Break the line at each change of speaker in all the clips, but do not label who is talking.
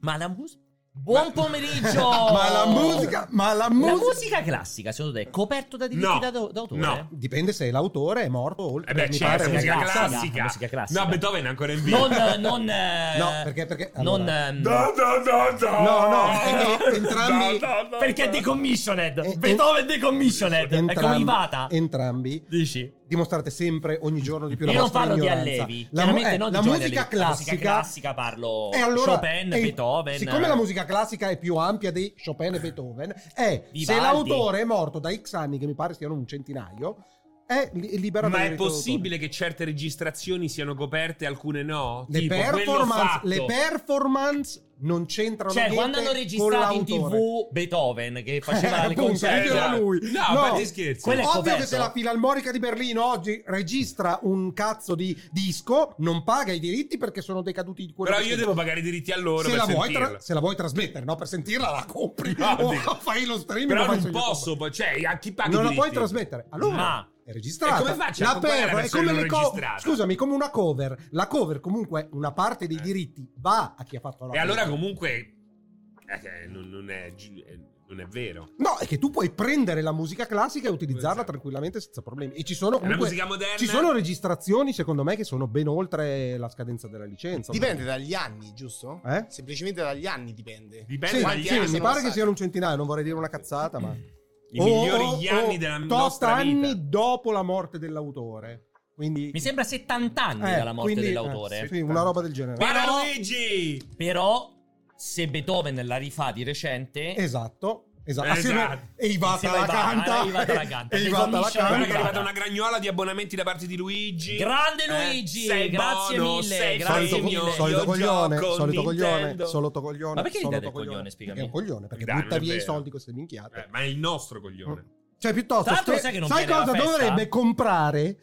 Ma la musica. Buon pomeriggio!
Ma la musica, ma la
La
musica.
musica classica, secondo te, è coperto da diritti
No.
d'aut- d'autore?
No.
Dipende se l'autore è morto oltre
Eh beh,
mi
c'è
pare
la
un-
musica
classica.
classica.
certo, Musica classica.
No, Beethoven è ancora in vita.
Non, non, eh,
No, perché- perché-
non,
allora.
ehm,
Da, da, da, da.
No, no, eh, entrambi-
Da, da, da,
perché è
da.
decommissioned.
Eh, eh,
Beethoven decommissioned. È come
entrambi,
Ivata.
entrambi
Dici?
dimostrate sempre ogni giorno di più la
Io non
vostra
parlo di
ignoranza.
Allevi,
La, mu-
chiaramente
eh,
non di
la
Giovanni
musica
Allevi, la musica
classica
classica parlo
E allora,
Chopin,
e-
Beethoven.
Siccome la musica classica è più ampia di Chopin e Beethoven, è se
Vivaldi.
l'autore è morto da X anni, che mi pare siano un centinaio, è li- libera
Ma
dai
è
diritti d'autore.
possibile che certe registrazioni siano coperte e alcune no?
Le
Tipo, quello
performance,
fatto.
le performance non c'entrano
Cioè,
niente
quando hanno
con
registrato in
l'autore.
tv Beethoven che faceva
Eh,
le
appunto,
concerte,
video da
esatto.
lui.
No,
No.
ma ti scherzi.
Quella- è
Ovvio
coperto.
che se la filarmonica di Berlino oggi registra un cazzo di disco, non paga i diritti perché sono decaduti di quello
Però
che
io
scrive.
devo pagare i diritti a loro
se
per
la, vuoi
sentirla.
tra- se la vuoi trasmettere, no? Per sentirla la compri.
No,
o
dico-
fai lo streaming.
Però
o fai
non
su YouTube.
posso, poi- cioè, a chi paga
Non
i
la puoi
diritti?
trasmettere. Allora
Ma-
è registrata.
E come faccio a
La
comprare la
cover è
versione
come
non
le co-
registrata? Eh.
Scusami, come una cover. La cover comunque una parte dei diritti va a chi ha fatto la
E allora
cover.
comunque... eh, non, non è, gi- eh, non è vero.
No, è che tu puoi prendere la musica classica e utilizzarla
Esatto.
tranquillamente senza problemi. E ci sono
È una
comunque
musica moderna.
Ci sono registrazioni, secondo me, che sono ben oltre la scadenza della licenza.
Dipende dagli anni, giusto?
Eh?
Semplicemente dagli anni dipende.
Dipende
Sì,
dagli
sì,
anni.
mi
sono
pare
passati.
che siano un centinaio, non vorrei dire una cazzata, ma...
eh, I migliori gli anni della
tot
nostra vita.
anni dopo la morte dell'autore. Quindi...
mi sembra 70 anni
eh,
dalla morte
quindi,
dell'autore.
eh, sì, una roba del genere.
Para
Però-
Luigi!
Però se Beethoven la rifà di recente,
Esatto. Esatto.
Esatto.
Assieme- E Ivata
Insieme a
la
Ivata,
canta.
eh, Ivata la canta.
E
Dei
Ivata la
commission
Guarda che
Brava.
è
canta.
arrivata una gragnola di abbonamenti da parte di Luigi.
Grande
Eh,
Luigi,
sei
grazie
buono,
mille,
sei
grazie
Solito,
mille.
mio,
solito
io
coglione,
gioco
solito coglione,
Nintendo.
solito coglione.
Ma perché gli
solito
dai del coglione, spiegami?
Perché è un coglione, perché
Dai, non
butta
è
via i
vero.
soldi con queste minchiate.
Eh, ma è il nostro coglione.
Cioè, piuttosto,
Tra l'altro
spe-
sai che non viene
cosa
alla festa?
dovrebbe comprare?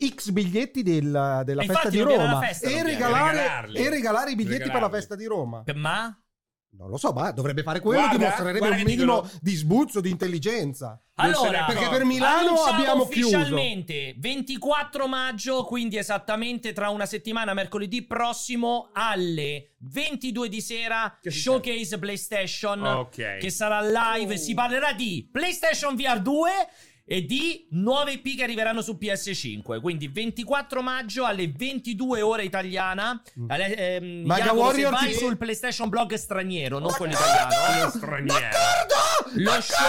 X biglietti del- della
E
festa
infatti
di
non viene alla
Roma
festa,
e,
non viene.
regalare,
Regalarli.
e regalare i biglietti per la
Regalarli.
festa di Roma.
Ma
Non lo so, ma dovrebbe fare quello.
Guarda,
dimostrerebbe
guarda
un
che
minimo
dicono-
di sbuzzo di intelligenza.
allora,
Perché per Milano
annunciamo
abbiamo chiuso.
ufficialmente 24 maggio, quindi esattamente tra una settimana, mercoledì prossimo alle 22 di sera,
Che
showcase PlayStation
Oh, Ok.
Mm. che sarà live.
Oh.
Si parlerà di PlayStation VR 2 e di nuove IP che arriveranno su PS5. Quindi 24 maggio alle 22 ore italiana.
Mm.
Alle- ehm,
Maga
Jacopo,
Warrior
se vai
ti-
sul PlayStation blog straniero, non quello italiano.
Uno
D'accordo!
straniero.
Lo show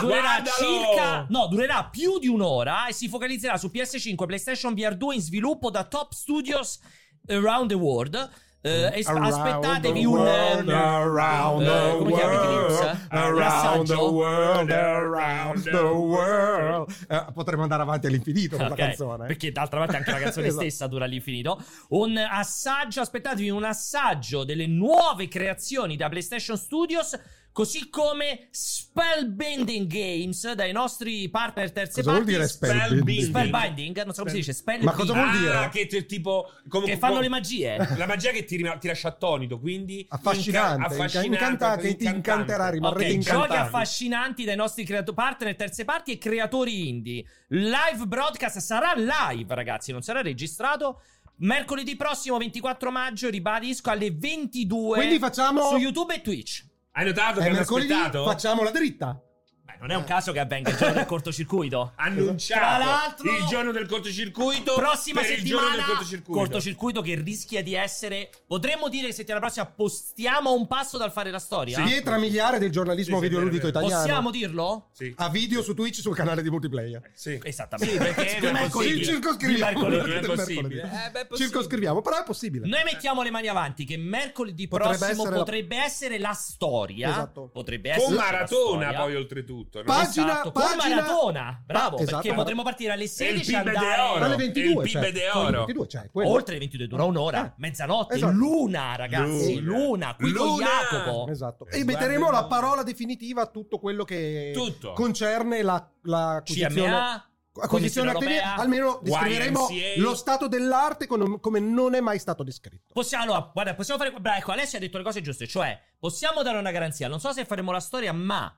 durerà
Guardalo!
circa no, durerà più di un'ora e si focalizzerà su PS5, PlayStation VR 2 in sviluppo da top studios around the world. Eh, es-
Around
aspettatevi
the
un ehm,
world, around
eh,
the
come chiami Clips?
world,
eh?
Un
around the
assaggio?
world, around the world. Eh, potremmo andare avanti all'infinito con
Ok,
la canzone.
Perché d'altra parte anche la canzone
Esatto.
stessa dura all'infinito. Un assaggio, aspettatevi un assaggio delle nuove creazioni da PlayStation Studios. Così come Spellbending Games dai nostri partner terze
Cosa vuol
parti.
dire
spell
spell
building?
building?
Spellbinding, non so come si dice, Spellbinding.
Ma cosa vuol dire?
Ah, che t- tipo... come-
Che fanno
come-
le magie.
La magia che ti, rima- ti lascia attonito, quindi...
Affascinante,
inca- affascinante,
incantante, ti
incantante.
incanterà, rimarrete
Ok,
incantato.
giochi affascinanti dai nostri creato- partner terze parti e creatori indie. Live broadcast sarà live, ragazzi, non sarà registrato. Mercoledì prossimo 24 maggio, ribadisco alle 22
Quindi facciamo
su YouTube e Twitch.
Hai notato
è
che hanno
mercoledì,
aspettato?
facciamo la dritta.
Beh, non è un caso che avvenga il giorno del cortocircuito.
Esatto.
Tra
Annunciato
l'altro-
il giorno del cortocircuito
Prossima
per il giorno
settimana
del cortocircuito.
cortocircuito che rischia di essere potremmo dire che settimana prossima postiamo a un passo dal fare la storia.
Pietra miliare del giornalismo
Sì, sì,
videoludico
vero,
italiano.
Possiamo dirlo?
Sì.
A video su Twitch sul canale di multiplayer.
Sì.
Esattamente.
Sì, perché
Di
non è
mercoledì.
Così
possibile.
circoscriviamo.
Di mercoledì,
non è
Del
possibile.
mercoledì.
Eh, beh, è possibile.
Circoscriviamo, però è possibile.
Noi mettiamo le mani avanti che mercoledì
Potrebbe
prossimo
essere la-
potrebbe essere la storia.
Esatto.
Potrebbe essere
Con
la
maratona
storia.
poi oltretutto. no?
Pagina-
Esatto, con
pagina-
maratona. Bravo,
Pa- esatto.
perché potremmo partire alle
E il
16 e
PIB
andare
de oro.
Alle
E
22,
il
cioè.
PIB de
Poi
oro.
22, cioè, quello.
Oltre le 22 dura un'ora,
Eh.
mezzanotte,
Esatto.
luna ragazzi,
Luna.
luna, qui con
Luna.
Jacopo.
Esatto.
Eh,
E metteremo
guarda-
la parola definitiva a tutto quello che
Tutto.
concerne la, la acquisizione-
CMA, Commissione
acquisizione
Europea.
attiva. Almeno descriveremo
YMCA.
lo stato dell'arte con- come non è mai stato descritto.
Possiamo, allora, guarda, possiamo fare. Beh, ecco, Alessio ha detto le cose giuste. Cioè, possiamo dare una garanzia. Non so se faremo la storia, ma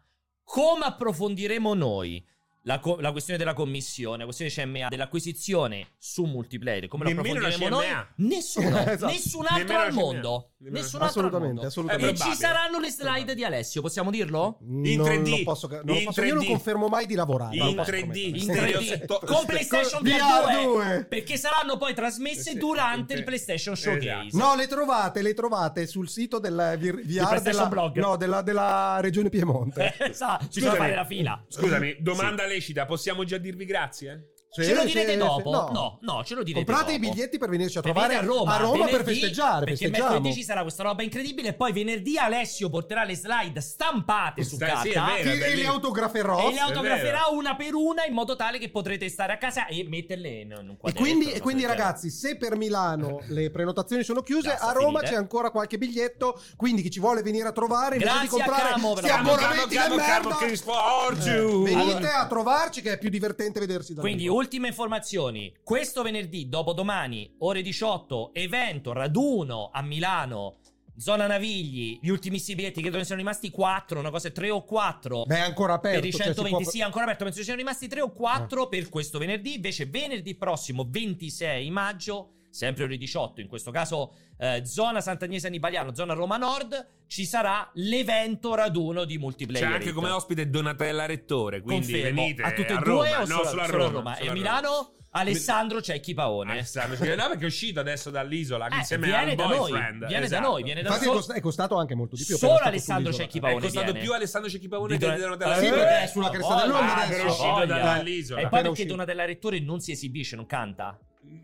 come approfondiremo noi la, co- la questione della commissione, la questione CMA, dell'acquisizione su multiplayer, come la
Nemmeno la
approfondiremo noi?
CMA.
Nessuno,
Esatto.
nessun altro
Nemmeno la
al
CMA.
mondo.
Nemmeno-
Nessun altro al
Assolutamente,
mondo. Eh,
assolutamente.
E
Probabile.
ci saranno le slide di Alessio, possiamo dirlo?
Non
3D.
lo posso, non lo
In
posso- io non
3D.
confermo mai di lavorare.
In
non lo posso Ecco,
3D,
promettere.
In
Sì.
3D
Sì.
con PlayStation
Con
VR 2
VR2.
perché saranno poi trasmesse
Sì,
durante
sì.
il PlayStation
Esatto.
Showcase.
No, le trovate, le trovate sul sito della vi- VR
PlayStation
della,
Blog.
no, della, della regione Piemonte.
Esatto, ci sono
Scusami.
fare la fila.
Scusami, domanda lecita, possiamo già dirvi grazie? Eh?
ce lo
Sì,
direte
sì,
dopo?
sì,
no. no, ce lo direte
Comprate i
dopo.
biglietti per venirci a
E
trovare
Cioè, venite
per
venerdì,
festeggiare.
Perché
festeggiamo.
mercoledì ci sarà questa roba incredibile. E poi venerdì Alessio porterà le slide stampate su
Sta- sì, è
carta.
vero.
Sì, e le
Bellissimo.
autograferò.
e le autograferà
vero.
una per una in modo tale che potrete stare a casa e metterle in un
E
quadretto,
quindi,
una
e
cosa
quindi
del genere.
ragazzi, se per Milano le prenotazioni sono chiuse,
Già, sta
a Roma
finita.
c'è ancora qualche biglietto. Quindi chi ci vuole venire a trovare, invece di
Grazie a
comprare
Camo,
sti
bravo.
abbonamenti del merda, eh,
che sporgi!
Eh,
venite
Allora-
a trovarci che è più divertente vedersi da
Quindi,
vivo.
ultime informazioni. Questo venerdì, dopodomani, ore 18, evento, raduno a Milano, zona Navigli. Gli ultimissimi biglietti credo ne siano rimasti 4, una cosa 3 o 4.
Beh, è ancora aperto.
per i
cioè, si
120
può- Eh.
sì, ancora aperto, penso ci siano rimasti 3 o 4 per questo venerdì, invece venerdì prossimo 26 maggio, sempre ore 18, in questo caso eh, zona Sant'Agnese Nibaliano, zona Roma Nord, ci sarà l'evento raduno di
C'è
multiplayer.
anche come
Elite.
ospite Donatella Rettore, quindi
Confermo.
venite
a tutte e
Roma.
due o
no,
solo,
solo a
solo
Roma.
e
solo
a
a
Milano Alessandro c'è chi paone.
Alessandro, cioè, no, perché è uscito adesso dall'isola
Eh,
insieme
viene
al
da noi,
boyfriend.
viene da
Esatto.
noi, viene da
Infatti è
solo-
cost- è costato anche molto di più.
Solo
perché è stato
Alessandro
sull'isola.
Cecchi
È
Paone
costato
viene.
più Alessandro Cecchipavone
Di
che
Don- Eh,
Donatella
Sì,
Rettore.
perché è sulla cresta
Voglia,
dell'onda
ah,
adesso.
però
è uscito
voglia.
dall'isola.
E poi
Appena
perché
uscito.
Donatella Rettore non si esibisce, non canta.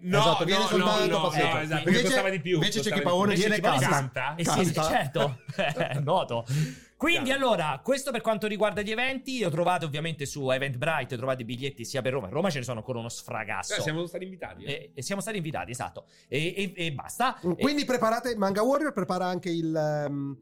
No,
Esatto,
no,
viene
no,
soltanto
no,
pazienza.
no, esatto, perché
Invece-
costava di più.
invece
costava
Cecchi
di
Paone
più.
viene
Invece Cecchi Paone
canta.
Eh sì,
Canta.
certo, è noto. Quindi allora, questo per quanto riguarda gli eventi, io trovate ovviamente su Eventbrite, trovate i biglietti sia per Roma, a Roma ce ne sono ancora uno sfragasso.
Eh, siamo stati invitati. eh.
E, e siamo stati invitati, esatto. E, e- e basta.
Mm,
E-
Quindi preparate, Manga Warrior prepara anche il... ehm,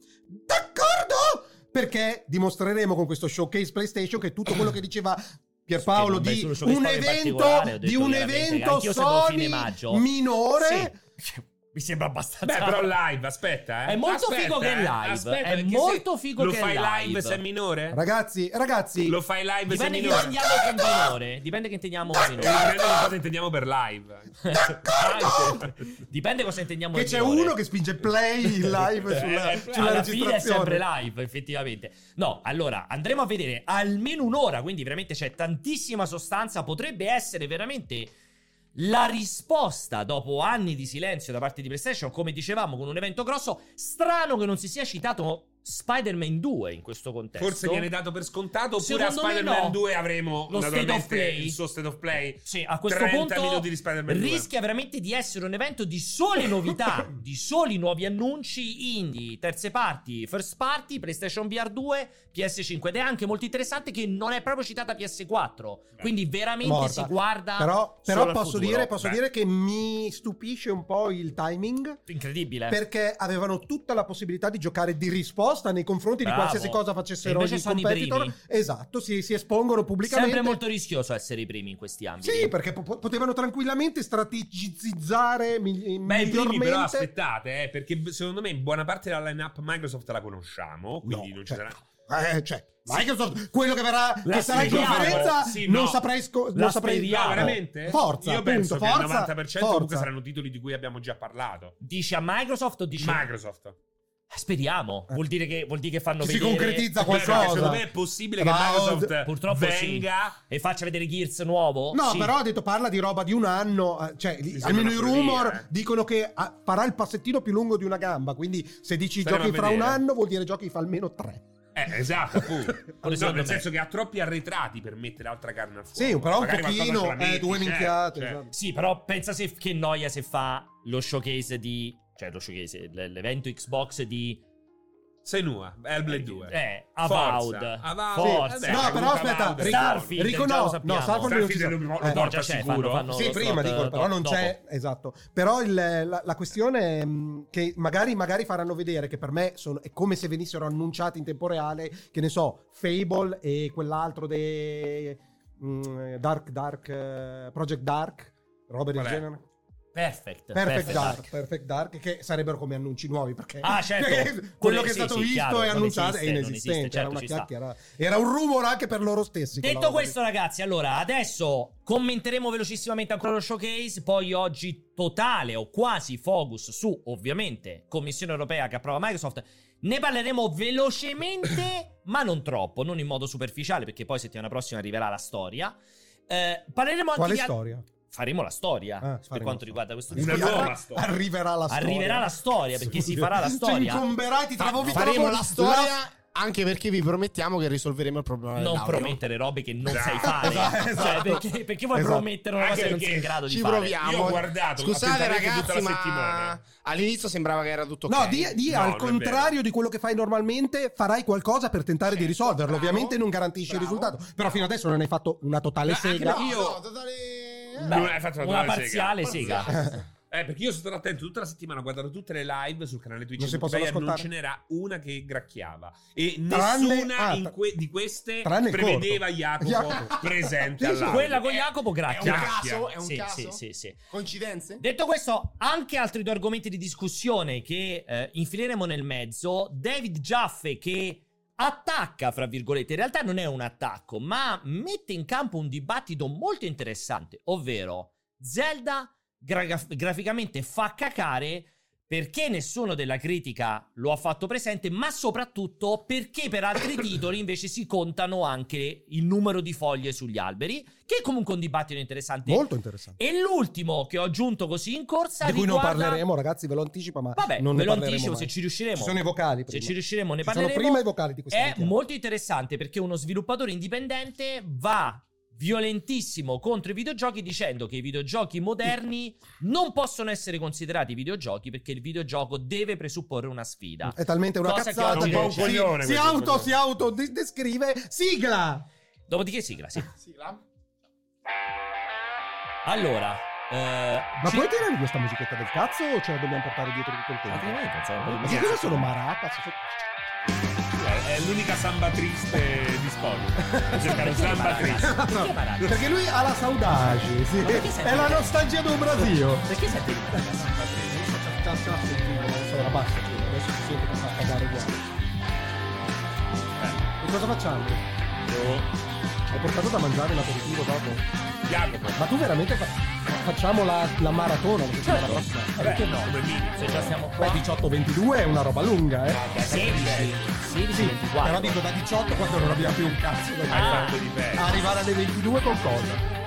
d'accordo! Perché dimostreremo con questo showcase PlayStation che tutto quello che diceva Pierpaolo
Sì, beh,
di
sullo showcase
un
poi in particolare ho
evento,
detto
di un
chiaramente che
evento
anch'io seguo fine
Sony
maggio.
minore...
Sì. Mi sembra abbastanza...
Beh, però live, aspetta, eh.
È molto
Aspetta,
figo che è
eh.
live.
Aspetta,
È
perché
molto
se
figo che è
Lo fai
live.
live se è minore?
Ragazzi, ragazzi,
Lo fai live se è
Dipende che
minore?
intendiamo con minore. Dipende che intendiamo con
Eh,
minore.
Dipende da cosa intendiamo per live.
Anche. Dipende cosa intendiamo
che
di
c'è
minore.
uno che spinge play in live sulla,
Eh, eh,
sulla
alla fine è sempre
registrazione.
live, effettivamente. No, allora andremo a vedere almeno un'ora, quindi veramente c'è tantissima sostanza. Potrebbe essere veramente la risposta dopo anni di silenzio da parte di PlayStation, come dicevamo, con un evento grosso. Strano che non si sia citato Spider-Man 2 in questo contesto.
Forse viene dato per scontato oppure a
Secondo me
Spider-Man
no.
2 avremo
Lo state of
naturalmente,
play.
il suo state of play.
Sì, a questo
30
punto
minuti di Spider-Man 2.
rischia veramente di essere un evento di sole novità, di soli nuovi annunci indie, terze parti, first party, PlayStation VR 2, PS5 ed è anche molto interessante che non è proprio citata PS4,
Eh.
quindi veramente
Morta.
si guarda
Però,
solo
però
al
posso,
futuro.
dire, posso
Beh.
dire che mi stupisce un po' il timing.
incredibile.
perché avevano tutta la possibilità di giocare di risposta nei confronti
Bravo.
di qualsiasi cosa
E
facessero
invece
i
sono i
competitor.
primi.
esatto, si, si espongono pubblicamente.
Sempre molto rischioso essere i primi in questi ambiti.
sì, perché po- po- potevano tranquillamente strategizzare migli-
Beh, i primi
migliormente.
però aspettate, eh, perché secondo me buona parte della lineup Microsoft la conosciamo, quindi
No,
non ci
cioè,
sarà.
eh, cioè, Microsoft, quello che verrà,
La
che sarà in
speriamo.
conferenza,
Sì, no.
non saprei. sco-
La
non saprei
speriamo.
No, ah, veramente?
Forza,
Io penso
appunto,
che il 90%
forza,
comunque
forza.
saranno titoli di cui abbiamo già parlato.
Dici a Microsoft o dici
Microsoft.
Speriamo, vuol dire che vuol dire che fanno
Che Eh. si
vedere
concretizza
Beh, perché
qualcosa.
secondo me è possibile che
Ma-
Microsoft
purtroppo
venga
sì. e faccia vedere Gears nuovo.
No,
Sì.
però ha detto parla di roba di un anno, eh, cioè li-
Mi sembra
almeno i
una follia,
rumor
eh.
dicono che ah, farà il passettino più lungo di una gamba, quindi se dici
Staremo
giochi
a
fra un
vedere.
anno vuol dire giochi fa almeno tre.
Eh, esatto, appunto. No,
secondo me.
nel senso che ha troppi arretrati per mettere altra carne al fuoco.
Sì, però un
Magari qualcosa
pochino,
ce la metti,
eh, due
certo,
minchiate.
certo.
esatto.
Sì, però pensa se, che noia se fa lo showcase di. Cioè, lo showcase, l- l'evento Xbox di.
Senua, Hellblade 2.
Eh,
Forza,
Avowed.
Avowed.
Forza.
Vabbè,
No, però
comunque
aspetta,
Avowed,
ric-
Starfield.
Starfield,
riconosco-
già lo sappiamo.
no, Starfield non ci
Starfield
sarà.
lo
Eh,
lo
No,
porta
già c'è,
sicuro.
fanno- fanno
Sì,
lo
prima
slot,
dico,
eh,
però non
dopo.
c'è. Esatto. Però il- la, la questione è mh, che magari, magari faranno vedere che per me sono, è come se venissero annunciati in tempo reale, che ne so, Fable e quell'altro de mh, Dark Dark eh, Project Dark, roba del
Qual è?
genere.
Perfect.
Perfect Dark,
Dark.
Perfect Dark, che sarebbero come annunci nuovi perché
Ah, certo.
perché
Come-
quello che è
sì,
stato
sì,
visto
chiaro,
e
non
annunciato
esiste,
è
non
inesistente,
esiste,
era
certo,
una
ci sta.
chiacchiera, era un rumore anche per loro stessi. quella
Detto
roba lì.
questo, ragazzi, allora adesso commenteremo velocissimamente ancora lo showcase. Poi oggi totale o quasi focus su, ovviamente, Commissione europea che approva Microsoft. Ne parleremo velocemente, ma non troppo, non in modo superficiale, perché poi settimana prossima arriverà la storia. Eh, parleremo anche
quale
di. al-
storia? Ah,
Faremo la storia
faremo la
Ah, per
storia.
quanto riguarda questo
Una
discorso.
nuova storia.
Arriverà la storia.
Arriverà la storia, perché si
Sì.
farà la storia.
Ci incomberai, ti travo vi
Faremo
travo-
la storia anche perché vi promettiamo che risolveremo il problema
Non
dell'audio.
promettere robe che non
Esatto.
sai fare.
Esatto,
Cioè,
esatto.
perché, perché vuoi
Esatto.
promettere una cosa
Anche
che non sei in
perché
grado di
Ci
fare?
proviamo.
Io ho guardato
Scusate
attentamente tutta
ragazzi,
la
ma
settimana.
all'inizio sembrava che era tutto ok.
No, di, di-
No,
al
non è
contrario di quello che fai normalmente, farai qualcosa per tentare di
Certo,
risolverlo.
bravo,
Ovviamente non garantisci il
bravo,
risultato, però fino adesso non hai fatto una totale
Ma anche
sega.
no, io-
no, totale-
Beh,
Non hai fatto la
una
totale
parziale sega.
Eh, perché io sono stato attento tutta la settimana, ho guardato tutte le live sul canale Twitch
Non si
di
possono
Multiplayer, non ce
ascoltare.
n'era una che gracchiava. E
Tranne-
nessuna
ah,
in que- di queste
tranne il
prevedeva
corto.
Jacopo presente Eh,
Sì, sì,
all'audio.
Quella con Jacopo
È un
gracchia.
caso? È un
Sì,
caso?
sì, sì, sì.
Coincidenze?
Detto questo, anche altri due argomenti di discussione che eh, infileremo nel mezzo. David Jaffe che attacca, fra virgolette, in realtà non è un attacco, ma mette in campo un dibattito molto interessante, ovvero Zelda gra- graficamente fa cacare perché nessuno della critica lo ha fatto presente, ma soprattutto perché per altri titoli invece si contano anche il numero di foglie sugli alberi, che è comunque un dibattito interessante.
Molto interessante.
E l'ultimo che ho aggiunto così in corsa
Di cui non
riguarda...
parleremo, ragazzi, ve lo anticipo, ma
Vabbè,
non
ve
ne
lo
parleremo
anticipo
mai.
se ci riusciremo.
Ci sono i vocali
se
prima.
ci riusciremo ne
Ci sono
parleremo.
prima i vocali di questa
È
minchia.
molto interessante perché uno sviluppatore indipendente va violentissimo contro i videogiochi dicendo che i videogiochi moderni non possono essere considerati videogiochi perché il videogioco deve presupporre una sfida.
È talmente una
Cosa che
cazzata
oggi
che,
è un
si,
coglione
si
questo
auto,
coglione.
si auto de- descrive. Sigla!
Dopodiché sigla, sì.
Sì, la-
Allora, eh,
Ma
ci-
puoi tirare questa musichetta del cazzo o ce la dobbiamo portare dietro tutto il
Ma che
tempo?
ne penso?
Ma che cosa sono maracas?
È, è l'unica samba triste disponibile. Cercare
Perché
un samba
Maracas?
triste.
Perché Maracas?
Perché lui ha la saudade, sì.
Ma perché sei
è la
maracas?
nostalgia del Brasile.
Perché senti il
Allora basta, adesso si sente che sta a cagare uguale. Eh, E cosa facciamo? Boh. Hai portato da mangiare l'aperitivo dopo?
Jacopo.
Ma tu veramente fa- facciamo la, la maratona la settimana
Certo.
prossima?
Vabbè,
Perché no?
come minimo.
Se già siamo
Beh,
qua...
18-22 è una roba lunga, eh?
16, 16,
Sì,
24.
però dico da 18 quando non abbiamo più un cazzo da
Ah.
Hai fatto di peggio.
Arrivare alle 22 con cosa?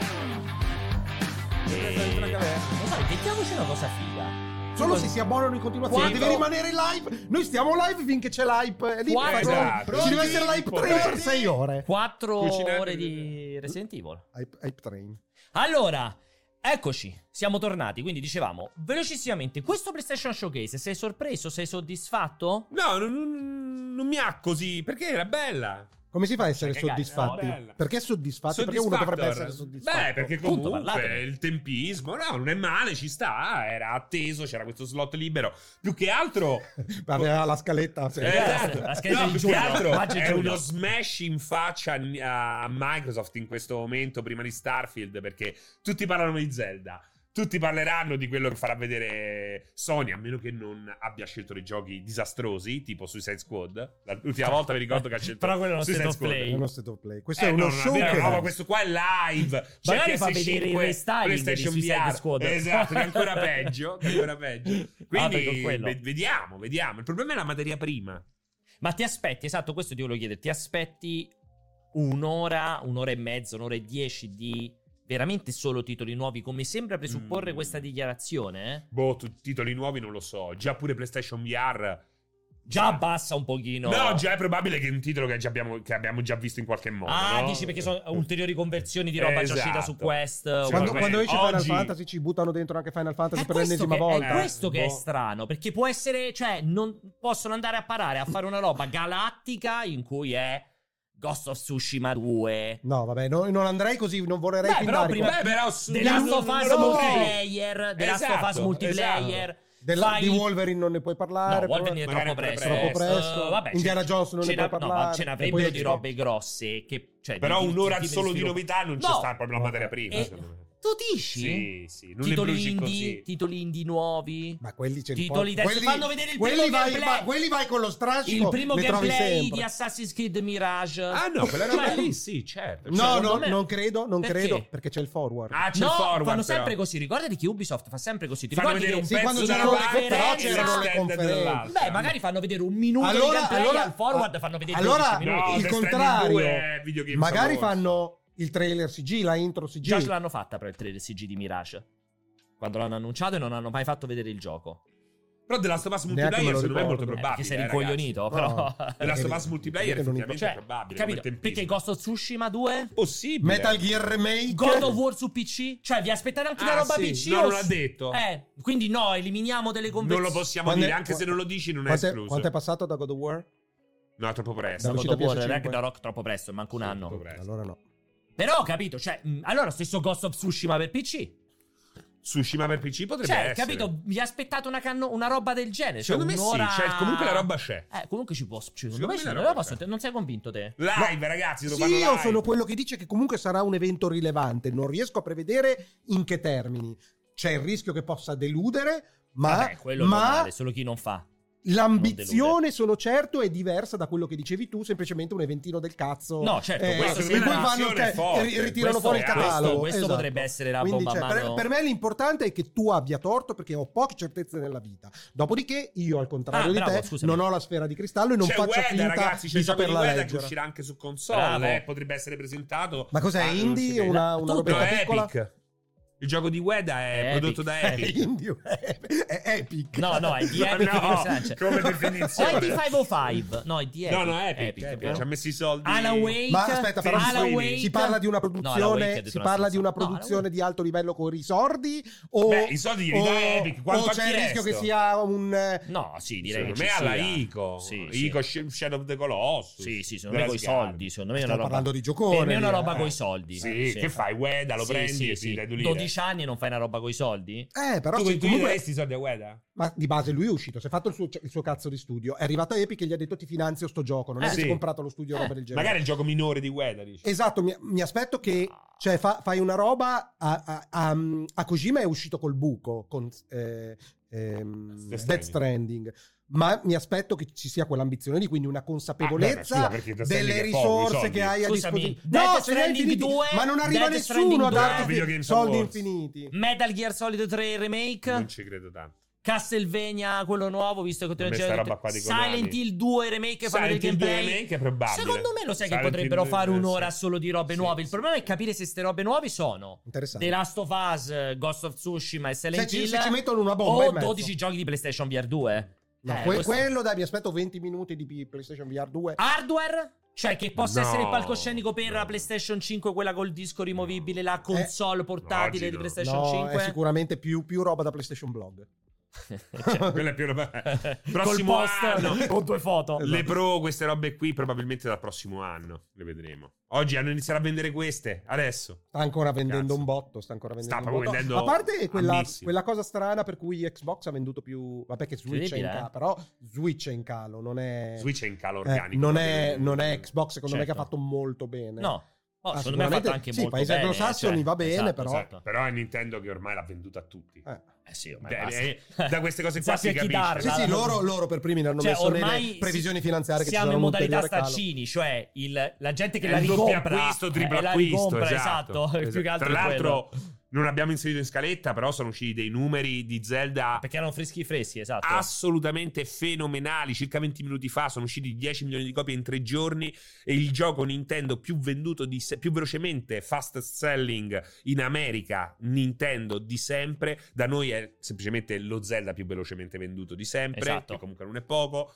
Lo sai, Eh, mettiamoci una cosa figa.
Solo se si abbonano in continuazione,
Quattro.
devi rimanere in live. Noi stiamo live finché c'è l'hype. Lì
Quattro.
facciamo-
Esatto.
Ci deve
Pronti?
essere l'hype
Pronti?
train per 6 ore.
4
Cucinare
ore
per-
di Resident Evil.
Hype, hype train.
Allora, eccoci, siamo tornati. Quindi dicevamo, velocissimamente, questo PlayStation Showcase, sei sorpreso? Sei soddisfatto?
No, non, non- non mi ha così. Perché era bella.
Come si fa a essere
Cioè, che cazzo,
soddisfatti?
no, bella.
perché soddisfatti? Perché uno dovrebbe
Soddisfactor.
essere soddisfatto.
Beh, perché
Appunto,
comunque
parlatene.
il tempismo, no, non è male, ci sta. Era atteso, c'era questo slot libero. Più che altro.
Aveva la scaletta. sì.
Eh, esatto.
la scheda
No,
di
più
giugno,
che altro
maggio e
è
giugno.
uno smash in faccia a a Microsoft in questo momento, prima di Starfield, perché tutti parlano di Zelda. Tutti parleranno di quello che farà vedere Sony, a meno che non abbia scelto dei giochi disastrosi, tipo Suicide Squad. La- L'ultima volta vi ricordo che ha scelto
Però quello è uno
Suicide
state of
Squad.
play.
È uno state of play. Questo
Eh,
è uno
no, no,
show
no,
che...
no, ma questo qua è live. C'è
Magari fa
PS5,
vedere il restyling
PlayStation
di Suicide
VR.
Squad.
Esatto, che è ancora peggio. che è ancora peggio.
Ah, perché
Quindi
quello.
ve- vediamo, vediamo. Il problema è la materia prima.
Ma ti aspetti, esatto, questo ti volevo chiedere, ti aspetti un'ora, un'ora e mezzo, un'ora e dieci di veramente solo titoli nuovi, come sembra presupporre
Mm.
questa dichiarazione? eh?
Boh, tu- titoli nuovi non lo so. Già pure PlayStation VR.
Già abbassa un pochino.
No, già è probabile che è un titolo che, già abbiamo, che abbiamo già visto in qualche modo.
Ah,
no?
dici perché sono ulteriori conversioni di roba già uscita
Esatto.
su Quest.
Sì,
o-
Quando,
Vabbè,
quando esce Final
oggi-
Fantasy ci buttano dentro anche Final Fantasy
È
per
questo,
l'ennesima
che,
volta.
è questo che è
Boh.
strano, perché può essere, cioè, non possono andare a parare a fare una roba galattica in cui è Ghost of Tsushima 2.
No, vabbè, no- non andrei così, non vorrei
Beh, però
filmare.
prima-
Beh, però su-
The Last
non-
of Us
non lo so.
multiplayer, The Last of Us
Esatto,
multiplayer.
Della-
fai-
Di Wolverine non ne puoi
No,
parlare. però-
Wolverine è
magari
troppo
è
presto.
troppo presto.
Eh, vabbè,
Indiana
ce-
Jones non
ce
ne
n'av-
puoi
no, ma
parlare.
ce
E poi
n'avrebbero di
esci.
robe grosse che... Cioè,
Però
di- di-
un'ora
di- di
solo di
sviluppo.
novità non
No.
ci sta proprio la materia prima.
E-
secondo me.
Tu dici?
Sì, sì, non le
titoli
bruci
indie,
così.
titoli indie nuovi.
Ma quelli ce li
Titoli
porto.
del- fanno vedere il
quelli
primo
vai,
gameplay.
ma- quelli vai con lo strascico.
Il primo
li trovi
gameplay
sempre.
di Assassin's Creed Mirage.
Ah no, quella
Cioè-
roba lì sì, certo.
No,
Cioè,
Secondo
no,
me-
non credo, non
Perché?
credo, perché c'è il forward.
Ah, c'è
No,
il forward
fanno sempre
però.
così. Ricordati che Ubisoft fa sempre così. Ti
Fanno
ricordi
vedere un
che-
Sì, quando
pezzo da una
c'erano le
parte, però
conferenze.
c'erano le
Stand
conferenze.
Beh, magari fanno vedere un minuto di gameplay al forward, fanno vedere
allora
15 minuti.
No,
il
Death
contrario.
Stranding 2 è videogame
Magari
favoloso.
fanno il trailer CG, la intro CG.
Già ce l'hanno fatta per il trailer CG di Mirage. Quando l'hanno annunciato e non hanno mai fatto vedere il gioco.
Però The Last of Us
Neanche me
multiplayer
lo
secondo me è molto
ricordo.
Eh, perché
probabile.
sei
eh,
rincoglionito, però.
No.
ragazzi. The Last of Us multiplayer
Perché non
effettivamente è
Cioè,
probabile.
capito?
come
Perché
tempistica.
Ghost of Tsushima 2?
possibile.
Metal Gear Remake.
God of War su PC? Cioè, vi aspettate anche una
Ah,
roba
sì.
PC?
No,
o
non
s-
l'ha detto.
Eh, quindi no, eliminiamo delle
Non lo
conversioni.
possiamo
Quando-
dire, anche se non lo dici non è
Quanto
escluso.
quanto è passato da God of War?
No, è troppo presto.
Dalla
God
uscita
of War,
PS5.
Ragnarok troppo presto, manca un
Sì,
anno.
troppo presto.
Allora no.
Però ho capito, cioè, mh, allora stesso Ghost of Tsushima per PC.
Tsushima per PC potrebbe
Cioè,
essere.
capito, vi aspettate una, canno- una roba del genere? Cioè,
Secondo me sì,
un'ora-
cioè, comunque la roba c'è.
Eh, comunque ci può... ci- Secondo
Secondo
me
me
sì,
la
non,
roba
la posso-
c'è.
non sei convinto te?
Live, ragazzi, lo
Sì,
fanno
io
live.
sono quello che dice che comunque sarà un evento rilevante. Non riesco a prevedere in che termini. C'è il rischio che possa deludere, ma,
Vabbè, quello è
ma
normale, solo chi non fa. non
l'ambizione, sono certo, è diversa da quello che dicevi tu. Semplicemente un eventino del cazzo.
No, certo,
Eh,
questo
e
secondo
poi
me è
una
fanno il
azione
ca-
forte.
e ri- ritirano
Questo
fuori il
è- questo-
catalogo.
questo
Esatto.
potrebbe essere la
Quindi,
bomba
cioè,
a
per,
mano.
per me l'importante è che tu abbia torto perché ho poche certezze nella vita. Dopodiché, io, al contrario
Ah,
di
bravo,
te,
scusami.
non ho la sfera di cristallo e non
c'è
faccio
Weda,
finta
ragazzi, c'è
di
il gioco di
saperla
Weda che
leggere.
uscirà anche su console.
Bravo.
eh, potrebbe essere presentato.
Ma cos'è,
Ah, non
indie
si
o
vede.
una, una
Tu-
No,
robetta
è
piccola?
Epic. Il gioco di Weda è
Epic. Eh,
prodotto da Epic.
Indio è, è epic.
No, no, è di
No,
Epic
no,
Games Launcher.
come
O è
definizione.
di 505. No, boh, è di Epic.
No, no, Epic, Epic,
vero?
ci ha messo i soldi.
Alan Wake.
Ma aspetta, però si-
Alan
si
Wake-
Si parla di una
No, Alan
produzione,
Wake è
si
dietro
parla
la
di una
stanza. No,
produzione
Alan
di alto livello con i sordi o
Beh, i soldi li dà Epic, quanto
o c'è
ha
il rischio
chiesto?
che sia un eh,
Wake- No, sì, direi
Secondo
che
me
ci
alla
sia.
Ico.
Sì, sì.
Ico Sh- Shadow of the Colossus.
Sì, sì, secondo me
Della
coi
Scarab.
soldi, secondo me è una
stiamo
roba
parlando di giocone.
Per me è una
lì,
roba
eh.
coi soldi.
Sì, che fai? Weda, lo
Sì,
prendi
sì,
e
sì.
ti dai due lire.
12 anni e non fai una roba coi soldi?
Eh, però
Tu
sì,
tu gli
comunque-
daresti i soldi a Weda?
ma di base lui è uscito, si è fatto il suo, il suo cazzo di studio, è arrivato a Epic e gli ha detto ti finanzio sto gioco, non
Eh,
è che si
sì.
è comprato lo studio o
Eh,
roba del genere.
Magari è il gioco minore di Weda, dici.
Esatto, mi, mi aspetto che cioè, fa- fai una roba a, a- a- a Kojima è uscito col buco con eh, ehm,
Death Stranding.
Death Stranding, ma mi aspetto che ci sia quell'ambizione lì, quindi una
Ah,
consapevolezza
vabbè, scusa, perché Death
delle
Stranding è poco, i
risorse
soldi.
che hai a
Scusami,
disposizione.
Death
No, ce li hai
Stranding
infiniti,
2,
ma non arriva
Death
nessuno a
Stranding
due.
darti
Video Games
soldi
Awards.
infiniti.
Metal Gear Solid 3 Remake?
Non ci credo tanto.
Castlevania, quello nuovo, visto che te
A
lo
me
già
sta
detto.
roba qua di
Silent
Konami.
Hill 2 remake e fanno del
Silent Hill 2
gameplay.
remake è probabile.
Secondo me lo sai che
Silent
potrebbero
Hill
fare
2,
un'ora
sì.
solo di robe
Sì,
nuove. Il
sì.
problema è capire se queste robe nuove sono
Interessante.
The Last of Us, Ghost of Tsushima e
Se
Silent
ci,
Hill
se ci mettono una bomba
o
in mezzo.
12 giochi di PlayStation VR 2.
No,
Eh,
que-
questo-
quello dai, mi aspetto 20 minuti di P- PlayStation VR 2.
Ah, Hardware? Cioè, che possa
No,
essere il palcoscenico per
no.
la PlayStation 5, quella col disco rimovibile, la console portatile
oggi
di
no.
PlayStation
Eh. No, è
5.
sicuramente più, più roba da PlayStation Blog.
Quello è più roba.
Cioè, Col
Prossimo anno.
poster con due foto.
Esatto.
Le pro, queste robe qui, probabilmente dal prossimo anno. Le vedremo. Oggi hanno iniziato a vendere queste. Adesso.
Sta ancora vendendo
Cazzo.
un botto. Sta ancora vendendo
Sta
un botto.
proprio vendendo
A parte quella,
ammissimo.
quella cosa strana per cui Xbox ha venduto più. Vabbè, che Switch è in
Incredibile, eh?
calo. Però Switch è in calo, non è.
Switch è in calo
eh,
organico.
non, è,
probabilmente.
non è Xbox, secondo me, che
Certo.
ha fatto molto bene.
No. Oh,
Ah,
secondo me ha
sicuramente-
fatto anche
sì,
molto
paesi
bene.
anglosassoni
cioè,
va bene,
esatto,
però-
esatto.
Però è Nintendo che ormai l'ha venduta a tutti.
Eh.
Eh sì, ormai
Beh,
basta.
eh, da queste cose qua
Non
si
sappia chi
capisce.
Sì,
darla.
sì, loro, loro per primi ne hanno
Cioè,
messo
ormai
nelle previsioni finanziarie che ci
siamo
sarà
in
un
modalità
ulteriore calo.
staccini, cioè il- la gente che
È
la
il doppio
ricompra
acquisto, triplo
eh, la
acquisto,
ricompra,
esatto.
esatto, più
Esatto.
che altro
Tra
è
l'altro,
quello.
non abbiamo inserito in scaletta, però sono usciti dei numeri di Zelda
perché erano freschi freschi, esatto.
assolutamente fenomenali. Circa 20 minuti fa sono usciti 10 milioni di copie in tre giorni e il gioco Nintendo più venduto di se- più velocemente fast selling in America Nintendo di sempre. Da noi è semplicemente lo Zelda più velocemente venduto di sempre,
Esatto.
che comunque non è poco.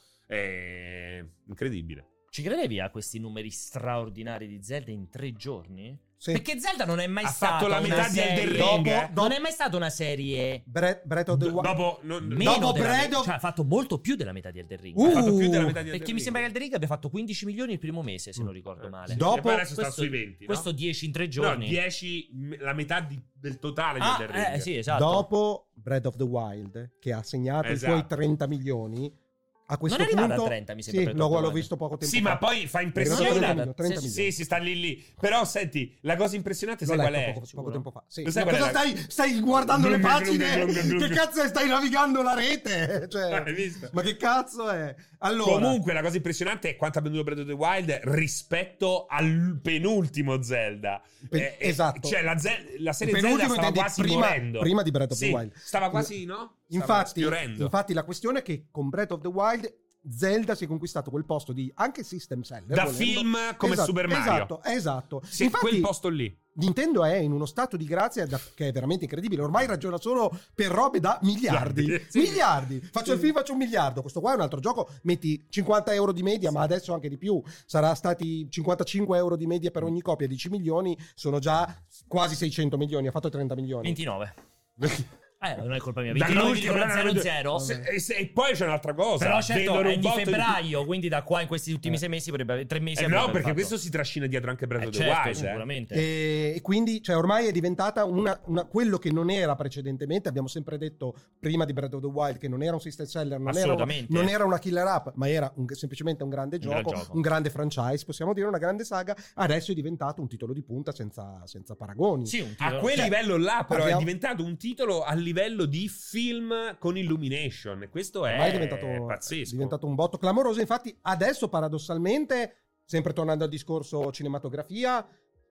È incredibile.
Ci credevi a questi numeri straordinari di Zelda in tre giorni?
Sì.
Perché Zelda non è mai
Ha
stata
fatto la
una
metà di
serie...
Elden Ring,
Dopo-
eh.
Non è mai stata una serie
Bre- Breath of the Wild.
Dopo, non-
meno
dopo
della-
Breath of-
cioè, ha fatto molto più della metà di Elden Ring.
Uh,
ha fatto più della metà di Elden
Perché
Ring.
mi sembra che Elden Ring abbia fatto 15 milioni il primo mese, se non
Mm.
ricordo
Eh,
male.
sì.
Dopo
E poi adesso sta
questo-
sui 20. no?
Questo 10 in tre
No,
giorni.
10, m- la metà di- del totale
Ah,
di Elden Ring.
eh, sì, esatto.
Dopo Breath of the Wild, che ha segnato
Esatto.
i suoi 30 milioni, a questo
Non è arrivata
punto...
a 30, mi sembra,
Sì,
per
l'ho,
Top
l'ho
Gun.
visto poco tempo
Sì,
fa.
ma poi
È arrivato a
fa
Sì,
impressione.
30
guarda,
milioni, 30
sì,
milioni.
Sì, si sta lì lì. Però senti, la cosa impressionante,
L'ho
sai qual
letto
è?
poco, poco tempo fa. Sì.
Lo sai
Ma
qual
cosa
è la-
stai, stai guardando le
Glug, glug,
pagine?
glug, glug, glug.
Che cazzo è? Stai navigando la rete? Cioè,
Eh, Hai visto?
ma che cazzo è? Allora,
Comunque, la cosa impressionante è quanto ha venduto Breath of the Wild rispetto al penultimo Zelda.
Pe-
Eh, eh,
esatto.
Cioè, la, Ze- la serie
Penultimo
Zelda stava
intendi
quasi
prima-
morendo.
prima di Breath of the
Sì,
Wild.
Stava quasi, no? Stava
infatti,
sfiorendo.
infatti la questione è che con Breath of the Wild Zelda si è conquistato quel posto di anche System Seller.
da
volendo.
film come
Esatto,
Super Mario.
Esatto, esatto.
Sì,
Infatti,
quel posto lì.
Nintendo è in uno stato di grazia da- che è veramente incredibile. Ormai ragiona solo per robe da miliardi.
Sì.
Miliardi. Faccio il
Sì.
film, faccio un miliardo. Questo qua è un altro gioco. Metti 50 euro di media, ma adesso anche di più. Sarà stati 55 euro di media per ogni copia. 10 milioni sono già quasi 600 milioni. Ha fatto 30 milioni.
29. Eh, non è colpa mia.
Dall'ultimo,
29,00.
Se- e, se- e poi c'è un'altra cosa.
Però certo
Vendono
è
un
di
botto
febbraio, quindi da qua in questi ultimi
Eh.
sei mesi potrebbe avere tre mesi.
Eh no,
avrebbe
perché
fatto.
questo si trascina dietro anche Breath
Eh,
of the
certo,
Wild. eh.
sicuramente.
E e quindi, cioè, ormai è diventata una, una- quello che non era precedentemente. Abbiamo sempre detto prima di Breath of the Wild che non era un system seller, non, era una,
Assolutamente.
non era una killer app, ma era un- semplicemente un grande
gran
gioco,
gioco.
un grande franchise, possiamo dire una grande saga. Adesso è diventato un titolo di punta senza, senza paragoni.
Sì, un
A
titolo-
quel
cioè,
livello là, però,
parliamo-
è diventato un titolo a livello di film con Illumination. E questo è,
Ormai è diventato,
pazzesco.
è diventato un botto clamoroso. Infatti, adesso paradossalmente, sempre tornando al discorso cinematografia,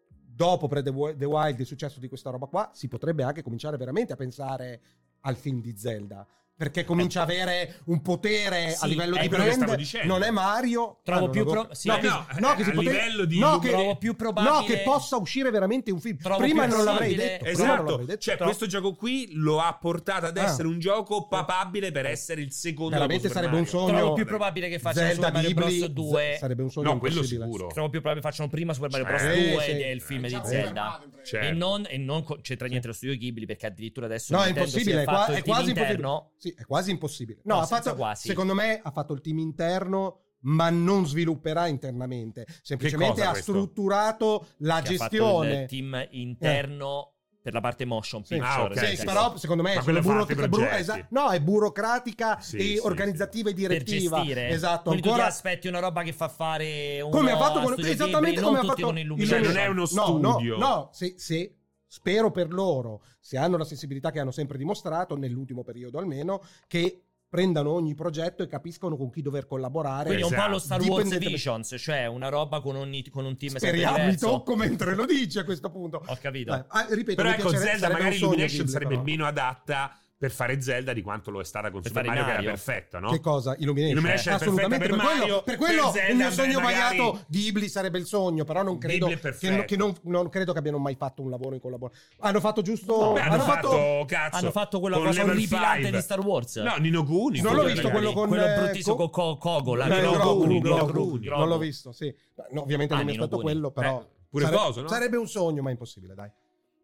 dopo Breath of the Wild, il successo di questa roba qua, si potrebbe anche cominciare veramente a pensare al film di Zelda. Perché comincia a avere un potere
Sì,
a livello
è
di
Eh. quello che
brand,
stavo dicendo.
non è Mario.
Trovo
non
più
avevo-
pro- sì,
no,
eh,
che,
no,
no, che
eh,
si
a
potrebbe-
livello di
no,
illuminazione-
che,
trovo più probabile.
no, che possa uscire veramente un film.
Trovo
Prima
più
non l'avrei
possibile-
detto. prima non l'avrei
Esatto,
detto.
cioè
Tro-
questo gioco qui lo ha portato ad
Ah.
essere un gioco papabile per essere il secondo
Veramente
dopo Super
sarebbe un
Mario.
sogno.
trovo più probabile che faccia Super Mario
Ghibli,
Bros. 2.
z- Sarebbe un sogno
No, quello
impossibile.
sicuro.
Trovo più probabile che facciano prima Super Mario Bros.
Eh,
2
sì.
del film di
Diciamo,
Zelda.
Cioè,
E non, e non co- c'entra niente lo studio Ghibli perché addirittura adesso
No, è
Nintendo
impossibile,
si
è,
è,
qua-
fatto
è
il team
quasi
interno.
impossibile. Sì, è quasi impossibile. No,
No,
ha
senza
fatto,
quasi.
secondo me ha fatto il team interno, ma non svilupperà internamente. Semplicemente
cosa
ha
questo?
strutturato la
che ha fatto
gestione. Eh.
il team interno per la parte motion
Sì.
picture. cioè,
Ah, ok.
nel
Sì,
sì,
senso-
però secondo me
Ma
è
quello fa
buro-
altri
buro-
progetti.
esa- no, è burocratica
Sì,
e
sì,
organizzativa e
per
direttiva.
gestire.
Esatto,
Quindi tu
ancora
ti aspetti una roba che fa fare uno
come ha fatto
a
con
Studio
esattamente
Ghibli,
come ha
non tutti
fatto
con
Cioè,
Illumination.
non è uno
No,
studio.
No, no, se, se- spero per loro, se hanno la sensibilità che hanno sempre dimostrato, nell'ultimo periodo almeno, che prendano ogni progetto e capiscono con chi dover collaborare.
Quindi è un po' lo Star Wars
Dipendentemente-
Visions, cioè una roba con, ogni- con un team sempre
Esatto. Speriamo mi
diverso.
tocco mentre lo dici a questo punto.
Ho capito.
Dai, ah, ripeto,
Però
mi
ecco,
piacerebbe-
Zelda
sarebbe
magari
un sogno
Illumination
dirlo,
sarebbe
però.
meno adatta per fare Zelda di quanto lo è stata con
Per
Super
fare
Mario, che
Mario.
era perfetta, no?
Che cosa? Illumination.
Illumination è
Assolutamente. Per,
perfetta per
quello,
Mario,
per quello
per
il mio
Zelda,
sogno
beh, magari-
bagnato di Ghibli sarebbe il sogno, però non
Ghibli
credo,
è
che,
perfetto.
che non, non credo che abbiano mai fatto un lavoro in collaborazione. Hanno fatto giusto...
No,
Beh, hanno, fatto, cazzo,
Hanno fatto quella
con
cosa
Level
orripilante
five.
di Star Wars.
No, Nino Guni.
Non l'ho
scusa,
visto
ragazzi.
quello con...
Quello
eh,
bruttissimo con Co- Kogola,
Eh,
Nino
Grogu,
Guni,
Grogu.
Nino Guni.
Non l'ho visto, sì. Beh, no, ovviamente
Ah,
non è
Nino
stato
Guni.
quello, però...
Eh, pure
sare-
coso, no?
Sarebbe un sogno, ma impossibile, dai.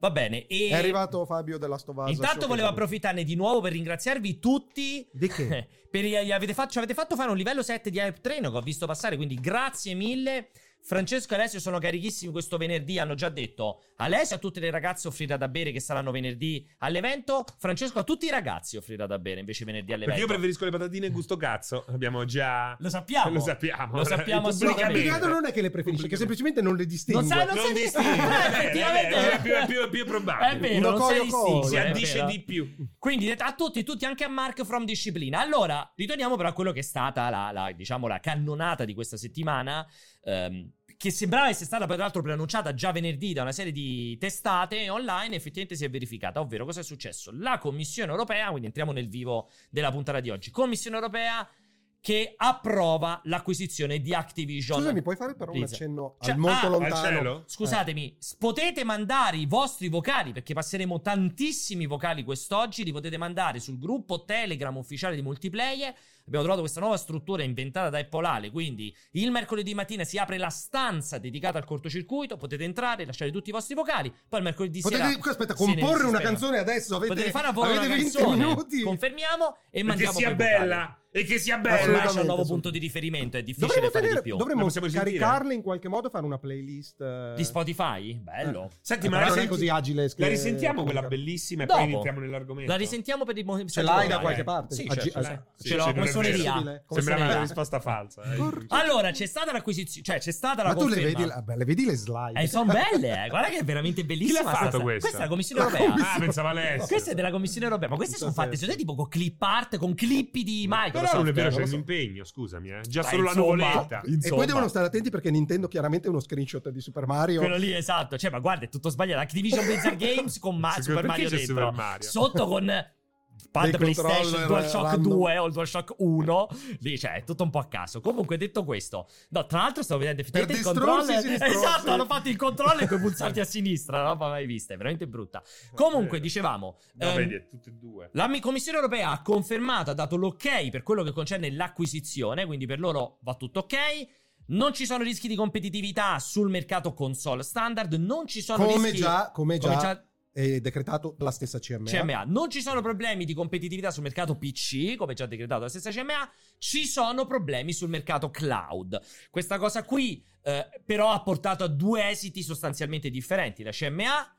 Va bene. E
È arrivato Fabio della Stovasa.
Intanto volevo approfittarne di nuovo per ringraziarvi tutti.
Di che?
per gli avete fatto, ci avete fatto fare un livello 7 di Hype Train che ho visto passare, quindi grazie mille. Francesco e Alessio sono carichissimi questo venerdì, hanno già detto Alessio a tutte le ragazze offrirà da bere che saranno venerdì all'evento, Francesco a tutti i ragazzi offrirà da bere invece venerdì all'evento.
Perché io preferisco le patatine gusto cazzo. Abbiamo già.
Lo sappiamo.
Lo sappiamo.
Lo sappiamo
No, più che
Pubblicamente.
altro
assolutamente.
non è che le preferisce, che semplicemente non le distingue.
Non sai, non,
Non
sai
distingue.
distinguere,
Eh,
effettivamente.
eh, è più- è più- è più probabile.
È vero,
Lo
non sai
coglio, coglio.
distinguere,
Si
è
addice
vero.
eh. di più.
Quindi a tutti, tutti anche a Mark from Disciplina. Allora, ritorniamo però a quello che è stata la, la, diciamo, la cannonata di questa settimana, ehm, che sembrava essere stata peraltro preannunciata già venerdì da una serie di testate online, effettivamente si è verificata. Ovvero, cosa è successo? La Commissione europea, quindi entriamo nel vivo della puntata di oggi, Commissione europea che approva l'acquisizione di Activision.
Scusami, puoi fare però un
Blizzard.
accenno
Cioè,
al molto
ah,
lontano?
al cielo?
Scusatemi, s- potete mandare i vostri vocali, perché passeremo tantissimi vocali quest'oggi, li potete mandare sul gruppo Telegram ufficiale di multiplayer. Abbiamo trovato questa nuova struttura inventata da Eppolale, quindi il mercoledì mattina si apre la stanza dedicata al cortocircuito, potete entrare, lasciare tutti i vostri vocali, poi il mercoledì
Potete,
sera...
aspetta,
se ne
comporre una
sistema.
canzone adesso? Avete,
Potete fare a voi
avete
una
20
canzone,
minuti?
confermiamo e
E che
mandiamo
sia
poi i vocali.
bella. E che sia
Ormai
bella.
c'è un nuovo
Assolutamente,
punto di riferimento, è difficile
Dovremmo,
fare
tenere-
di più.
dovremmo
La possiamo risentire?
caricarle in qualche modo, fare una playlist. eh,
Di Spotify? Bello.
Senti,
eh,
ma
però
la,
non è
risenti-
così agile. eh,
la
scrivere-
risentiamo quella bellissima e
Dopo.
poi entriamo nell'argomento.
La risentiamo per i
Ce l'hai da qualche parte?
Sì,
Agi-
certo, ce l'hai.
ah,
ce l'ho, come si Massoneria.
Possibile? Come
Sembrava
se ne
una
va.
risposta falsa. eh.
Porca-
Allora, c'è stata l'acquisizione, cioè c'è stata la
Ma tu le
conferma.
vedi, ah, beh, le vedi le slide?
Eh, sono belle, eh. guarda che è veramente bellissima.
Chi l'ha fatto
sta-
questa?
Questa è la Commissione
La
Europea.
Ah, pensavo Alessio.
Questa è della Commissione Europea, ma queste
Non
sono
so
fatte
se-
secondo te, tipo con clip art, con clippi di Microsoft.
Però non è vero,
Non
c'è
lo so.
l'impegno, scusami. eh. Già
Ma
solo la
insomma- ehm,
nuvoletta.
Insomma.
E poi devono stare attenti perché Nintendo chiaramente è uno screenshot di Super Mario.
Quello lì, esatto. Cioè, ma guarda, è tutto sbagliato. Activision Blizzard Games con Ma-
Secondo-
Super
perché
Mario
c'è
dentro.
Super Mario?
Sotto con
Dei
pad PlayStation,
controller
DualShock
random.
2 o il DualShock 1. Lì, cioè, è tutto un po' a caso. Comunque, detto questo, no, tra l'altro stavo vedendo effettivamente il
distrarsi
controller.
si distrasse.
Esatto, hanno fatto il controller con i pulsanti a sinistra, una roba mai vista, è veramente brutta. Comunque, dicevamo,
No,
ehm,
vedi, è tutte e due.
la mi- Commissione europea ha confermato, ha dato l'ok per quello che concerne l'acquisizione, quindi per loro va tutto ok. Non ci sono rischi di competitività sul mercato console standard, non ci sono
Come
rischi
già, come già
come già
è decretato la stessa CMA.
CMA. Non ci sono problemi di competitività sul mercato PC, come già decretato la stessa CMA, ci sono problemi sul mercato cloud. Questa cosa qui eh, però ha portato a due esiti sostanzialmente differenti. La CMA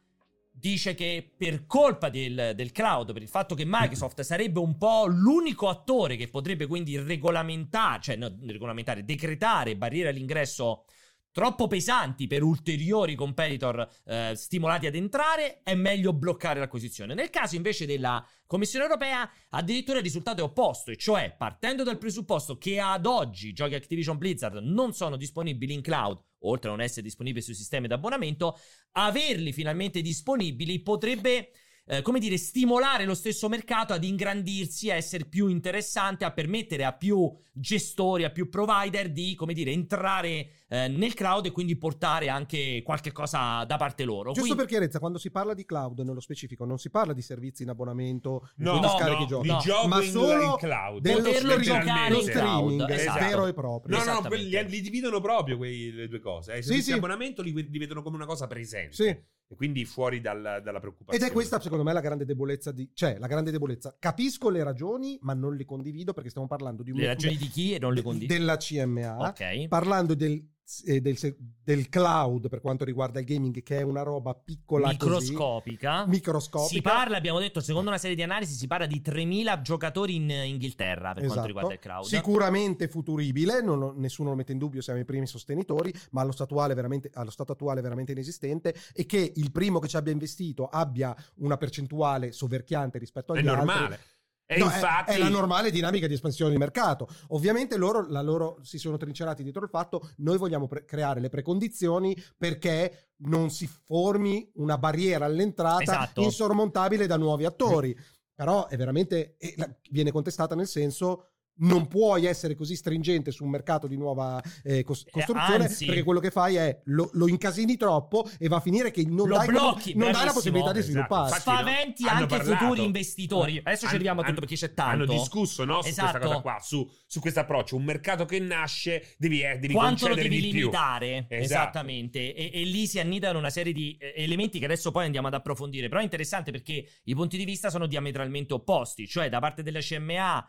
dice che per colpa del, del cloud, per il fatto che Microsoft sarebbe un po' l'unico attore che potrebbe quindi regolamentare, cioè no, regolamentare, decretare barriere all'ingresso troppo pesanti per ulteriori competitor eh, stimolati ad entrare, è meglio bloccare l'acquisizione. Nel caso invece della Commissione europea, addirittura il risultato è opposto, e cioè partendo dal presupposto che ad oggi i giochi Activision Blizzard non sono disponibili in cloud, oltre a non essere disponibili sui sistemi d'abbonamento, averli finalmente disponibili potrebbe eh, come dire, stimolare lo stesso mercato ad ingrandirsi, a essere più interessante, a permettere a più gestori, a più provider di, come dire, entrare eh, nel cloud e quindi portare anche qualche cosa da parte loro.
Giusto
Quindi-
per chiarezza, quando si parla di cloud, nello specifico, non si parla di servizi in abbonamento, in
No,
cui
no,
scarichi
no,
i giochi.
no.
di gioco
Ma
in,
solo
in cloud.
dello
Poterlo
streaming,
giocare
lo
in
streaming
cloud, esatto.
vero e proprio.
No, no, no,
Esattamente.
quelli- li, dividono proprio quei, le due cose. Eh. I
Sì,
servizi
sì.
di abbonamento li, li vedono come una cosa presente.
Sì.
E quindi fuori dal- dalla
Ed
preoccupazione.
è questa, secondo me, la grande debolezza di... Cioè, la grande debolezza. Capisco le ragioni, ma non le condivido perché stiamo parlando di un...
le ragioni di chi e non le condivido.
Della CMA.
Ok.
Parlando del, eh, del se- del cloud per quanto riguarda il gaming, che è una roba piccola così,
Microscopica.
microscopica.
Si parla, abbiamo detto, secondo una serie di analisi, si parla di 3.000 giocatori in eh, Inghilterra per
Esatto.
quanto riguarda il cloud.
Sicuramente futuribile, non lo- nessuno lo mette in dubbio, siamo i primi sostenitori, ma allo stato attuale, veramente, allo stato attuale è veramente inesistente e che il primo che ci abbia investito abbia una percentuale soverchiante rispetto
È
agli altri.
normale. E
No, è-
infatti...
è, la normale dinamica di espansione di mercato. Ovviamente loro, la loro si sono trincerati dietro il fatto noi vogliamo pre- creare le precondizioni perché non si formi una barriera all'entrata
Esatto.
insormontabile da nuovi attori. Però è veramente e la- viene contestata nel senso non puoi essere così stringente su un mercato di nuova eh, cos- costruzione
anzi-
perché quello che fai è lo, lo incasini troppo e va a finire che non,
Lo
dai,
blocchi,
non dai la
bravissimo.
possibilità di
Esatto.
svilupparsi.
Infatti, no?
Spaventi
Hanno
anche
parlato.
futuri investitori. Adesso ci
Hanno-
arriviamo a tutto
hanno-
perché c'è tanto.
Hanno discusso no, su
Esatto.
questa cosa qua, su, su questo approccio. Un mercato che nasce, devi, eh, devi
quanto lo
concedere
devi
di più.
limitare
Esatto.
esattamente e, e lì si annidano una serie di eh, elementi che adesso poi andiamo ad approfondire però è interessante perché i punti di vista sono diametralmente opposti cioè da parte della CMA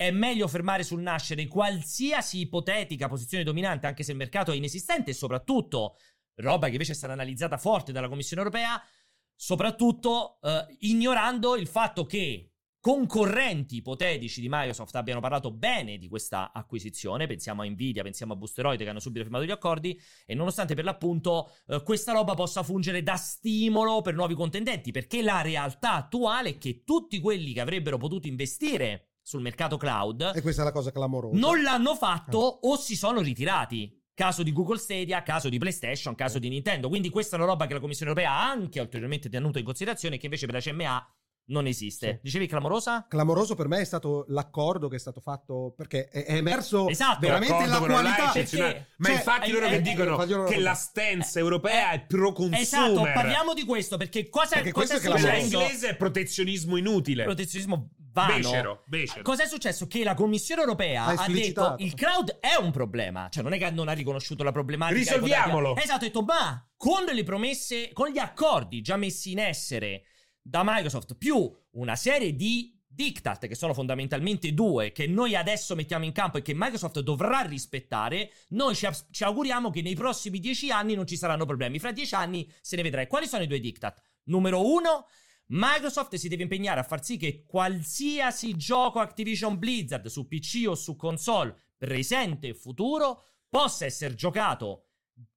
è meglio fermare sul nascere qualsiasi ipotetica posizione dominante anche se il mercato è inesistente e soprattutto roba che invece è stata analizzata forte dalla Commissione europea soprattutto eh, ignorando il fatto che concorrenti ipotetici di Microsoft abbiano parlato bene di questa acquisizione, pensiamo a Nvidia, pensiamo a Boosteroid che hanno subito firmato gli accordi e nonostante per l'appunto eh, questa roba possa fungere da stimolo per nuovi contendenti, perché la realtà attuale è che tutti quelli che avrebbero potuto investire sul mercato cloud
E questa è la cosa Eh. clamorosa.
non l'hanno fatto o si sono ritirati. Caso di Google Stadia, caso di PlayStation, caso
Eh.
di Nintendo. Quindi questa è una roba che la Commissione europea ha anche ulteriormente tenuto in considerazione e che invece per la CMA non esiste.
Sì.
Dicevi clamorosa?
clamoroso per me è stato l'accordo che è stato fatto perché è, è emerso
Esatto.
veramente la
D'accordo con online,
qualità.
perché-
eccezionale. Ma
cioè,
infatti loro
eh, eh,
che dicono
faglielo-
che la stance europea
eh,
è pro consumer.
Esatto, parliamo di questo perché cosa,
Perché
cosa
questo
è
è clamoroso.
Cioè, in
successo?
inglese è protezionismo inutile.
Protezionismo vano.
Becero, becero.
Cosa è successo? Che la Commissione europea
Ha
ha detto
esplicitato.
il cloud è un problema, cioè non è che non ha riconosciuto la problematica.
Risolviamolo.
Esatto, ha detto ma con le promesse, con gli accordi già messi in essere da Microsoft più una serie di diktat che sono fondamentalmente due che noi adesso mettiamo in campo e che Microsoft dovrà rispettare, noi ci, as- ci auguriamo che nei prossimi dieci anni non ci saranno problemi. Fra dieci anni se ne vedrai. Quali sono i due diktat? Numero uno, Microsoft si deve impegnare a far sì che qualsiasi gioco Activision Blizzard su PC o su console presente e futuro possa essere giocato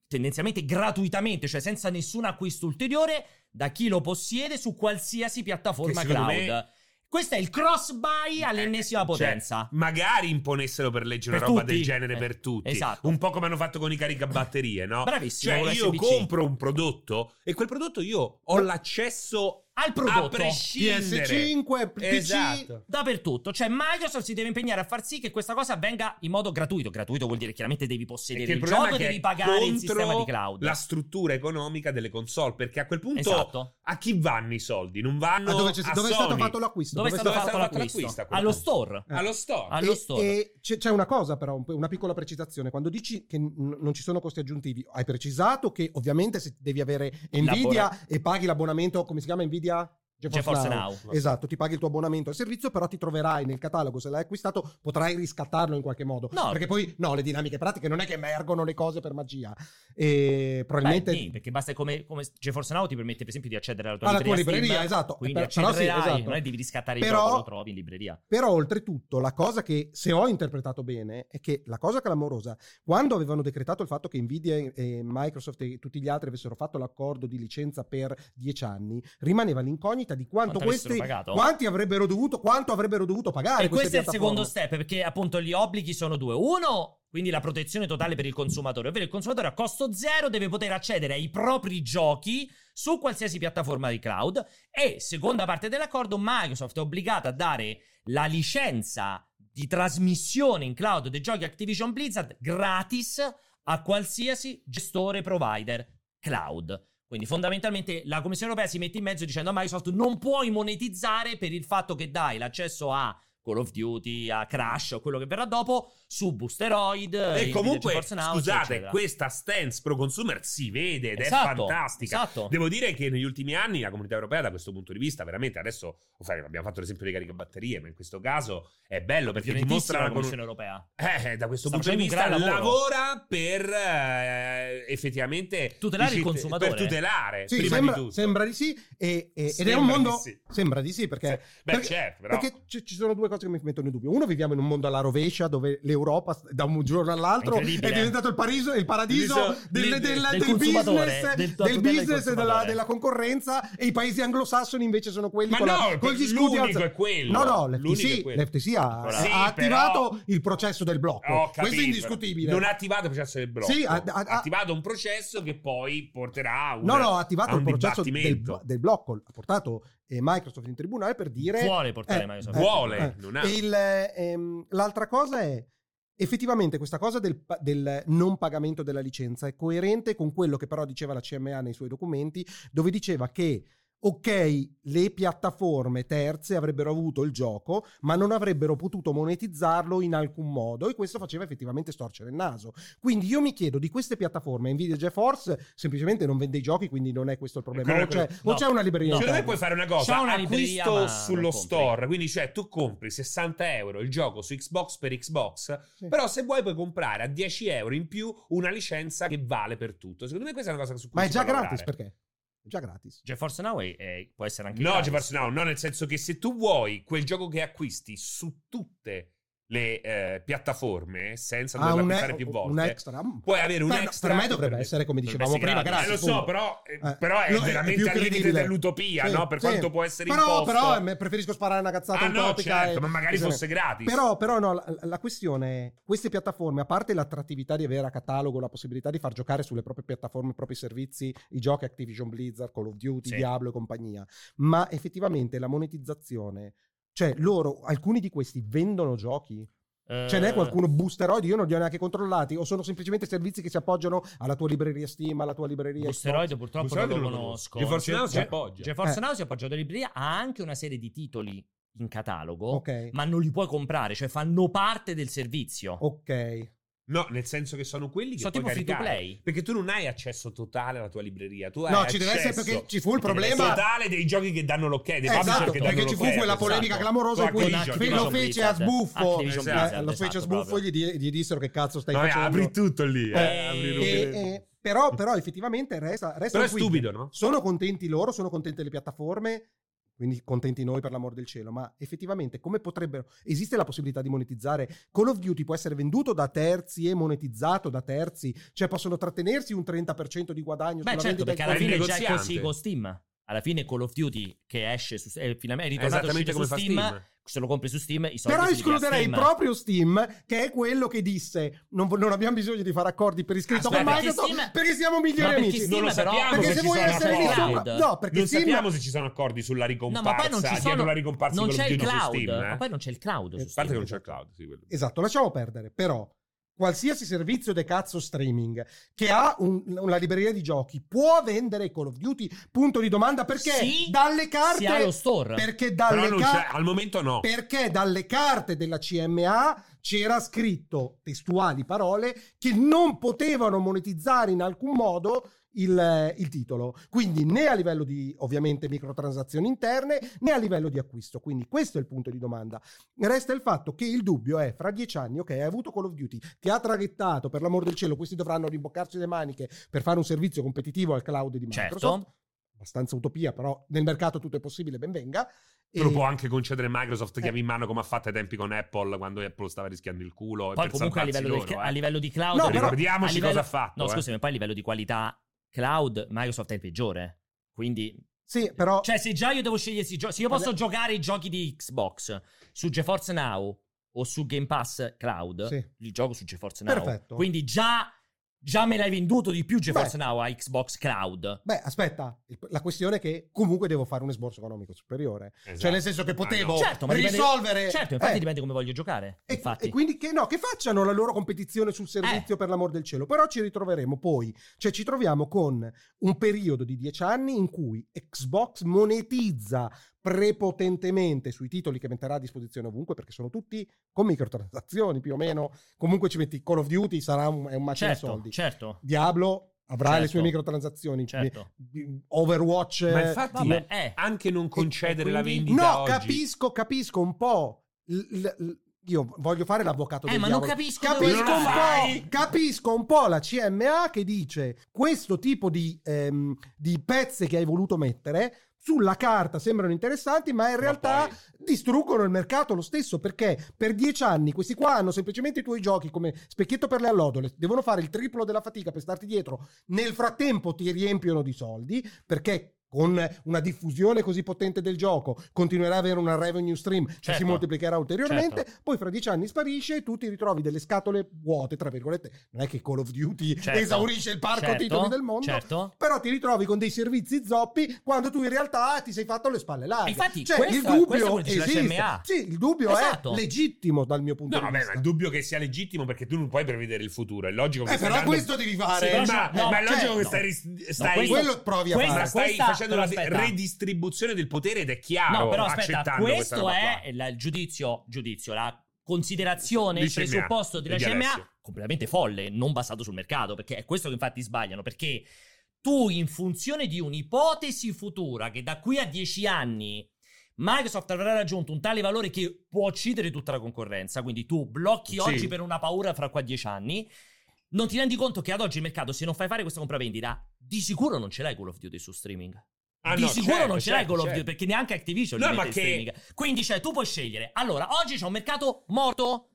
tendenzialmente gratuitamente, cioè senza nessun acquisto ulteriore, da chi lo possiede su qualsiasi piattaforma
Che
cloud.
secondo me-
Questo è il cross buy all'ennesima
Eh,
potenza.
cioè, magari imponessero per legge una
Per
roba
tutti.
del genere per
Eh,
tutti.
esatto.
Un po' come hanno fatto con i caricabatterie, no?
Bravissimo,
Cioè,
con
io
SBC.
compro un prodotto e quel prodotto io ho l'accesso
Al
a
prodotto.
prescindere.
PS5, PC.
Esatto.
Dappertutto, cioè Microsoft si deve impegnare a far sì che questa cosa avvenga in modo gratuito. Gratuito vuol dire chiaramente devi
E
possedere
che il
il,
problema
gioco,
è che
devi
è
pagare il sistema
contro
di cloud.
la struttura economica delle console, perché a quel punto
Esatto.
a chi vanno i soldi? Non vanno
Ah, dove, c'è-
a
dove è stato
Sony.
fatto l'acquisto?
Dove è stato
dove
fatto
stava fatto
l'acquisto?
l'acquisto a quel
Allo
punto?
store.
Eh.
Allo store.
Allo
E-
store.
e c'è, c'è una cosa però, un- una piccola precisazione. Quando dici che n- non ci sono costi aggiuntivi, hai precisato che ovviamente se devi avere Nvidia e paghi l'abbonamento, come si chiama Nvidia?
GeForce Now.
Esatto, ti paghi il tuo abbonamento al servizio, però ti troverai nel catalogo, se l'hai acquistato potrai riscattarlo in qualche modo.
No.
Perché poi, no, le dinamiche pratiche non è che emergono le cose per magia. E probabilmente...
Beh, sì, perché basta come, come GeForce Now ti permette per esempio di accedere alla tua
Alla tua
libreria, Steam,
libreria, esatto.
Quindi
Per- però sì,
accederai,
esatto.
non è devi riscattare il
Però-
gioco, lo trovi in libreria.
Però oltretutto la cosa che, se ho interpretato bene, è che la cosa clamorosa, quando avevano decretato il fatto che Nvidia e- e Microsoft e tutti gli altri avessero fatto l'accordo di licenza per dieci anni, rimaneva l'incognita di quanto,
Quanto avessero
questi,
pagato?
quanti avrebbero dovuto, quanto avrebbero dovuto pagare.
e
queste
questo è il secondo
piattaforme.
step, perché appunto gli obblighi sono due. Uno, quindi la protezione totale per il consumatore, ovvero il consumatore a costo zero deve poter accedere ai propri giochi su qualsiasi piattaforma di cloud. E seconda parte dell'accordo, Microsoft è obbligata a dare la licenza di trasmissione in cloud dei giochi Activision Blizzard gratis a qualsiasi gestore provider cloud. Quindi fondamentalmente la Commissione europea si mette in mezzo dicendo a Microsoft non puoi monetizzare per il fatto che dai l'accesso a Call of Duty, a Crash o quello che verrà dopo su Boosteroid.
E
in
comunque,
GeForce Now,
scusate,
eccetera.
questa stance pro consumer si vede ed è
Esatto,
fantastica.
Esatto.
Devo dire che negli ultimi anni la comunità europea, da questo punto di vista, veramente adesso fai- abbiamo fatto l'esempio dei caricabatterie, ma in questo caso è bello perché
Fiorentissima la
dimostra la con-
Commissione europea.
eh, da questo
Sta
punto di
facendo un
vista
gran lavoro.
lavora per eh, effettivamente
Tutelare il
dici-
consumatore.
Per tutelare,
Sì,
Eh, prima
sembra,
di tutto.
sembra di sì, e- e- ed è
Sembra
un mondo...
di sì.
Sembra di sì, perché...
Beh,
perché-
certo, però.
Perché ci, ci sono due cose che mi mettono in dubbio. Uno, viviamo in un mondo alla rovescia dove l'Europa st- da un giorno all'altro
È
è,
incredibile.
diventato il, Pariso- il paradiso
eh. Paradiso
del,
del-
del-
del
del
consumatore, del-
business, del,
della tutela del
business e della,
consumatore.
della concorrenza e i paesi anglosassoni invece sono quelli
ma
con, la-
no,
con gli scudi
l'unico
alzati.
è quello.
No, no,
L'unico è
l'FTC,
quello.
l'FTC ha,
Sì,
ha
però-
attivato il processo del blocco.
Ho
Questo è
capito.
indiscutibile.
Non ha attivato il processo del blocco.
Sì, ha- ha-
ha attivato un processo che poi porterà a un
No, no, ha
a
attivato
un
il processo del,
dibattimento.
del blocco, ha portato eh, Microsoft in tribunale per dire...
Vuole portare
Eh,
Microsoft.
eh,
Vuole,
eh.
non ha.
E il, ehm, l'altra cosa è effettivamente questa cosa del, pa- del non pagamento della licenza è coerente con quello che però diceva la CMA nei suoi documenti, dove diceva che ok, le piattaforme terze avrebbero avuto il gioco, ma non avrebbero potuto monetizzarlo in alcun modo e questo faceva effettivamente storcere il naso. Quindi io mi chiedo di queste piattaforme, Nvidia e GeForce semplicemente non vende i giochi, quindi non è questo il problema.
Quello
O
è quello.
c'è, o
No.
c'è una libreria.
No.
Secondo
interna.
me puoi fare una cosa,
C'ha una libreria, ma
acquisto
non
sullo
compri.
store, quindi cioè tu compri 60 euro il gioco su Xbox per Xbox,
Sì.
però se vuoi puoi comprare a 10 euro in più una licenza che vale per tutto. Secondo me questa è una cosa su cui
Ma è
si
già
può
gratis
lavorare.
perché? È già gratis.
GeForce Now è- è- può essere anche
No,
gratis.
GeForce Now, no, nel senso che se tu vuoi quel gioco che acquisti su tutte le eh, piattaforme senza
Ah,
doverlo
un,
acquistare più volte,
un extra. mm.
puoi avere un
Per-
extra
per me dovrebbe essere come
dovrebbe
dicevamo prima,
essere
grazie,
gratis. Eh, lo so,
punto.
però, eh,
Eh,
però è
lo- è più
veramente al limite
credibile.
dell'utopia,
Sì,
no? Per
sì.
quanto può essere
Però,
imposto.
però eh, preferisco sparare una cazzata
Ah no,
utopica
certo,
e-
ma magari
bisogna-
fosse gratis.
Però, però no, la, la questione è, queste piattaforme, a parte l'attrattività di avere a catalogo la possibilità di far giocare sulle proprie piattaforme, i propri servizi, i giochi Activision Blizzard, Call of Duty,
Sì.
Diablo e compagnia, ma effettivamente la monetizzazione, cioè loro, alcuni di questi vendono giochi,
Eh,
ce n'è qualcuno boosteroid, io non li ho neanche controllati, o sono semplicemente servizi che si appoggiano alla tua libreria Steam, alla tua libreria...
Boosteroid purtroppo
Boosteroid
non lo
non lo
conosco.
conosco. GeForce
Ge-
Now si
Ge-
appoggia.
GeForce
Eh.
Now si appoggia alla libreria, ha anche una serie di titoli in catalogo,
Ok.
ma non li puoi comprare, cioè fanno parte del servizio.
Oh. Ok.
No, nel senso che sono quelli che
Sono
puoi
tipo free to
caricare.
play.
Perché tu non hai accesso totale alla tua libreria. Tu
No,
hai
ci deve
accesso
essere perché ci fu il problema.
totale dei giochi che danno l'ok, dei publisher
Esatto,
che danno
perché ci fu
l'ok,
quella
esatto.
polemica clamorosa
Con
in cui
Activision,
fe-
Activision
lo fece a
Blizzard.
sbuffo,
Activision
eh,
Blizzard,
lo fece a
esatto,
sbuffo e
proprio.
gli, di- gli dissero che cazzo stai
No, eh,
facendo.
apri tutto lì. eh,
Eh,
apri il
E-
rubinetto.
e- però, però effettivamente resta, resta
Però
un
è
quid.
stupido, no?
Sono contenti loro, sono contente le piattaforme. quindi contenti noi per l'amor del cielo, ma effettivamente come potrebbero... Esiste la possibilità di monetizzare? Call of Duty può essere venduto da terzi e monetizzato da terzi, cioè possono trattenersi un 30% di guadagno
Beh,
sulla
certo,
vendita
perché
di
alla
il
fine già è
negoziante.
così con Steam. Alla fine Call of Duty che esce su è finalmente è
È
ritornato a uscire
esattamente
su
come fa
Steam,
Steam.
se lo compri su Steam
Cioè,
i soldi
Però
se li dia a
escluderei
Steam.
proprio Steam, che è quello che disse: Non, vo- non abbiamo bisogno di fare accordi per iscritto
Aspetta,
con
perché
Microsoft
Steam-
perché siamo
Ma
migliori
perché
amici.
Steam
Non lo
però-
sappiamo
perché
se
se
ci
vuoi
sono
essere lì
accordi.
sopra, no, perché
non
Steam-
sappiamo se ci sono accordi sulla
No,
ricomparsa
ma poi non ci sono
dietro la ricomparsa
non
di Call
c'è
of
il
Duty su
cloud,
Steam, eh.
ma poi non c'è il cloud su
a parte che
Steam.
non c'è il cloud sì, quello.
Esatto, lasciamo perdere, però. Qualsiasi servizio de cazzo streaming che ha un- una libreria di giochi può vendere Call of Duty? Punto di domanda perché
Sì,
dalle
si ha lo
carte
store.
perché
però
dalle
non
carte
c'è al momento no
perché dalle carte della CMA c'era scritto testuali parole che non potevano monetizzare in alcun modo il, il titolo quindi né a livello di ovviamente microtransazioni interne né a livello di acquisto quindi questo è il punto di domanda resta il fatto che il dubbio è fra dieci anni ok hai avuto Call of Duty ti ha traghettato per l'amor del cielo questi dovranno rimboccarsi le maniche per fare un servizio competitivo al cloud di Microsoft
Certo.
abbastanza utopia però nel mercato tutto è possibile ben venga
Te lo
E-
può anche concedere Microsoft chiavi
Eh.
in mano come ha fatto ai tempi con Apple quando Apple stava rischiando il culo e
Poi
per
comunque a
salvarsi
livello, del-
loro, eh.
a livello di cloud
No,
a livello-
ricordiamoci
a livello-
cosa ha fatto,
No,
eh.
scusami, poi a livello di qualità cloud Microsoft è il peggiore. Quindi
sì però
Cioè, se già io devo scegliere i giochi, se io posso
Vabbè.
giocare i giochi di Xbox su GeForce Now o su Game Pass Cloud,
Sì.
li gioco su GeForce Now.
Perfetto.
Quindi già, già me l'hai venduto di più GeForce
Beh.
Now a Xbox Cloud.
Beh, aspetta, il- la questione è che comunque devo fare un esborso economico superiore.
Esatto.
Cioè, nel senso che
Ah,
potevo
no.
Certo, ma dipende-
risolvere.
Certo, infatti
Eh,
dipende come voglio giocare.
e-
infatti. Eh.
E, quindi che, no, che facciano la loro competizione sul servizio per l'amor del cielo. Però ci ritroveremo poi. Cioè, ci troviamo con un periodo di dieci anni in cui Xbox monetizza prepotentemente sui titoli che metterà a disposizione ovunque, perché sono tutti con microtransazioni più o meno. Comunque ci metti Call of Duty, sarà un, è un macchina di
certo,
soldi.
certo.
Diablo avrà le sue
Certo.
microtransazioni.
Certo.
Di- Overwatch.
Ma
eh,
infatti-
Vabbè, eh.
anche non concedere
e- e
la
quindi-
vendita
No,
oggi.
capisco, capisco un po'. L- l- l- io voglio fare l'avvocato
Eh,
del
ma non
diavolo.
capisco dove
Capisco
lo
un, po',
fai.
capisco un po' la CMA che dice questo tipo di, ehm, di pezze che hai voluto mettere sulla carta sembrano interessanti, ma in realtà
poi-
distruggono il mercato lo stesso perché per dieci anni questi qua hanno semplicemente i tuoi giochi come specchietto per le allodole, devono fare il triplo della fatica per starti dietro, nel frattempo ti riempiono di soldi perché con una diffusione così potente del gioco continuerà ad avere una revenue stream che
Certo.
si moltiplicherà ulteriormente,
Certo.
poi fra dieci anni sparisce e tu ti ritrovi delle scatole vuote, tra virgolette, non è che Call of Duty
certo,
esaurisce il parco
certo,
titoli del mondo,
Certo.
però ti ritrovi con dei servizi zoppi quando tu in realtà ti sei fatto le spalle larghe.
Infatti,
cioè,
questo-
il dubbio
questo vuol dire la
esiste.
CMA.
Sì, il dubbio
Esatto.
è legittimo dal mio punto di
No, vabbè,
vista.
ma il dubbio che sia legittimo perché tu non puoi prevedere il futuro. È logico
Eh,
che stai
però
dando-
questo devi
Sì,
fare.
ma,
Cioè, no,
ma è logico
cioè,
che
no.
stai, ris- stai-
questo-
quello provi a
ma
fare.
stai
questa-
facendo
però
la
aspetta.
redistribuzione del potere ed è chiaro
No, però aspetta,
accettando questa
questo
roba qua.
è la- il giudizio, giudizio, la considerazione, il
Di CMA,
presupposto della
di
CMA
Alessio.
completamente folle, non basato sul mercato, perché è questo che infatti sbagliano, perché tu in funzione di un'ipotesi futura che da qui a dieci anni Microsoft avrà raggiunto un tale valore che può uccidere tutta la concorrenza, quindi tu blocchi
Sì.
oggi per una paura fra qua a dieci anni, non ti rendi conto che ad oggi il mercato, se non fai fare questa compravendita, di sicuro non ce l'hai Call of Duty su streaming.
Ah,
di
no,
sicuro
certo,
non ce l'hai
certo,
Call of
certo.
Duty perché neanche Activision li
No,
mette
ma
in
che-
streaming. Quindi, cioè, tu puoi scegliere. Allora, oggi c'è un mercato morto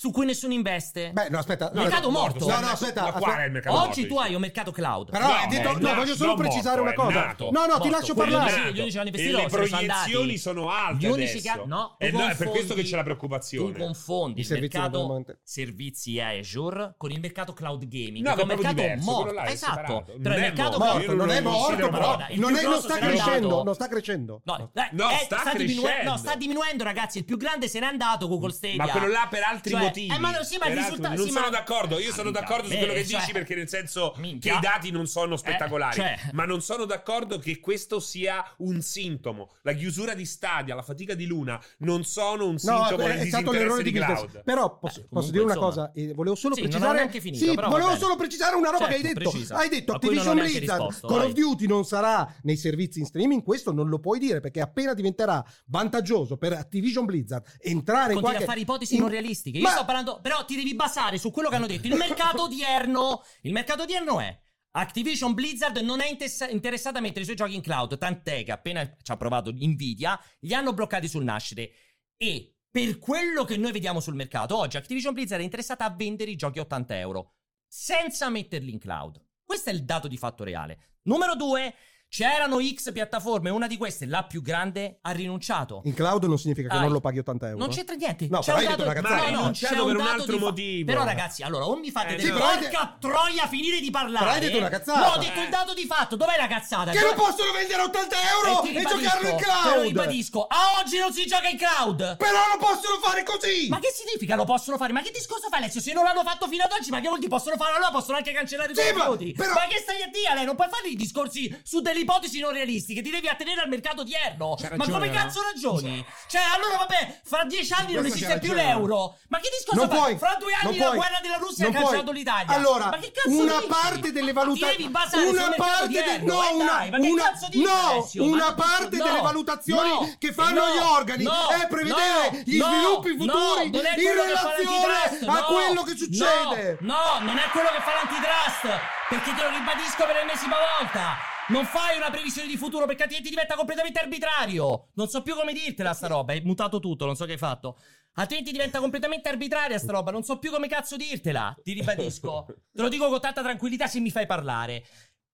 su cui nessuno investe.
Beh, no, aspetta.
No, mercato
no,
morto.
No, no, aspetta.
Ma quale è il
aspetta.
mercato
oggi
morto,
tu hai un mercato cloud.
Però
No,
hai detto-
è
no,
nato,
voglio solo
non
precisare
morto,
una
è
cosa.
nato.
No, no, ti
Morto.
lascio
Quelli
parlare.
nato. Gli unici che hanno
e
investito
le
se ne sono
proiezioni
andati.
sono alte
Gli unici che
adesso.
ha- no,
Eh
tu
no, è per
confondi-
questo che c'è la
Tu
preoccupazione.
confondi
I
il
servizi
mercato
normalmente.
servizi Azure con il mercato cloud gaming,
No,
che è un
ma è proprio
mercato
diverso,
morto.
quello là è
Esatto,
separato.
però
Non
il
è
mercato
morto.
morto,
morto,
Io
non è
non
morto,
considero
però.
morto.
Il
Non,
più
è- non
grosso
sta
se n'è
crescendo.
andato.
Non sta crescendo.
No,
No.
dai,
No,
eh,
sta
diminu-
crescendo.
no, sta diminuendo, ragazzi. Il più grande se n'è andato Google Stadia.
Ma quello là per altri
Cioè,
motivi.
eh, ma no, sì, ma
Per
il
altri-
risultato-
non
sì,
sono
ma-
d'accordo. Io
Ah,
sono
minchia,
d'accordo su quello che
cioè-
dici, perché nel senso
Minchia.
che i dati non sono spettacolari.
cioè-
Ma non sono d'accordo che questo sia un sintomo. La chiusura di Stadia, la fatica di Luna non sono un
eh,
sintomo del
è stato
disinteresse
l'errore
di
di
cloud.
Business. Però posso,
Beh, Eh, comunque,
posso dire una
insomma.
cosa, eh, volevo solo
Sì, non
precisare.
avevo neanche finito,
sì,
però va
volevo
bene.
solo precisare una roba
Certo,
che hai detto.
precisa.
Hai detto
A cui non ho
Activision
neanche
Blizzard,
risposto,
Call
vai.
of Duty non sarà nei servizi in streaming, questo non lo puoi dire perché appena diventerà vantaggioso per Activision Blizzard entrare in
Continui
qualche
a fare ipotesi
in-
non realistiche. Io
Ma-
sto parlando, però ti devi basare su quello che hanno detto. Il mercato odierno, il mercato odierno è Activision Blizzard non è intessa- interessata a mettere i suoi giochi in cloud, tant'è che appena ci ha provato Nvidia, li hanno bloccati sul nascere. E per quello che noi vediamo sul mercato, oggi Activision Blizzard è interessata a vendere i giochi a 80 euro, senza metterli in cloud. Questo è il dato di fatto reale. Numero due, c'erano X piattaforme, una di queste, la più grande, ha rinunciato.
In cloud non significa che
Ah,
non lo paghi 80 euro.
Non c'entra niente.
No,
c'è
però
un
hai detto
dato,
una cazzata.
no, no,
Ma c'è
c'è
per un
dato
altro
di fa-
motivo.
Però ragazzi, allora, o mi fate
Eh,
delle
sì,
però hai
porca troia finire di parlare.
Però hai detto una cazzata.
No, ho detto il dato di fatto. Dov'è la cazzata?
Che
Cioè-
non possono vendere a 80 euro
Eh, ti
e,
ribadisco,
giocarlo in
Te lo
cloud!
ribadisco. A oggi non si gioca in cloud.
Però non possono fare così!
Ma che significa lo possono fare? Ma che discorso fa Alessio? Se non l'hanno fatto fino ad oggi, ma che vuol dire possono fare? Allora possono anche cancellare i
Sì,
tuoi
ma-
voti.
però-
Ma che stai a dire, lei? Non puoi fare i discorsi su delle ipotesi non realistiche. Ti devi attenere al mercato odierno.
C'ha
ma come
eh?
ragione, no?
cazzo ragioni? Cioè, allora vabbè, fra dieci anni non
Questo
esiste
c'ha
più
ragione.
l'euro. Ma che discorso
Non
fa?
puoi,
fra due
non
anni la
puoi,
guerra della Russia ha
non puoi.
cancellato l'Italia.
Allora,
ma che cazzo
una
dici?
parte delle
Ma
valutazioni,
ti devi basare sul
una
mercato
parte, de-
odierno,
no,
eh,
una,
dai, ma che
una-
cazzo dici,
no,
Alessio? Ma
una
che-
parte
no,
delle valutazioni
no,
che fanno
no,
gli organi
no,
è prevedere
no,
gli
no,
sviluppi
no,
futuri
non è
in
quello che fa l'antitrust,
relazione a
no,
quello che succede.
No, no, non è quello che fa l'antitrust, perché te lo ribadisco per l'ennesima volta. Non fai una previsione di futuro perché altrimenti diventa completamente arbitrario. Non so più come dirtela sta roba, è mutato tutto, non so che hai fatto. Altrimenti diventa completamente arbitraria sta roba, non so più come cazzo dirtela. Ti ribadisco. Te lo dico con tanta tranquillità se mi fai parlare.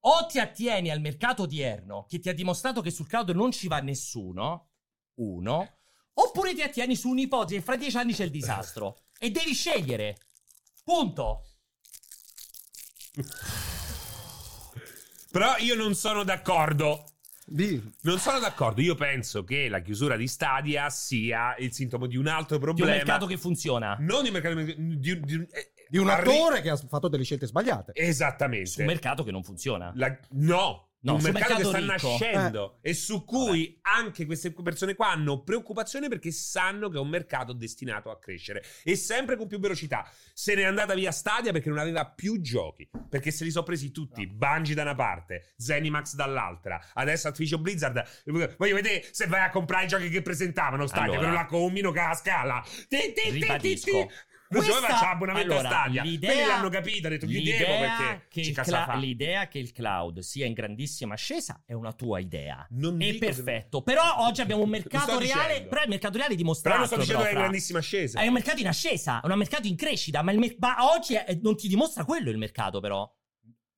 O ti attieni al mercato odierno, che ti ha dimostrato che sul cloud non ci va nessuno, uno, oppure ti attieni su un'ipotesi e fra dieci anni c'è il disastro. E devi scegliere. Punto.
Però io non sono d'accordo.
Di-
Non sono d'accordo. Io penso che la chiusura di Stadia sia il sintomo di un altro
Di un
problema.
mercato che funziona.
Non di un mercato. Di, di- eh,
di un
arri-
attore che ha fatto delle scelte sbagliate.
Esattamente.
Su un mercato che non funziona.
La- no,
No,
un
sul
mercato, che sta
mercato ricco.
nascendo e su cui anche queste persone qua hanno preoccupazione perché sanno che è un mercato destinato a crescere e sempre con più velocità. Se n'è andata via Stadia perché non aveva più giochi, perché se li sono presi tutti, Bungie da una parte, Zenimax dall'altra, adesso Activision Blizzard, voglio vedere se vai a comprare i giochi che presentavano Stadia,
Allora.
però la combino che la scala. Ti, ti, ti, ti,
Ribadisco.
ti. Noi
Questa-
facciamo abbonamento
allora,
a Stadia,
l'idea-
quelli l'hanno capito, hanno detto gli devo
L'idea
perché
che,
ci
il
cazzo
cla-
fa.
l'idea che il cloud sia in grandissima ascesa è una tua idea.
Non
È
dico che-
perfetto. Però oggi abbiamo un mercato
Lo sto
reale.
dicendo.
Però il mercato reale è
Però
dimostrato.
non sto dicendo che è
però,
una
Fra.
grandissima ascesa.
È un mercato in ascesa, è un mercato in crescita, ma, il mer- ma oggi è- non ti dimostra quello il mercato però.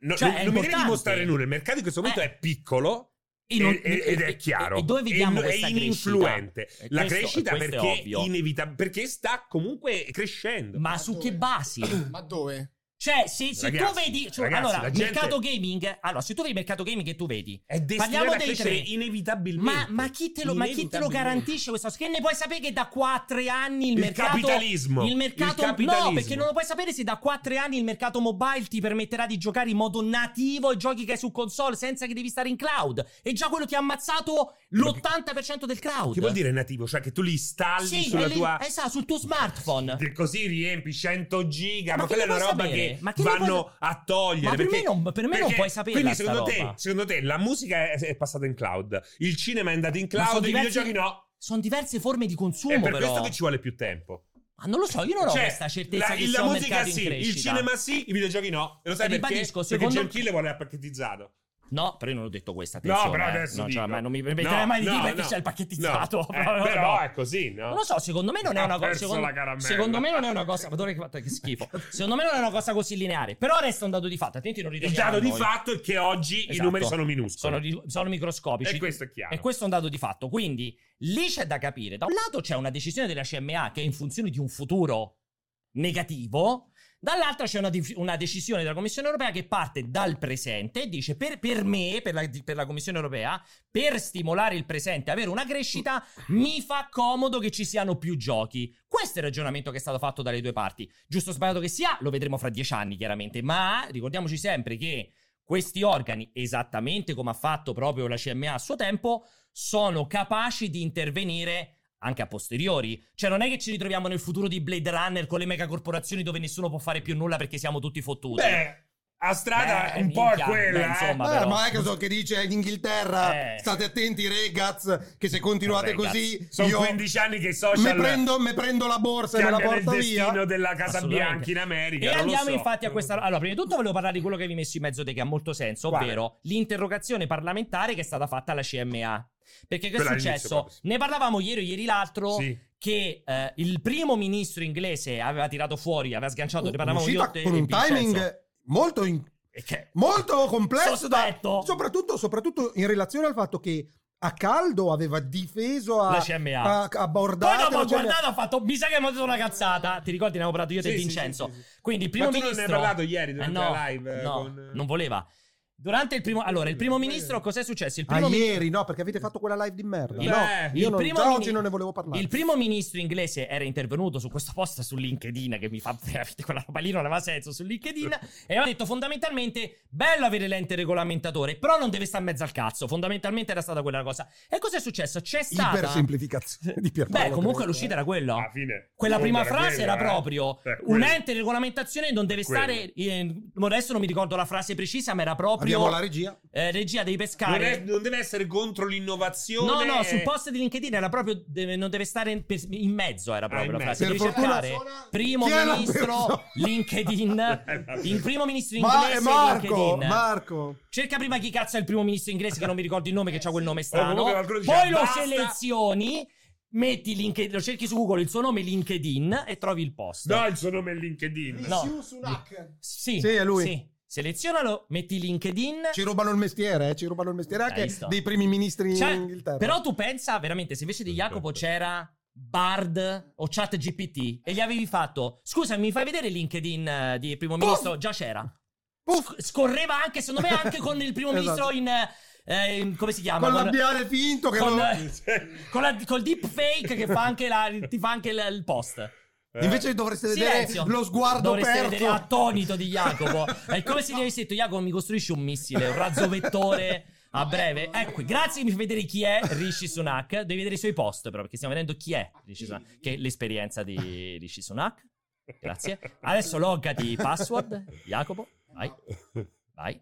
No,
cioè,
non
è
non mi devi
importante.
dimostrare nulla. Il mercato in questo momento
Eh.
è piccolo.
E non-
e- ed è
E,
chiaro
e dove vediamo
E-
questa
è
crescita?
ininfluente
E
la
questo-
crescita
questo è
perché
ovvio.
inevitab- perché sta comunque crescendo
Ma su che basi?
Ma dove?
Cioè, se, se tu
Ragazzi,
vedi. cioè,
ragazzi,
allora,
la gente-
mercato gaming. Allora, se tu vedi mercato gaming che tu vedi.
è destinato
Parliamo
a
dei
crescere
tre. Ma,
inevitabilmente
ma chi te lo, ma chi te lo
Inevitabilmente.
garantisce questo? Che ne puoi sapere che da qua a tre anni il,
Il
mercato.
capitalismo.
Il mercato.
Il capitalismo.
No, perché non lo puoi sapere se da qua a tre anni il mercato mobile ti permetterà di giocare in modo nativo ai giochi che hai su console senza che devi stare in cloud. E già quello ti ha ammazzato l'80% del cloud.
che vuol dire nativo cioè che tu li installi
Sì,
sulla
è lì-
tua
esatto, sul tuo smartphone.
che così riempi 100 giga ma,
Ma che
quella è
ne
una
puoi
roba
sapere?
che
Ma che ne
vanno
puoi-
a togliere
Ma per
perché-
me non- per me non
perché-
puoi saperla
quindi
sta
secondo te,
roba.
secondo te la musica è, è passata in cloud il cinema è andato in
Ma sono
cloud i
diversi-
videogiochi no
Sono diverse forme di consumo,
è per
però.
questo che ci vuole più tempo
Ma non lo so, io non ho
Cioè,
questa certezza
la,
che
la
sia un
musica
mercato in
sì, il
crescita.
cinema sì, i videogiochi no. E lo sai
E
perché?
ribadisco,
Perché
secondo-
John Kill vuole ha pacchettizzato.
No, però io non ho detto questa, attenzione.
no, però
eh.
adesso
No,
dico.
cioè, ma non mi permetterei
No,
mai di
no,
dire perché
no.
c'è il pacchettizzato.
No, eh,
però,
però
no.
è così, no?
Non lo so, secondo me non è
Ha
una cosa.
perso
Secondo,
la caramella.
secondo me non è una cosa. Madonna, che, fatto- che schifo. Secondo me non è una cosa così lineare. Però resta un dato di fatto. Attenti, non
Il
ritorniamo.
dato
a
di
noi.
fatto è che oggi i
Esatto.
numeri sono minuscoli.
sono, di- sono microscopici.
E questo è chiaro.
E questo è un dato di fatto. Quindi lì c'è da capire. Da un lato c'è una decisione della CMA che è in funzione di un futuro negativo. Dall'altra c'è una, dif- una decisione della Commissione europea che parte dal presente e dice per, per me, per la, per la Commissione europea, per stimolare il presente e avere una crescita, mi fa comodo che ci siano più giochi. Questo è il ragionamento che è stato fatto dalle due parti. Giusto o sbagliato che sia, lo vedremo fra dieci anni chiaramente, ma ricordiamoci sempre che questi organi, esattamente come ha fatto proprio la CMA a suo tempo, sono capaci di intervenire anche a posteriori. Cioè, non è che ci ritroviamo nel futuro di Blade Runner con le megacorporazioni dove nessuno può fare più nulla perché siamo tutti fottuti.
Beh, a strada
Beh,
un po' è
minchia,
quella,
beh,
eh.
insomma. Ma
Eh,
però-
Microsoft che dice in Inghilterra
Eh.
state attenti regaz che se continuate
Regaz.
così
Sono
io
15 anni che i social
mi prendo, me prendo la borsa e me la
cambiano il
porto via
destino della Casa
Assolutamente.
Bianca in America.
E
non lo
andiamo
so. Mm.
infatti a questa. Allora, prima di tutto volevo parlare di quello che vi messo in mezzo te, che ha molto senso,
Quale?
ovvero l'interrogazione parlamentare che è stata fatta alla CMA. Perché che è
Quella all'inizio
successo?
proprio, sì.
Ne parlavamo ieri o ieri l'altro.
Sì.
Che eh, il primo ministro inglese aveva tirato fuori, aveva sganciato, ne parlavamo io
Uscita
te-
con
e
un
Vincenzo.
timing molto in-
E che-
molto complesso da-
Sospetto.
soprattutto, soprattutto in relazione al fatto che a caldo aveva difeso a,
La CMA.
a, a cioè,
Poi
Bordate,
dopo
la
ho
CMA.
guardato, ho fatto. Mi sa che mi ho detto una cazzata. Ti ricordi, ne avevo parlato io
Sì,
e te,
sì,
Vincenzo.
sì, sì, sì.
Quindi il primo
Ma tu
ministro.
non ne hai parlato ieri
Eh,
durante
no,
la live? eh,
no,
con-
non voleva. Durante il primo. Allora, il primo ministro, cos'è successo? Il primo
Ah,
ministro.
ieri no perché avete fatto quella live di merda
Beh,
no
il
io non,
primo
già
mini-
oggi non ne volevo parlare
Il primo ministro inglese era intervenuto su questo post su LinkedIn, che mi fa veramente quella roba lì, non aveva senso su LinkedIn, e aveva detto fondamentalmente, bello avere l'ente regolamentatore, però non deve stare in mezzo al cazzo, fondamentalmente era stata quella la cosa. E cosa è successo? C'è
iper
stata...
semplificazione di Pierpaolo
Beh, comunque
Cresta,
l'uscita
eh.
era quella.
Alla fine.
Quella prima
Comunque
frase
Ah, quella,
era
eh.
proprio
Eh,
un
quella.
ente di regolamentazione non deve
Quello.
stare. eh, adesso non mi ricordo la frase precisa, ma era proprio.
abbiamo la regia
eh, regia devi pescare.
Non, è- non deve essere contro l'innovazione.
No, no, sul
eh.
post di LinkedIn era proprio. deve- non deve stare in, per- in mezzo, era proprio
Ah, in
la
mezzo.
frase.
Per
Devi
fortuna
cercare
suona-
primo
Chi è la
ministro
persona?
LinkedIn.
Eh, vabbè.
Il primo ministro
ma
inglese
è Marco
LinkedIn.
Marco
Cerca prima chi cazzo è il primo ministro inglese, che non mi ricordo il nome, che c'ha quel
Eh,
nome
O
strano.
comunque qualcuno dice,
Poi lo
"Basta".
selezioni, metti LinkedIn, lo cerchi su Google il suo nome LinkedIn e trovi il post.
No, il suo nome è LinkedIn.
No.
Sunak.
Sì,
Sì, è lui.
sì. Selezionalo, metti LinkedIn.
ci rubano il mestiere eh, ci rubano il mestiere
Hai
anche
visto?
dei primi ministri
Cioè,
in Inghilterra
però tu pensa veramente se invece di Jacopo c'era Bard o Chat GPT e gli avevi fatto scusa mi fai vedere LinkedIn eh, di primo ministro già c'era
Puff!
Sc- scorreva anche secondo me anche con il primo ministro
Esatto.
in, eh, in- come si chiama
con l'abbiare finto che
con,
lo-
eh, con la- col deepfake che fa anche la- ti fa anche il- il post
Eh.
Invece dovreste
Silenzio.
vedere lo sguardo
Dovreste
perso.
vedere attonito di Jacopo. È come se gli avessi detto: Jacopo, mi costruisci un missile, un razzo vettore. A breve, ecco qui. Grazie di vedere chi è Rishi Sunak. Devi vedere i suoi post, però, perché stiamo vedendo chi è Rishi Sunak. Che è l'esperienza di Rishi Sunak. Grazie. Adesso loggati password, Jacopo. Vai, vai.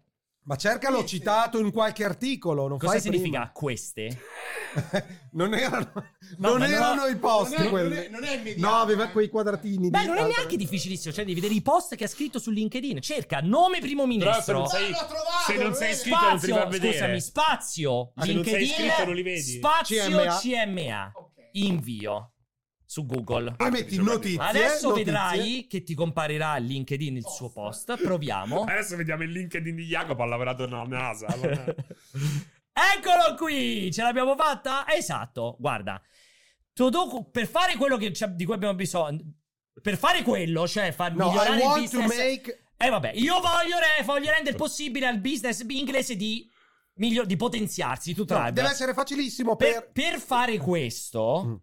Ma cercalo citato in qualche articolo. Non
Cosa
fai
significa
prima.
queste?
non erano,
No,
non
ma no.
erano i post
Non è-
quelli.
non è- non è mediano,
no, aveva
eh.
quei quadratini.
Beh,
di-
non è neanche difficilissimo. Cioè, devi vedere i post che ha scritto su LinkedIn. Cerca nome primo
Però se
ministro.
non sei,
L'ho trovato,
se non
lo
sei
vedi?
iscritto non ti va a vedere.
scusami, spazio,
Ah, se non sei
LinkedIn,
iscritto non li vedi?
spazio CMA.
CMA.
Ok.
invio su Google.
Poi metti notizie.
Adesso
notizie.
vedrai che ti comparirà LinkedIn il suo post. Proviamo.
Adesso vediamo il LinkedIn di Jacopo. Ha lavorato nella NASA. Vabbè.
Eccolo qui! Ce l'abbiamo fatta? Esatto, guarda. Todoku, per fare quello che c'è- di cui abbiamo bisogno, per fare quello, cioè far
No,
migliorare
I
il
want to
business.
make.
E vabbè, io voglio, re- voglio rendere possibile al business inglese di, miglio- di potenziarsi. Tu
No,
tra
deve essere facilissimo
per,
per.
per fare questo,
Mm.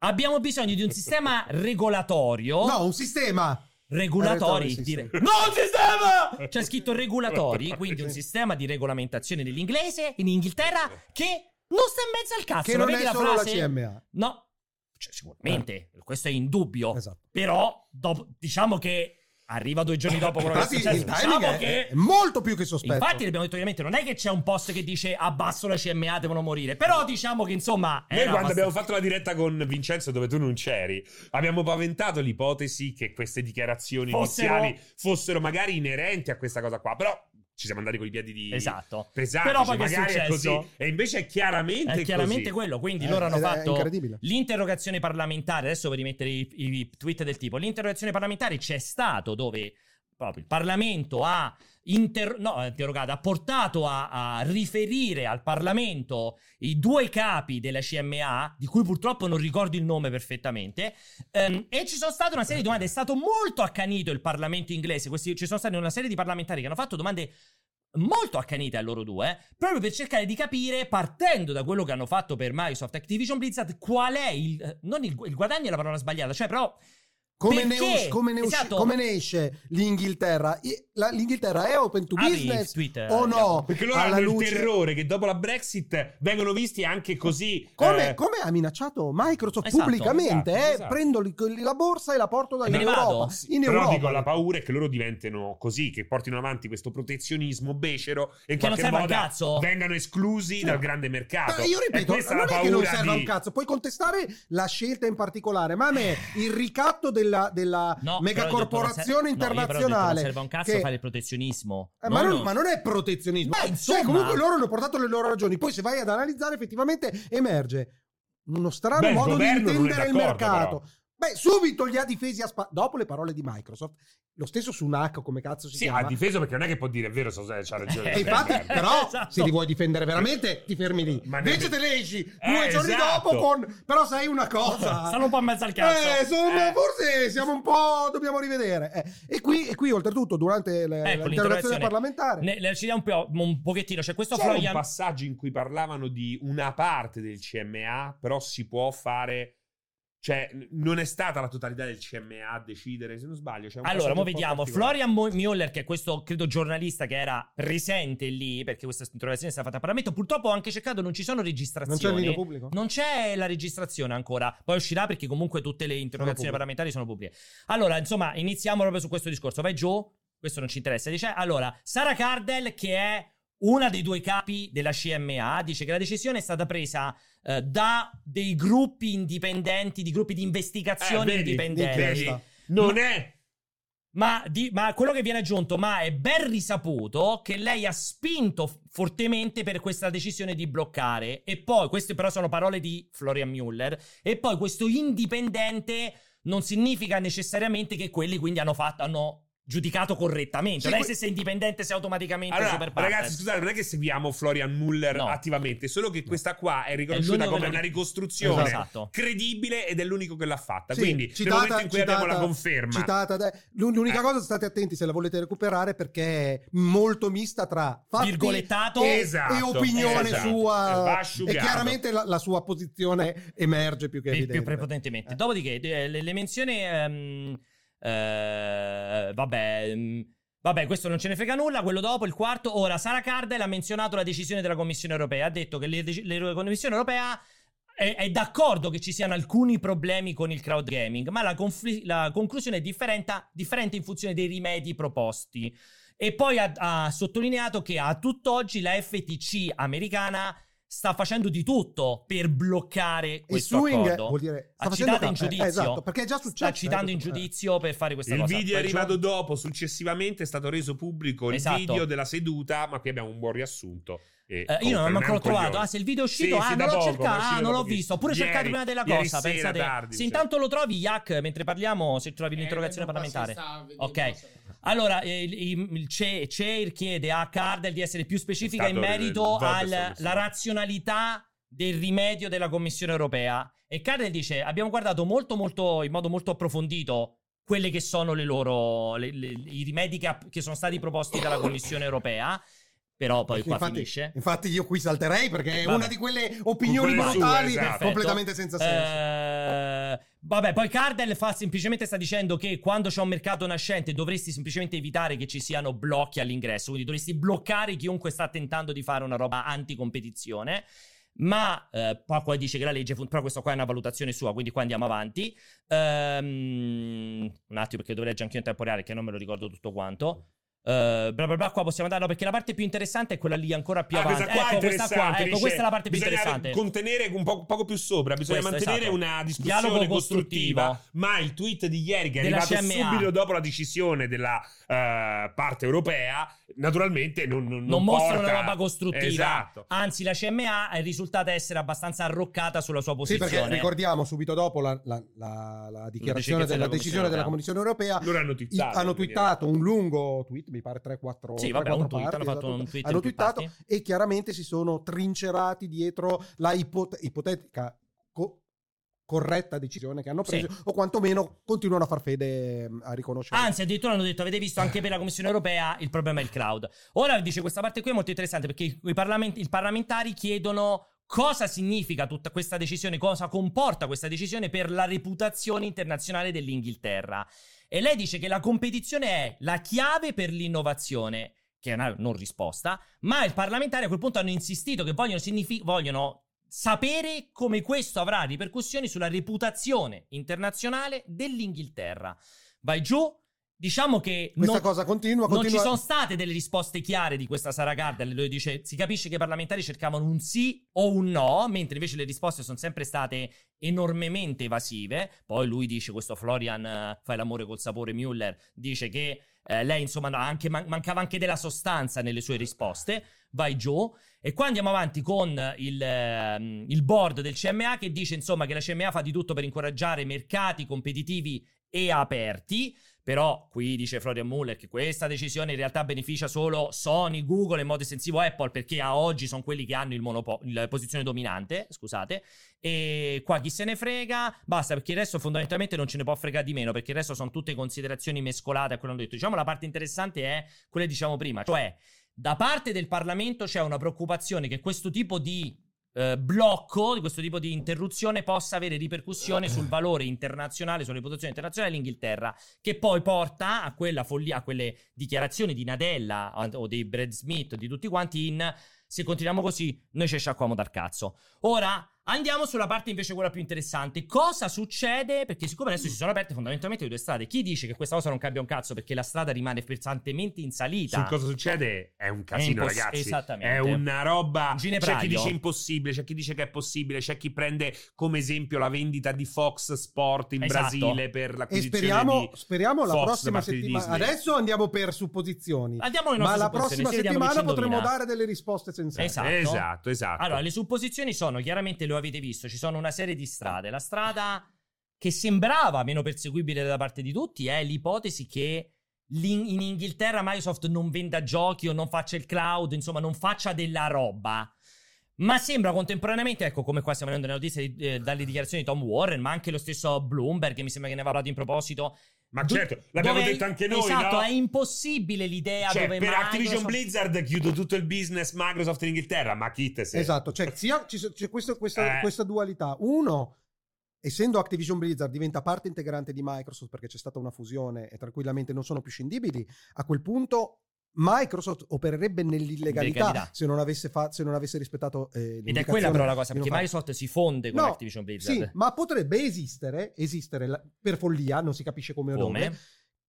abbiamo bisogno di un sistema regolatorio.
No, un sistema.
Ah, Regolatori,
Regolatori, sì,
dire.
sì.
No, un sistema! C'è scritto regolatori, quindi un sistema di regolamentazione dell'inglese in Inghilterra che non sta in mezzo al cazzo.
Che
ma
non
vedi
è
la
solo la
frase?
CMA.
No, cioè, sicuramente, questo è in dubbio.
Esatto.
Però, dopo- diciamo che arriva due giorni dopo quello che è
Infatti,
successo.
il timing
Diciamo
è,
che
è molto più che sospetto.
Infatti, abbiamo detto ovviamente, non è che c'è un post che dice abbasso la CMA, devono morire. Però diciamo che insomma.
Noi
era
quando
abbastanza-
abbiamo fatto la diretta con Vincenzo dove tu non c'eri, abbiamo paventato l'ipotesi che queste dichiarazioni
Fossero-
iniziali fossero magari inerenti a questa cosa qua, però ci siamo andati con i piedi di
Esatto.
pesanti,
Però poi
cioè,
che è
magari è,
successo?
così. E invece è chiaramente,
È chiaramente
così.
quello. Quindi
Eh,
loro hanno
ed è
fatto
incredibile.
l'interrogazione parlamentare. Adesso per rimettere i, i tweet del tipo: l'interrogazione parlamentare c'è stato dove proprio il Parlamento ha. inter- no, ha interrogato, ha portato a, a riferire al Parlamento i due capi della CMA, di cui purtroppo non ricordo il nome perfettamente, Ehm, e ci sono state una serie di domande. È stato molto accanito il Parlamento inglese. Questi, ci sono state una serie di parlamentari che hanno fatto domande molto accanite a loro due, proprio per cercare di capire, partendo da quello che hanno fatto per Microsoft Activision Blizzard, qual è il. non il, il guadagno è la parola sbagliata, cioè, però.
Come ne,
Perché?
us- come ne usci-
Esatto.
come ne esce l'Inghilterra? I- la- L'Inghilterra è open to
Apri
business
Twitter,
o no?
Perché loro
Alla
hanno
luce-
il terrore che dopo la Brexit vengono visti anche così.
Come,
eh,
come ha minacciato Microsoft
Esatto,
pubblicamente?
esatto,
eh?
esatto.
Prendo li- la borsa e la porto
me ne
dall'Europa.
vado.
In
però
Europa.
dico, la paura è che loro diventino così, che portino avanti questo protezionismo becero e in
Che non
qualche
serve
modo
al cazzo.
vengano esclusi dal grande mercato.
Ma io
Esatto. E
ripeto,
questa è
non
la
è
paura
che non serve
di-
un cazzo, puoi contestare la scelta in particolare, ma a me il ricatto della, della
No,
megacorporazione internazionale.
serve un cazzo
che-
fare il protezionismo.
Eh, ma, non, ma non è protezionismo,
Beh,
Cioè,
insomma.
comunque loro hanno portato le loro ragioni. Poi, se vai ad analizzare, effettivamente emerge uno strano
Beh, il
modo di
governo non è
intendere il
d'accordo,
mercato. Beh, subito li ha difesi a spa- dopo le parole di Microsoft. Lo stesso Sunak, come cazzo si
Sì, ha
chiama.
difeso perché non è che può dire è vero, so, se c'ha ragione.
Eh,
Cioè,
E infatti, però,
Esatto.
se li vuoi difendere veramente, ti fermi lì.
Ma ne-
Invece te le esci
Eh,
due giorni
esatto.
dopo con... Però sai una cosa...
Stanno un po' in mezzo al cazzo.
Eh, insomma,
Eh.
forse siamo un po'... dobbiamo rivedere. Eh, E, qui, e qui, oltretutto, durante le-
Ecco,
l'interrogazione
l'interrogazione.
parlamentare...
Ne, le- ci diamo un, po', un pochettino. C'è questo
C'era un
Florian.
passaggio in cui parlavano di una parte del CMA, però si può fare. Cioè, n- non è stata la totalità del CMA a decidere, se non sbaglio. c'è un
Allora,
passaggio
mo
un po'
vediamo.
particolare.
Florian Mo- Mueller, che è questo, credo, giornalista che era presente lì, perché questa interrogazione è stata fatta a Parlamento. Purtroppo ho anche cercato, non ci sono
Non c'è il
registrazioni.
video pubblico?
Non c'è la registrazione ancora, poi uscirà perché comunque tutte le interrogazioni
pubbliche.
parlamentari sono pubbliche. Allora, insomma, iniziamo proprio su questo discorso. Vai giù, questo non ci interessa. Dice, allora, Sara Cardell, che è una dei due capi della CMA, dice che la decisione è stata presa eh, da dei gruppi indipendenti, di gruppi di investigazione
Eh, vedi,
indipendenti.
vedi. Non è
Ma, di- ma quello che viene aggiunto, ma è ben risaputo che lei ha spinto f- fortemente per questa decisione di bloccare. E poi, queste però sono parole di Florian Mueller, e poi questo indipendente non significa necessariamente che quelli quindi hanno fatto, hanno giudicato correttamente.
Sì,
lei
que-
se sei indipendente sei automaticamente
Allora,
super partes.
ragazzi, scusate, non è che seguiamo Florian Muller
No.
attivamente, solo che questa qua è
È
riconosciuta
l'unico
come
che-
una ricostruzione
Esatto.
credibile ed è l'unico che l'ha fatta.
Sì,
Quindi, nel momento in cui abbiamo la conferma,
citata, dai. L'un- l'unica
Eh.
cosa state attenti se la volete recuperare perché è molto mista tra fatti
Virgolettato.
e,
Esatto,
e opinione
esatto. Va
sua e
asciugato.
chiaramente la, la sua posizione emerge più che
più, più
evidente
prepotentemente.
Eh.
Dopodiché, eh, le, le menzioni. ehm, eh, vabbè. mm, Vabbè, questo non ce ne frega nulla. Quello dopo, il quarto. Ora, Sara Cardell ha menzionato la decisione della Commissione europea. Ha detto che le dec- le- la Commissione europea è, è d'accordo che ci siano alcuni problemi con il crowd gaming, ma la, confli- la conclusione è differenta- differente in funzione dei rimedi proposti. E poi ha, ha sottolineato che a tutt'oggi la FTC americana sta facendo di tutto per bloccare
il
questo
suing
accordo.
vuol dire
Ha citato
sta facendo
in
capo- eh,
giudizio.
esatto perché è già
Sta
successo
citando
eh,
in
questo- eh.
giornazio per fare questa
il
cosa.
video è
Poi Gio-
arrivato dopo. Successivamente è stato reso pubblico il
Esatto.
video della seduta, ma qui abbiamo un buon riassunto. e
Eh, io non l'ho
confermiamo
ancora trovato.
coglioni.
Ah, se il video è uscito,
Sì,
ah,
sì, da
non l'ho
poco,
cercato,
ma è uscito
ah,
da
non l'ho
pochissimo.
visto. Oppure
Ieri-
cercato prima della
ieri
cosa.
sera
pensate,
tardi,
se
cioè.
intanto lo trovi, Yak, mentre parliamo, se
Eh,
trovi l'interrogazione parlamentare. Ok.
cioè,
Allora, eh, il, il- il Ce- Ceir chiede a Cardell di essere più specifica
È stato
in merito
il- il voto è stato
alla
messo.
razionalità del rimedio della Commissione europea. E Cardell dice: Abbiamo guardato molto, molto, in modo molto approfondito quelle che sono le loro, le- le- i rimedi che, ha- che sono stati proposti dalla Commissione europea. Però poi qua
infatti,
finisce. Eh,
infatti io qui salterei perché è
Vabbè.
una di quelle opinioni
Quelle sue,
brutali
esatto.
completamente senza senso
Eh, vabbè, poi Cardell fa semplicemente sta dicendo che quando c'è un mercato nascente dovresti semplicemente evitare che ci siano blocchi all'ingresso, quindi dovresti bloccare chiunque sta tentando di fare una roba anticompetizione. Ma eh, poi qua dice che la legge, fun- però questo qua è una valutazione sua, quindi qua andiamo avanti. Ehm, un attimo perché dovrei leggere anche io in tempo reale, che non me lo ricordo tutto quanto. Eh, bla bla bla, qua possiamo andare, no, perché la parte più interessante è quella lì ancora più
Ah,
avanti.
questa qua è
ecco, questa qua,
interessante,
ecco,
dice,
questa è la parte più
bisogna
interessante.
contenere un po' poco più sopra, bisogna
Questo, esatto.
mantenere una
Dialogo
discussione costruttiva,
costruttivo.
ma il tweet di ieri che è
Della
arrivato
CMA.
subito dopo la decisione della eh, parte europea, naturalmente non, non,
non mostra una
porta-
roba costruttiva.
Esatto.
Anzi, la CMA è risultata essere abbastanza arroccata sulla sua
Sì,
posizione.
perché ricordiamo subito dopo la, la- la- la dichiarazione
della
della
Commissione
decisione della Commissione europea.
Loro hanno
i-
twittato.
hanno
quindi-
twittato un lungo tweet, mi pare 3-4
Esatto, Sì, vabbè, un tweet, hanno fatto un tweet in
esatto, hanno
più
twittato
parti.
e chiaramente si sono trincerati dietro la ipot- ipotetica co- corretta decisione che hanno
Sì.
preso o quantomeno continuano a far fede mh, a riconoscere.
Anzi, addirittura hanno detto: avete visto anche per la Commissione europea il problema è il cloud. Ora dice questa parte qui è molto interessante perché i, parlamenti- i parlamentari chiedono cosa significa tutta questa decisione, cosa comporta questa decisione per la reputazione internazionale dell'Inghilterra. E lei dice che la competizione è la chiave per l'innovazione, che è una non risposta, ma i parlamentari a quel punto hanno insistito che vogliono, signifi- vogliono sapere come questo avrà ripercussioni sulla reputazione internazionale dell'Inghilterra. Vai giù, diciamo che
Questa
non-
cosa continua,
non ci
continua.
sono state delle risposte chiare di questa Sara Gardner, dove dice si capisce che i parlamentari cercavano un sì o un no, mentre invece le risposte sono sempre state enormemente evasive. Poi lui dice, questo Florian eh, fai l'amore col sapore Müller, dice che eh, lei insomma no, anche man- mancava anche della sostanza nelle sue risposte, vai giù. E qua andiamo avanti con il, ehm, il board del CMA che dice insomma che la CMA fa di tutto per incoraggiare mercati competitivi e aperti. Però qui dice Florian Muller che questa decisione in realtà beneficia solo Sony, Google e in modo estensivo Apple perché a oggi sono quelli che hanno il monopo- la posizione dominante, scusate. E qua chi se ne frega, basta perché il resto fondamentalmente non ce ne può fregare di meno perché il resto sono tutte considerazioni mescolate a quello che ho detto. Diciamo la parte interessante è quella che diciamo prima, cioè da parte del Parlamento c'è una preoccupazione che questo tipo di eh, blocco, di questo tipo di interruzione possa avere ripercussione sul valore internazionale, sulla reputazione internazionale dell'Inghilterra che poi porta a quella follia, a quelle dichiarazioni di Nadella a- o dei Brad Smith, di tutti quanti in se continuiamo così noi ci sciacquiamo dal cazzo. Ora andiamo sulla parte invece quella più interessante. Cosa succede? Perché siccome adesso si sono aperte fondamentalmente le due strade, chi dice che questa cosa non cambia un cazzo perché la strada rimane pesantemente in salita?
Su cosa succede è un
È
casino,
impos-
ragazzi.
esattamente.
È una roba.
Ginepraio.
C'è chi dice impossibile, c'è chi dice che è possibile, c'è chi prende come esempio la vendita di Fox Sport in
Esatto.
Brasile per
E
l'acquisizione
speriamo,
di
speriamo la
Fox da
prossima
parte di
settimana.
Disney.
Adesso andiamo per supposizioni.
Andiamo alle
Ma
nostre
la
supposizioni,
prossima
sì, vediamo chi
settimana
ci
potremo
indovina.
dare delle risposte sensate.
Esatto.
Esatto, esatto.
Allora, le supposizioni sono, chiaramente lo avete visto, ci sono una serie di strade. La strada che sembrava meno perseguibile da parte di tutti è l'ipotesi che l'in- in Inghilterra Microsoft non venda giochi o non faccia il cloud, insomma, non faccia della roba. Ma sembra contemporaneamente, ecco come qua stiamo andando nelle notizie di- eh, dalle dichiarazioni di Tom Warren, ma anche lo stesso Bloomberg, che mi sembra che ne aveva parlato in proposito.
Ma
Do-
certo, l'abbiamo
dove è-
detto anche noi.
Esatto,
no?
è impossibile l'idea
Cioè,
dove
per Activision
Microsoft-
Blizzard chiudo tutto il business Microsoft in Inghilterra, ma chi te sei?
Esatto, cioè sia- ci so- c'è questo- questa,
Eh.
questa dualità. Uno, essendo Activision Blizzard diventa parte integrante di Microsoft perché c'è stata una fusione e tranquillamente non sono più scindibili, a quel punto Microsoft opererebbe nell'illegalità
Illegalità.
se, non avesse fa- se non avesse rispettato eh,
Ed è
l'indicazione
quella però la cosa,
di
perché
non fare-
Microsoft si fonde con
No,
Activision Blizzard.
Sì, ma potrebbe esistere, esistere la- per follia, non si capisce come o dove,
Come?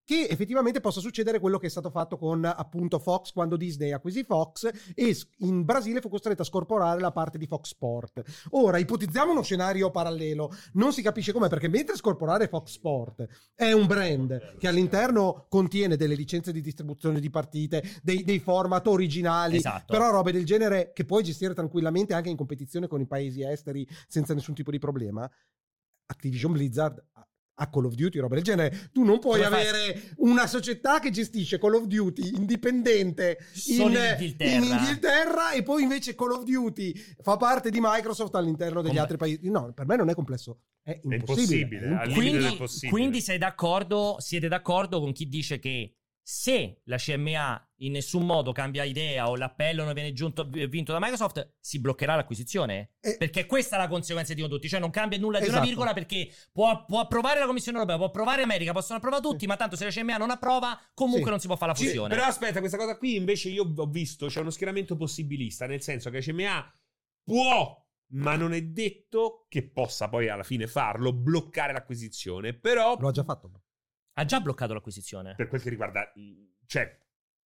che effettivamente possa succedere quello che è stato fatto con appunto Fox quando Disney acquisì Fox e s- in Brasile fu costretta a scorporare la parte di Fox Sport. Ora ipotizziamo uno scenario parallelo, non si capisce come perché mentre scorporare Fox Sport è un brand che all'interno contiene delle licenze di distribuzione di partite, dei, dei format originali,
Esatto.
però robe del genere che puoi gestire tranquillamente anche in competizione con i paesi esteri senza nessun tipo di problema. Activision Blizzard a Call of Duty, roba del genere, tu non puoi
Come fai?
avere una società che gestisce Call of Duty indipendente
Solo
in,
in Inghilterra.
in Inghilterra e poi invece Call of Duty fa parte di Microsoft all'interno degli
Come-
altri paesi. No, per me non è complesso, è impossibile.
impossibile,
eh.
È imp-
al limite del
Quindi,
possibile.
quindi sei d'accordo, siete d'accordo con chi dice che se la CMA in nessun modo cambia idea o l'appello non viene giunto- vinto da Microsoft, si bloccherà l'acquisizione?
Eh.
Perché questa è la conseguenza di tutti, cioè non cambia nulla di una
Esatto.
virgola perché può, può approvare la Commissione Europea, può approvare l'America, possono approvare tutti, ma tanto se la CMA non approva, comunque
Sì.
non si può fare la
Sì,
fusione.
però aspetta, questa cosa qui invece io ho visto, c'è uno schieramento possibilista, nel senso che CMA può, ma non è detto che possa poi alla fine farlo, bloccare l'acquisizione, però
Lo ha già fatto.
Ha già bloccato l'acquisizione.
per quel che riguarda, cioè,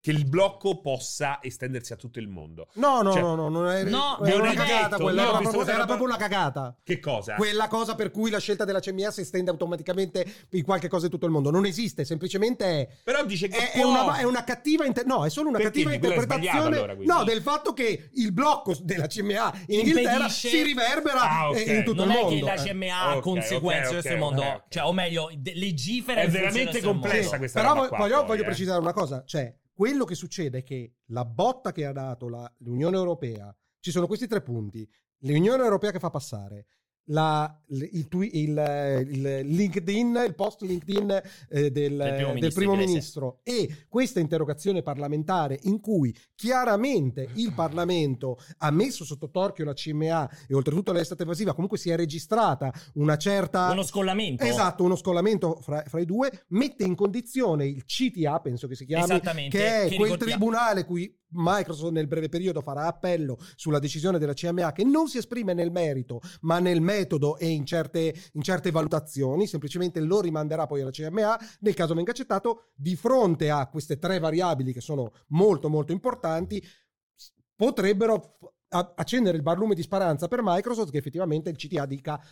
che il blocco possa estendersi a tutto il mondo.
No, no,
Cioè-
no, no, non è,
No,
era
non
una
è
cagata
detto,
quella,
no,
era,
questa
proprio,
cosa
era
era-
proprio una cagata.
Che cosa?
Quella cosa per cui la scelta della CMA si estende automaticamente in qualche cosa di tutto il mondo. Non esiste, semplicemente è
Però dice che
è, è
può.
una, è una cattiva inter- no, è solo una
Perché?
cattiva
Quella è
interpretazione
sbagliata allora, quindi.
no, del fatto che il blocco della CMA in Inghilterra
Impedisce-
si riverbera
Ah, ok.
eh, in tutto
Cioè, non
il
è
mondo.
che
eh.
la CMA ha
Ok,
conseguenze
ok,
verso il
ok,
mondo,
ok, ok.
cioè, o meglio, de- legifera
È
in funzione
veramente
verso il mondo.
complessa questa
Però
roba
vo-
qua,
voglio,
poi,
voglio
eh.
precisare una cosa, cioè quello che succede è che la botta che ha dato la- l'Unione Europea, ci sono questi tre punti, l'Unione Europea che fa passare, la- il, twi- il- il LinkedIn, il post LinkedIn eh, del,
Del primo
del
ministro
primo
inglese.
ministro e questa interrogazione parlamentare in cui chiaramente il Parlamento ha messo sotto torchio la CMA e oltretutto lei è stata evasiva, comunque si è registrata una certa...
Uno scollamento.
Esatto, uno scollamento fra, fra i due mette in condizione il CTA, penso che si chiami,
Esattamente.
che è
Che
quel
ricordiamo-
tribunale cui Microsoft nel breve periodo farà appello sulla decisione della CMA che non si esprime nel merito ma nel metodo e in certe, in certe valutazioni semplicemente lo rimanderà poi alla CMA nel caso venga accettato di fronte a queste tre variabili che sono molto molto importanti s- potrebbero f- a- accendere il barlume di speranza per Microsoft che effettivamente il CTA dica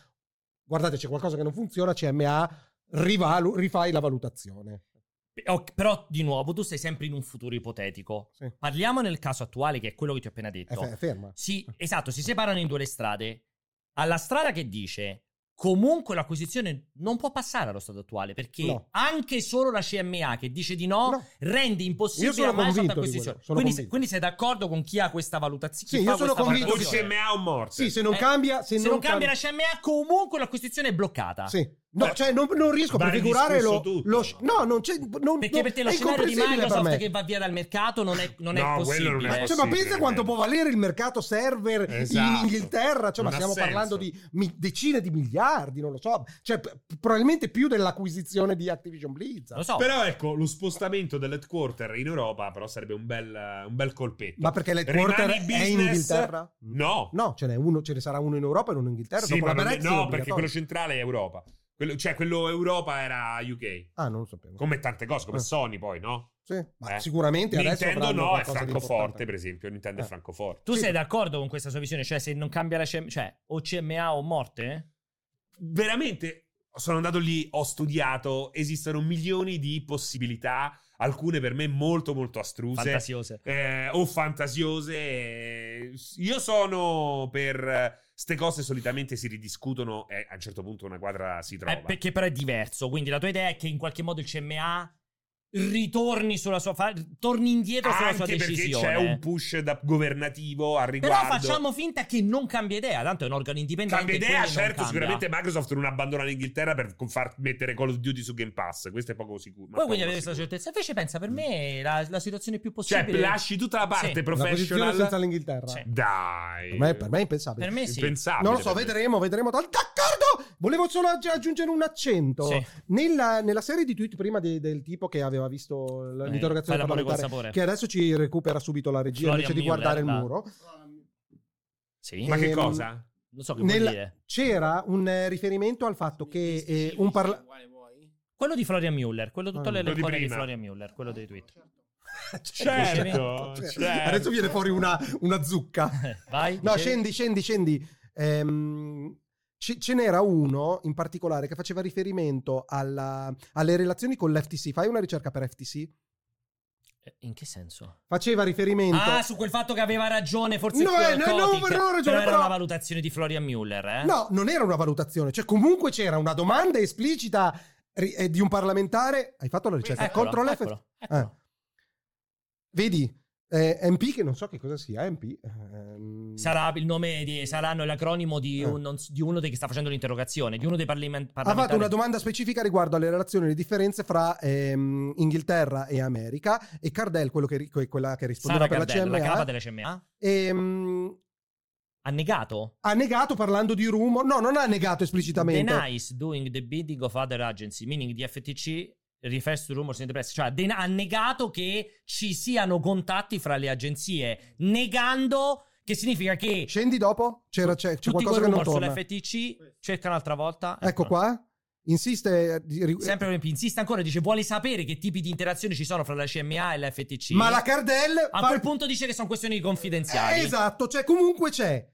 guardate c'è qualcosa che non funziona CMA rivalu- rifai la valutazione
Ok, però di nuovo tu sei sempre in un futuro ipotetico.
Sì.
Parliamo nel caso attuale che è quello che ti ho appena
è
detto.
fe- è ferma
Sì, esatto, si separano in due le strade. Alla strada che dice comunque l'acquisizione non può passare allo stato attuale perché
No.
anche solo la CMA che dice di no,
No.
rende
Io
impossibile
sono
la Microsoft
convinto di
acquisizione.
quello, sono
Quindi,
convinto.
quindi sei d'accordo con chi ha questa valutazione?
Sì, io sono convinto
O
di-
CMA o morte.
Sì, se non
Eh,
cambia, se,
Se, non cambia la CMA comunque l'acquisizione è bloccata.
Sì. No,
Beh,
cioè non, non riesco a
va
prefigurare lo,
ridiscusso tutto.
lo sc- No, non c'è non,
Perché
no,
per te lo
è
scenario di
incomprensibile per
Microsoft
me.
che va via dal mercato non è, non è
No,
possibile.
quello non è
Cioè, ma pensa
possibile,
quanto
eh.
può valere il mercato server
Esatto.
in Inghilterra? Cioè, ma
Non ha
stiamo
senso.
parlando di mi- decine di miliardi, non lo so. Cioè, p- probabilmente più dell'acquisizione di Activision Blizzard.
Lo so.
Però ecco, lo spostamento dell'headquarter in Europa però sarebbe un bel, un bel colpetto.
Ma perché l'headquarter
Rimane
è in
business?
Inghilterra?
No.
No, ce n'è uno, ce ne sarà uno in Europa e uno in Inghilterra.
Sì,
dopo la
ma non è-
Brexit è
no, perché
obbligatorio.
quello centrale è Europa. Quello- cioè, quello Europa era UK.
Ah, non lo sapevo.
Come tante cose, come
Eh.
Sony poi, no?
Sì, ma
Eh.
sicuramente adesso
Nintendo
avranno
no, è
qualcosa di
Francoforte,
importante.
per esempio. Nintendo
Eh.
è Francoforte.
Tu
Sì,
sei
però-
d'accordo con questa sua visione? Cioè, se non cambia la CMA, cioè, o CMA o morte?
veramente sono andato lì, ho studiato, esistono milioni di possibilità, alcune per me molto molto astruse
Fantasiose.
eh, o fantasiose. eh, Io sono per eh, ste cose solitamente si ridiscutono e a un certo punto una quadra si trova.
Eh, perché però è diverso. Quindi la tua idea è che in qualche modo il CMA ritorni sulla sua. fa- torni indietro sulla sua
Anche perché
decisione.
c'è un push da- governativo
Però
al riguardo.
facciamo finta che non cambia idea. Tanto è un organo indipendente.
Cambia
quindi
idea,
non
certo,
cambia.
sicuramente Microsoft non abbandona l'Inghilterra per far mettere Call of Duty su Game Pass, questo è poco sicuro. ma
Poi quindi
poco
avete questa
sicuro.
certezza. Invece, pensa per me la, la situazione più
Mm. Cioè,
possibile.
lasci tutta la parte
Sì.
La posizione
professional
senza l'Inghilterra.
Sì.
Dai.
Per me, per me è impensabile.
Per me Eh sì.
Impensabile.
non lo so,
per me.
vedremo, vedremo. Dal- D'accordo! Volevo solo aggi- aggiungere un accento.
Sì. Eh,
Nella, nella serie di tweet prima de- del tipo che aveva visto l-
Eh,
l'interrogazione
fai l'amore col
parlamentare,
sapore.
che adesso ci recupera subito la regia
Florian
invece di guardare il
Müller,
muro,
Sì.
Ma che
Ehm,
cosa?
Non so che
nella-
vuol dire.
c'era un eh, riferimento al fatto che eh, un parla-
Quello di Florian Müller. Quello tutto
Ah,
le
quello di
cose di
prima.
Florian Müller.
Eh,
Quello dei tweet.
Certo,
Cioè,
certo.
Adesso viene fuori una, una zucca.
Eh, Vai.
No,
dicevi?
scendi, scendi, scendi. Ehm, ce, ce n'era uno in particolare che faceva riferimento alla- alle relazioni con l'FTC. Fai una ricerca per FTC?
Eh, In che senso?
Faceva riferimento.
Ah, su quel fatto che aveva ragione, forse
No,
il
eh, no, no,
Kotick,
non avevo ragione,
però era
però-
una valutazione di Florian Müller, eh?
No, non era una valutazione, cioè comunque c'era una domanda esplicita ri- eh, di un parlamentare. Hai fatto la ricerca
Eccolo,
contro l'FTC.
eccolo, eccolo.
Ah. Vedi, eh, MP che non so che cosa sia, MP. ehm,
Sarà il nome di, saranno l'acronimo di,
Eh.
un- non s- di uno dei che sta facendo l'interrogazione, di uno dei parlamen-
Ha
parlamentari.
fatto una domanda specifica riguardo alle relazioni e le differenze fra ehm, Inghilterra e America e Cardell, quello che, ri- que- quella che rispondeva
Sara
per
Cardello, la
la
capa
CMA,
della CMA.
ehm,
Ha negato.
ha negato parlando di rumor. No, non ha negato
The
esplicitamente.
nice doing the bidding of other agency, meaning the FTC refers to rumors in the press. Cioè, den- ha negato che ci siano contatti fra le agenzie, negando che significa che
Scendi dopo, c'era, c'è, c'è
tutti
qualcosa
quei
che non
rumor
torna.
sull'FTC, cerca un'altra volta.
Ecco qua, insiste. eh, di- ri-
Sempre Rempi insiste ancora, dice vuole sapere che tipi di interazioni ci sono fra la CMA e la FTC.
Ma la Cardell...
A
fa-
quel punto dice che sono questioni
Eh,
confidenziali.
esatto, cioè comunque c'è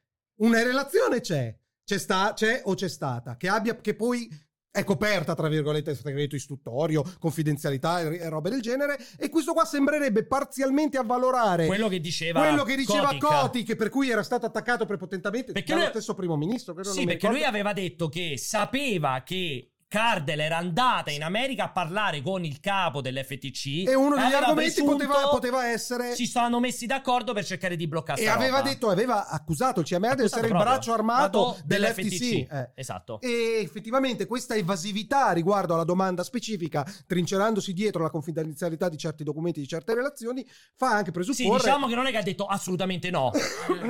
una relazione c'è, c'è, sta, c'è o c'è stata, che, abbia, che poi è coperta tra virgolette segreto istruttorio, confidenzialità e e robe del genere e questo qua sembrerebbe parzialmente avvalorare quello,
Quello che diceva
che diceva
Kotick.
Coti che per cui era stato attaccato prepotentemente
Perché
dallo
lui-
stesso primo ministro, credo
Sì,
non mi
perché lui
ricordo.
aveva detto che sapeva che Cardell era andata in America a parlare con il capo dell'FTC
E uno degli
aveva
argomenti
presunto-
poteva, poteva essere.
si sono messi d'accordo per cercare di bloccare
E
sta
aveva
roba.
detto, aveva accusato il CMA di
Accusato
essere il
proprio.
braccio armato
Vado
dell'FTC. Eh.
Esatto.
E effettivamente questa evasività riguardo alla domanda specifica, trincerandosi dietro la confidenzialità di certi documenti, di certe relazioni, fa anche
Sì,
presupporre.
diciamo che non è che ha detto assolutamente no.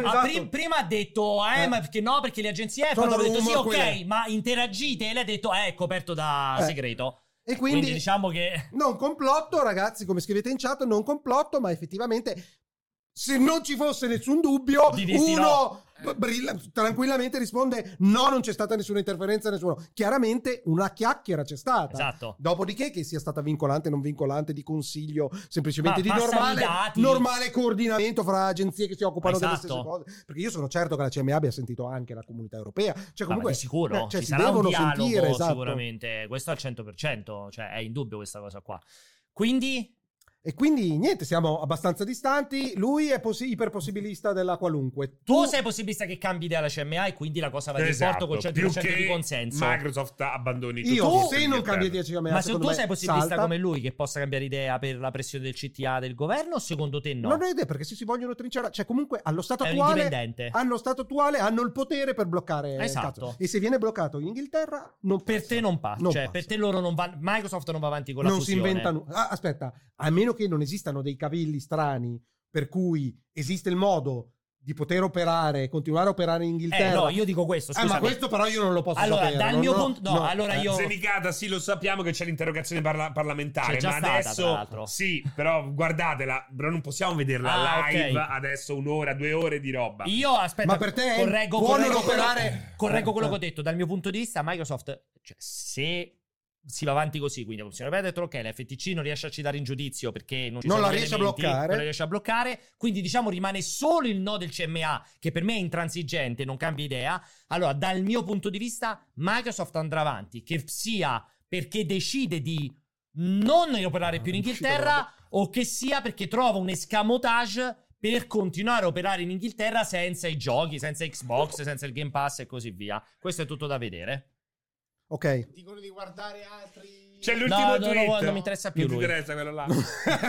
Ah, pri- prima ha detto eh,
Esatto. Eh.
ma perché no, perché le agenzie. Poi
Sono
dopo ha detto sì,
rumor
ok,
quelle.
ma interagite. E lei ha detto eh, è coperto da
Eh.
segreto.
E
Quindi,
quindi,
diciamo che.
non complotto, ragazzi, come scrivete in chat, non complotto, ma effettivamente se non ci fosse nessun dubbio,
Diresti
uno brilla- tranquillamente risponde no, non c'è stata nessuna interferenza, nessuno. Chiaramente una chiacchiera c'è stata.
Esatto.
Dopodiché che sia stata vincolante, non vincolante, di consiglio, semplicemente
Ma
di
passano Ah, i
normale,
dati.
normale coordinamento fra agenzie che si occupano
Esatto.
delle stesse cose. Perché io sono certo che la CMA abbia sentito anche la comunità europea. Cioè,
Vabbè,
comunque,
di sicuro
eh, cioè,
ci
si
sarà un
devono
dialogo
sentire, esatto.
sicuramente. Questo al 100%. Cioè, è in dubbio questa cosa qua. Quindi,
E quindi niente, siamo abbastanza distanti. Lui è possi- iperpossibilista della qualunque.
tu, sei possibilista che cambi idea alla CMA e quindi la cosa va di porto
Esatto,
con il 100%
Esatto. Più che
di consenso.
Microsoft abbandoni tutto.
Io,
tutto
se non
l'Inghilterra.
cambia 10
Ma se tu sei possibilista
possibilista
come lui che possa cambiare idea per la pressione del CTA del governo, o secondo te no?
Non ho idea perché se si vogliono trincerare, cioè comunque allo stato
è un
attuale
indipendente.
hanno stato attuale hanno il potere per bloccare il
Esatto.
caso. E se viene bloccato in Inghilterra non
Per
passa.
te non passa,
Non
cioè
passa.
per te loro non vanno Microsoft non va avanti con la
non si
fusione.
inventa nulla. Ah, aspetta, a meno che non esistano dei cavilli strani per cui esiste il modo di poter operare, continuare a operare in
Eh
Inghilterra.
no, io dico questo,
Ah,
scusami.
ma questo però io non lo posso
Allora,
sapere.
dal
non
mio
lo- eh.
punto- no, allora io-
Zenicata, sì, lo sappiamo che c'è l'interrogazione parla- parlamentare,
C'è già
ma
stata, tra l'altro.
adesso sì, però guardatela, però non possiamo vederla
Ah,
live
ok.
adesso un'ora, due ore di roba.
Io aspetta,
Ma per te è
correggo,
buono
correggo,
operare-
quello- correggo quello
Eh,
che ho detto. Dal mio punto di vista, Microsoft, cioè, se si va avanti così, quindi la Commissione Europea ha detto ok, la FTC non riesce a citare in giudizio perché non, ci
Non
sono
la riesce a
elementi,
bloccare.
Non la riesce a bloccare, quindi diciamo rimane solo il no del CMA, che per me è intransigente, non cambia idea. Allora, dal mio punto di vista, Microsoft andrà avanti, che sia perché decide di non
Ah,
operare più in Inghilterra o che sia perché trova un escamotage per continuare a operare in Inghilterra senza i giochi, senza Xbox, senza il Game Pass e così via. Questo è tutto da vedere.
Ok.
Dicono di guardare altri.
C'è
No,
l'ultimo
no, no,
tweet.
non mi interessa più
Non ti
lui.
interessa quello là.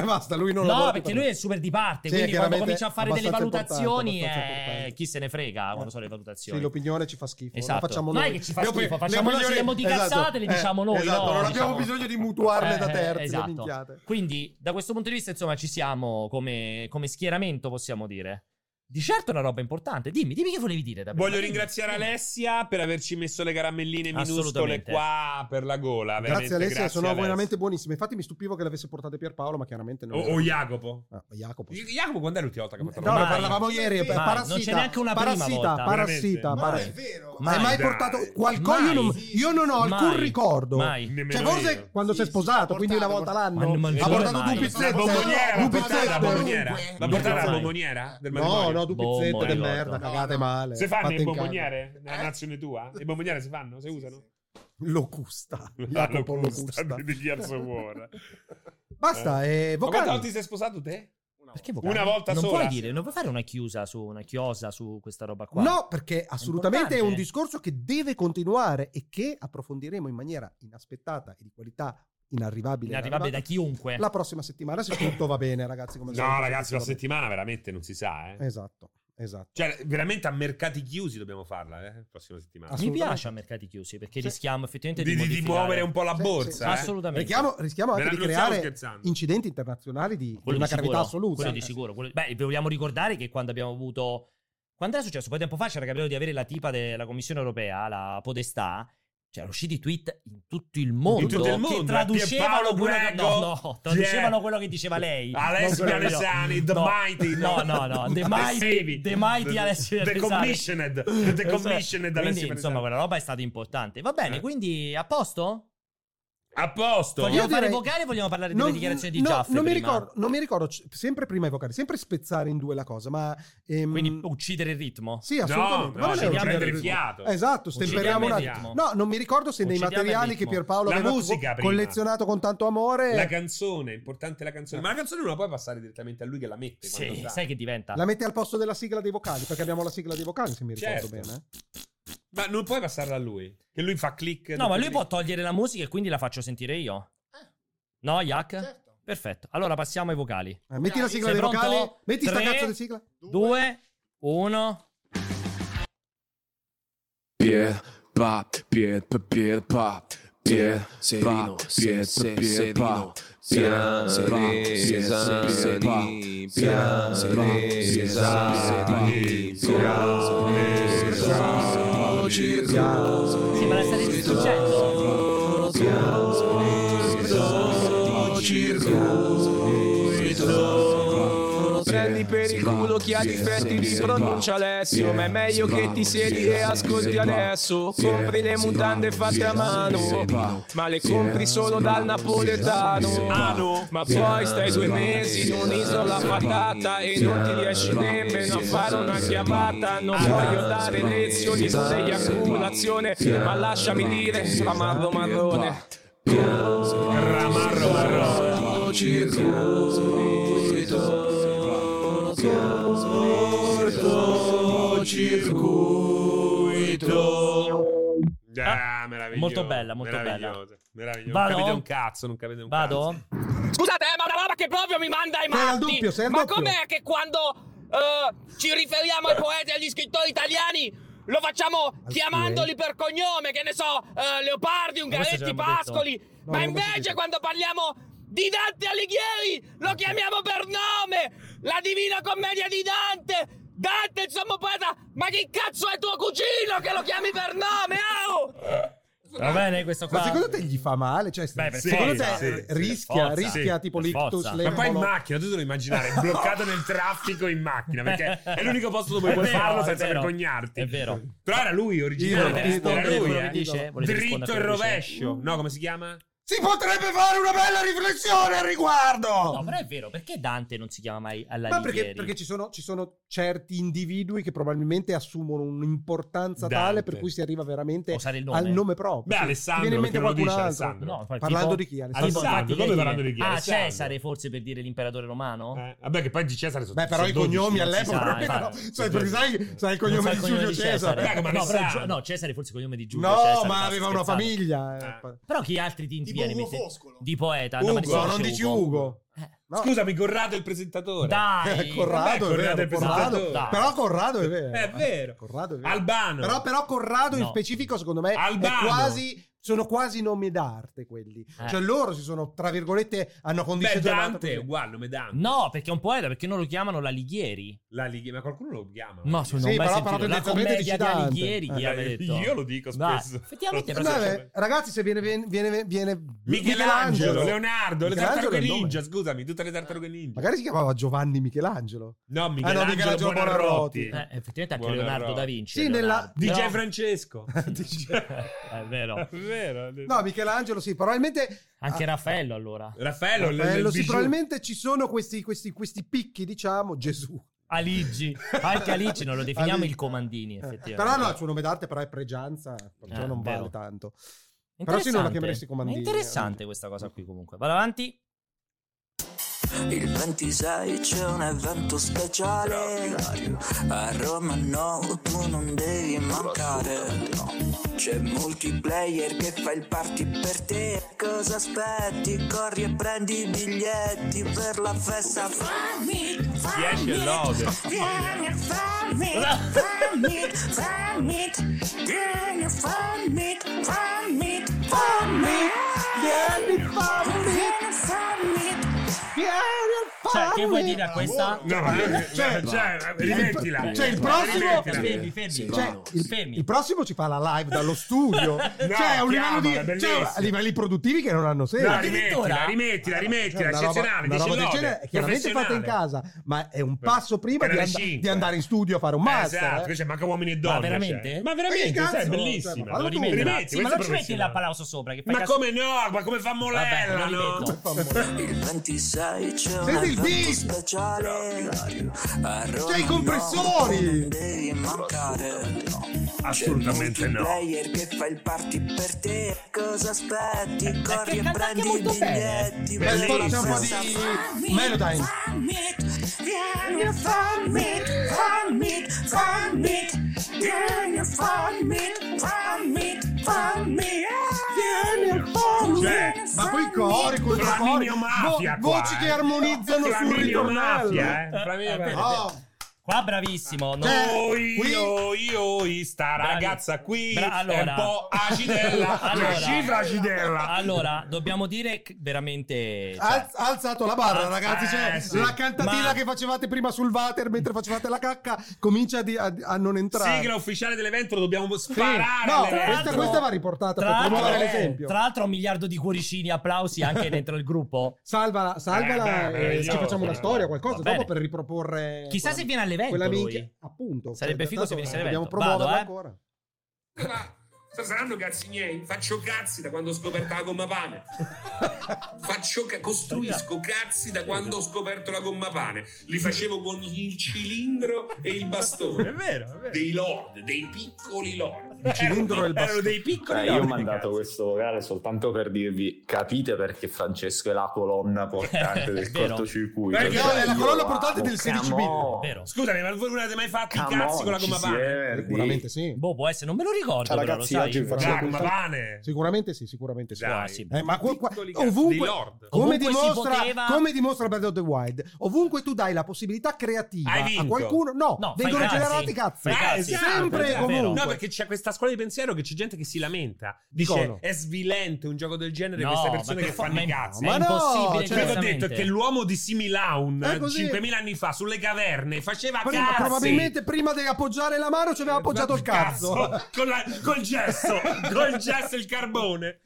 Basta, lui non lo
no,
vuole
perché
più
lui è super di parte,
Sì,
quindi quando
chiaramente
comincia a fare delle
abbastanza
valutazioni,
importante,
eh,
abbastanza importante.
chi se ne frega quando
Eh.
sono le valutazioni.
Sì, l'opinione ci fa schifo.
Esatto.
La facciamo
Non è
noi.
che ci fa
Le
schifo,
opi-
facciamo
le
noi,
opinioni-
siamo di cazzate, le diciamo noi,
Esatto,
no,
non
diciamo-
abbiamo bisogno di mutuarle da
Eh,
terzi,
esatto.
le minchiate.
Quindi, da questo punto di vista, insomma, ci siamo come, come schieramento, possiamo dire. Di certo è una roba importante. Dimmi, dimmi che volevi dire. da prima.
Voglio
Dimmi.
ringraziare Alessia per averci messo le caramelline minuscole
Assolutamente.
qua per la gola. veramente,
Grazie Alessia, sono
Alessia. Oh,
veramente buonissime. Infatti mi stupivo che le avesse portate Pierpaolo, ma chiaramente non.
O,
era-
o Jacopo.
Ah, Jacopo. sì.
I- Jacopo, quando è l'ultima volta che ha
No,
fatto la
ne
Mai.
parlavamo ieri,
Mai,
eh,
non
parassita.
c'è neanche una prima
parassita,
volta.
Parassita,
Veramente.
Ma non Ah, è
parassita.
vero.
Ma hai
Mai,
mai
dai.
portato qualcosa? Io non,
Mai.
io non ho alcun
Mai.
ricordo.
Mai.
Cioè, forse quando
Sì,
sei
sì,
sposato,
ha
quindi una volta
portato,
l'anno.
Ma- ma
ha portato
mai.
due
La
pizzette.
bomboniera,
due
la portata la
pizzette.
bomboniera. La
Non
portata la
sai.
bomboniera del
No,
matrimonio.
no, due
Boh,
pizzette
me
di
lo
merda,
ricordo.
cagate
No, no.
male.
Se fanno
Eh, Fatte
il
in casa.
bomboniere nella
Eh?
nazione tua? I bomboniere si fanno? Si usano?
Locusta.
La
Jacopo Locusta.
di chi al suo cuore.
Basta, eh,
Ma quante
vocali.
volte sei sposato te?
Perché vocali?
Una volta
non
sola.
Puoi dire, non puoi fare una chiusa su una chiosa su questa roba qua.
No, perché assolutamente è, un
importante.
discorso che deve continuare e che approfondiremo in maniera inaspettata e di qualità inarrivabile.
inarrivabile da
inarrivata
chiunque.
La prossima settimana, se tutto va bene, ragazzi. Come al
No,
solito,
ragazzi,
tutto va
la
bene.
settimana veramente non si sa, eh.
Esatto, esatto.
Cioè, veramente a mercati chiusi dobbiamo farla, eh, la prossima settimana.
Mi
assolutamente.
piace a mercati chiusi perché
Sì.
rischiamo effettivamente
Di,
di,
di- di
modificare.
muovere un po' la
Sì,
borsa,
sì,
eh.
Assolutamente.
Rischiamo, rischiamo anche
Ve la-
di
non stiamo
creare
scherzando.
incidenti internazionali di, di
Quello
una
di
gravità
sicuro,
assoluta.
Quello di sicuro. quello- Beh, vi vogliamo ricordare che quando abbiamo avuto. Quando era successo? Poi tempo fa c'era capitato di avere la tipa della Commissione europea, la Podestà. C'erano usciti tweet in tutto il mondo,
tutto il mondo,
che
eh,
traducevano
Pierpaolo
quello che,
Greco,
no, no, traducevano
yeah.
quello che diceva lei.
Alessio
Non quello che-
Alessani, The
no,
Mighty.
No, no, no, The Mighty,
Sevi.
The Mighty Alessio
The
Alessani.
Commissioned, The
Esatto.
Commissioned
Quindi,
Alessio
insomma,
Alessani.
quella roba è stata importante. Va bene,
Eh.
quindi a posto?
A posto.
Vogliamo
Io
fare
direi-
vocale o vogliamo parlare
Non-
delle dichiarazioni di
no,
Giaffe
non mi
prima?
ricordo, non mi ricordo, c- sempre prima evocare, sempre spezzare in due la cosa, ma... ehm,
Quindi uh, uccidere il ritmo.
Sì,
No,
assolutamente. ma non è
no, ci
un
dobbiamo
genere
prendere
di-
fiato.
Esatto,
Uccidiamo
stemperiamo un
il
attimo.
ritmo.
No, non mi ricordo se nei
Uccidiamo il
materiali che
ritmo.
Pierpaolo
La
aveva
musica prima.
collezionato con tanto amore,
La
la,
canzone, è importante la canzone. Ma la canzone non la puoi passare direttamente a lui che la mette. quando
Sì,
sa.
sai che diventa?
mette al posto della sigla dei vocali, perché abbiamo la sigla dei vocali, se mi ricordo
Certo.
bene. eh.
Ma non puoi passarla a lui. Che lui fa click.
No,
dopo
ma lui
click.
può togliere la musica e quindi la faccio sentire io.
Eh.
No, Yak?
Certo.
Perfetto. Allora passiamo ai vocali.
Eh, metti la sigla
Sei
dei
pronto?
vocali. Metti sta
Tre.
cazzo di sigla.
Due, uno.
Pier, pa, pier, pa, pier, pa. Pier,
Serino,
pa,
se-
pier, pa,
se-
pier,
Serino.
pa. Pier, pa, pier, pa, pier, pa.
Pisani,
Pier, pa, pier, pa,
Pisani,
pier, pa.
Sembra stare distruggendo.
Prendi per il culo chi ha difetti di pronuncia Alessio Ma è meglio che ti siedi e ascolti adesso Compri le mutande fatte a mano Ma le compri solo dal napoletano
Ah, no.
Ma poi stai due mesi in un'isola patata E non ti riesci nemmeno a fare una chiamata Non voglio dare lezioni sull'eiaculazione Ma lasciami dire, la marro marrone
Ramarro, marro.
Ah,
Ah, meraviglioso.
molto bella, molto bella.
meraviglioso, meraviglioso.
Vado?
Non capite un cazzo, non capite un cazzo.
Vado?
Scusate, eh, ma una roba che proprio mi manda ai
Sei al
matti.
doppio, sei al
ma
doppio.
com'è che quando eh, ci riferiamo ai poeti e agli scrittori italiani lo facciamo chiamandoli per cognome, che ne so, eh, Leopardi,
questo ce
Ungaretti,
l'abbiamo detto.
Pascoli,
No,
ma
non l'abbiamo
invece
detto.
quando parliamo di Dante Alighieri lo chiamiamo per nome, la Divina Commedia di Dante. Dante, il sommo poeta, ma chi cazzo è tuo cugino che lo chiami per nome? Oh!
Va bene questo qua?
Ma secondo te gli fa male? Cioè,
Beh, per
secondo
forza,
te
sì, sì,
rischia,
per forza.
rischia
Sì,
tipo
per
l'ictus?
forza.
Ma poi in
l'embolo?
macchina, tu te lo immaginare, bloccato nel traffico in macchina, perché è l'unico posto dove
È
puoi
vero,
farlo
è
senza
vero.
vergognarti.
È vero.
Però era lui
Volete
originale,
rispondere
era
a
lui,
quello che
eh.
dice? Volete rispondere
Dritto
a
e
quello che dice?
rovescio. No, come si chiama?
Si potrebbe fare una bella riflessione al riguardo.
No, però è vero, perché Dante non si chiama mai alla
Ma perché, perché ci, sono, ci sono certi individui che probabilmente assumono un'importanza tale
Dante.
per cui si arriva veramente
O sarà il nome?
al nome proprio.
Beh,
Sì.
Alessandro,
Viene in
perché
mente
non lo dice
qualcun altro.
Alessandro?
No, infatti,
Parlando
tipo-
di chi? Alessandro?
tipo-
Alessandro, come parlando di chi?
Ah,
Alessandro.
Cesare forse per dire l'imperatore romano?
Eh, vabbè, che poi di Cesare sono
Beh, però
sono
i
12,
cognomi
non si
all'epoca
sa, eh.
proprio
infatti.
erano-
infatti.
sai, perché sai, sai il
Non
cognome
sa
di
il cognome
Giulio
di
Cesare.
Dai, come
no, però
Alessandro.
Gio- no, Cesare forse il cognome di Giulio.
No,
Cesare,
ma
sta
aveva una
scherzando.
famiglia.
Ah.
eh.
Però chi altri ti viene in mente? Di poeta. no, ma
Ugo,
nessuno
non
dice
dici Ugo.
Eh.
No. Eh,
Scusami, Corrado è il presentatore.
Dai.
Corrado,
Vabbè, Corrado
è
è il
vero, Corrado.
presentatore. Dai.
Però Corrado è vero.
È vero.
Corrado è vero.
Albano.
Però, però Corrado in
No.
specifico, secondo me, è
Albano.
quasi- sono quasi nomi d'arte quelli.
Eh.
Cioè loro si sono, tra virgolette, hanno
Beh,
condizionato.
Dante è
così.
uguale, nome Dante.
No, perché è un poeta, perché non lo chiamano l'Alighieri?
La Lighi- ma qualcuno lo chiama?
No, sono
Sì,
mai
però-
sentito.
però
La
tendenzialmente
commedia
dici
di
Dante.
Alighieri, chi
Eh,
aveva detto?
io lo dico
Dai,
spesso.
effettivamente,
Lo
però-
so.
Vabbè, ragazzi, se viene, viene, viene, viene
Michelangelo, Leonardo, le
Michelangelo è
tartarughe
il nome.
ninja, scusami, tutte le tartarughe ninja.
Magari si chiamava Giovanni Michelangelo.
No,
Ah, no, Michelangelo
Michelangelo Buonarroti.
Eh, effettivamente anche
Buona
Leonardo
roba.
da Vinci.
Sì,
è Leonardo.
nella-
DJ
Però-
Francesco.
Eh, È vero.
È vero.
No, Michelangelo, sì, probabilmente.
Anche
Ah,
Raffaello, allora.
Raffaello,
Raffaello,
il- il
sì,
bijou.
probabilmente ci sono questi, questi, questi picchi, diciamo, Gesù.
Aligi. Anche Aligi non lo definiamo
Aligi.
il Comandini,
Eh,
effettivamente.
Però no, il suo nome d'arte però è pregianza, perciò
Ah,
non
vero.
vale tanto. però
Interessante.
sì, non la chiameresti Comandini.
È interessante questa cosa qui, comunque. Vado avanti.
Il 26 c'è un evento speciale A Roma no, tu non devi mancare C'è multiplayer che fa il party per te Cosa aspetti? Corri e prendi i biglietti per la festa Fammi,
esce
fammi,
il lode.
vieni, fammi, fammi, fammi Vieni, fammi, fammi, fammi Vieni, fammi, fammi
Cioè, che vuoi dire a questa?
No, ma cioè, cioè, rimettila.
Cioè, il prossimo-
Rimettila.
Fermi, fermi.
Cioè, il,
Fermi.
il prossimo ci fa la live dallo studio. cioè, a un livello
chiamala,
di,
bellissimo.
cioè, a livelli produttivi che non hanno senso.
No,
Cioè,
rimettila,
addirittura-
rimettila, rimettila,
una roba-
eccezionale,
una roba del
dice
genere
lode,
è chiaramente fatta in
professionale.
casa, ma è un passo prima di,
Era alle
and-
cinque.
di andare in studio a fare un
Eh,
master.
esatto,
eh.
cioè, ma che uomini e donne.
Ma veramente?
cioè. Ma veramente,
Ma che
sai, è
cazzo? Cioè,
bellissima.
ma lo
Rimetti,
rimetti,
ma non
questo
ci
è
metti
professionale.
l'applauso sopra? Che fai
Ma
cazzo-
come no? Ma come fa
Vabbè,
Mollella,
lo
no?
ripeto.
Il 26 c'è un
Senti il
evento
beat!
speciale A Roma
C'è i compressori!
no, Non devi mancare
Assolutamente
C'è il
no.
player che fa il party per te Cosa aspetti? Corri e
canta anche
prendi i
molto bene.
biglietti
Beh,
per
ascolta,
la
c'è un po' di
festa. Fammi,
Melodyne.
fammi, Vieni, fammi, fammi, fammi Vieni, fammi,
Cioè,
fuori.
Flaminio Mafia
Vo-
qua,
voci
eh.
che armonizzano sul
Flaminio
ritornello.
Mafia, eh. Flaminio Mafia.
No.
Qua bravissimo. No.
Cioè,
Oi,
qui-
oi, oi, sta
Bravi.
ragazza qui
Bra-
è
allora.
un po' acidella,
Allora.
una cifra acidella.
Allora, dobbiamo dire che veramente... cioè,
Alz- Ha alzato la barra,
Ah,
ragazzi. Cioè,
eh, sì.
La cantatina
Ma-
che facevate prima sul water mentre facevate la cacca comincia di- a, a non entrare.
Sigla ufficiale dell'evento, lo dobbiamo sparare.
No,
alle-
Tra
questa,
l'altro-
questa va riportata
tra
per promuovere
l'altro-
l'esempio.
tra l'altro un miliardo di cuoricini e applausi anche dentro il gruppo.
Salvala, salvala
Eh, beh,
e
meraviglioso,
ci facciamo una storia, qualcosa
Va
dopo
bene.
per riproporre.
Chissà se viene all'evento
Eh, quella
lui.
minchia. Appunto. Cioè,
Sarebbe figo se
Tanto
venisse
Dobbiamo
all'evento. Vado,
promuoverla
eh.
ancora.
Ma saranno cazzi miei? Faccio cazzi da quando ho scoperto la gomma pane. Faccio ca- costruisco cazzi da quando ho scoperto la gomma pane. Li facevo con il cilindro e il bastone.
È vero, è vero.
Dei lord, dei piccoli lord.
Il cilindro e il bastone. dei piccoli.
Cioè, io ho
lord,
mandato
cazzo.
questo vocale soltanto per dirvi: capite perché Francesco è la colonna portante
È
del
vero.
cortocircuito.
Perché
Cioè,
è la
io,
colonna
amo,
portante del 16 bit.
come on,
Vero.
Scusami, ma voi non avete mai fatto i
come
cazzi
on,
con la
ci
gomma
si
pane?
erdi.
Sicuramente sì.
Boh, può essere, non me lo ricordo,
Ciao,
però
ragazzi,
lo sai.
oggi vi faccio-
La
Facciamo
gomma pane.
Sicuramente sì, sicuramente sì.
Dai.
sì.
Eh, ma qua- qua-
Piccoli cazzi, dei
ovunque, come,
lord.
Esatto. Ovunque si
dimostra,
poteva-
come dimostra Breath of the Wild, ovunque tu dai la possibilità creativa
Hai vinto.
a qualcuno, no,
No,
vengono
fai cazzi.
generati cazzi.
Fai
cazzi.
Eh, sempre e
Esatto,
comunque.
vero.
No, perché c'è questa scuola di pensiero che c'è gente che si lamenta. Dice
Cosa?
è svilente un gioco del genere
No,
queste
ma
persone che
per fa-
fanno
ma
i
è-
cazzi.
ma è
Ma no,
impossibile.
cioè-
Quello che ho
diversamente.
detto è che l'uomo di Similaun
È così.
5.000 anni fa sulle caverne faceva
Prima-
cazzi. Esatto.
probabilmente prima di appoggiare la mano ci aveva appoggiato il cazzo.
Con la- col gesso, col gesso e il carbone.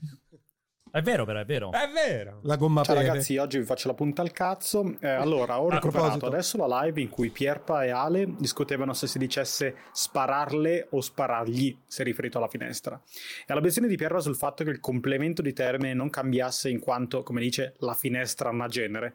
È vero, però, è vero.
È vero.
La gomma
Ciao
peve.
ragazzi, oggi vi faccio la punta al cazzo. Eh, allora, ho
A
recuperato
proposito.
adesso la live in cui Pierpa e Ale discutevano se si dicesse spararle o sparargli, se riferito alla finestra. E l'obiezione di Pierpa sul fatto che il complemento di termine non cambiasse in quanto, come dice, la finestra non ha genere.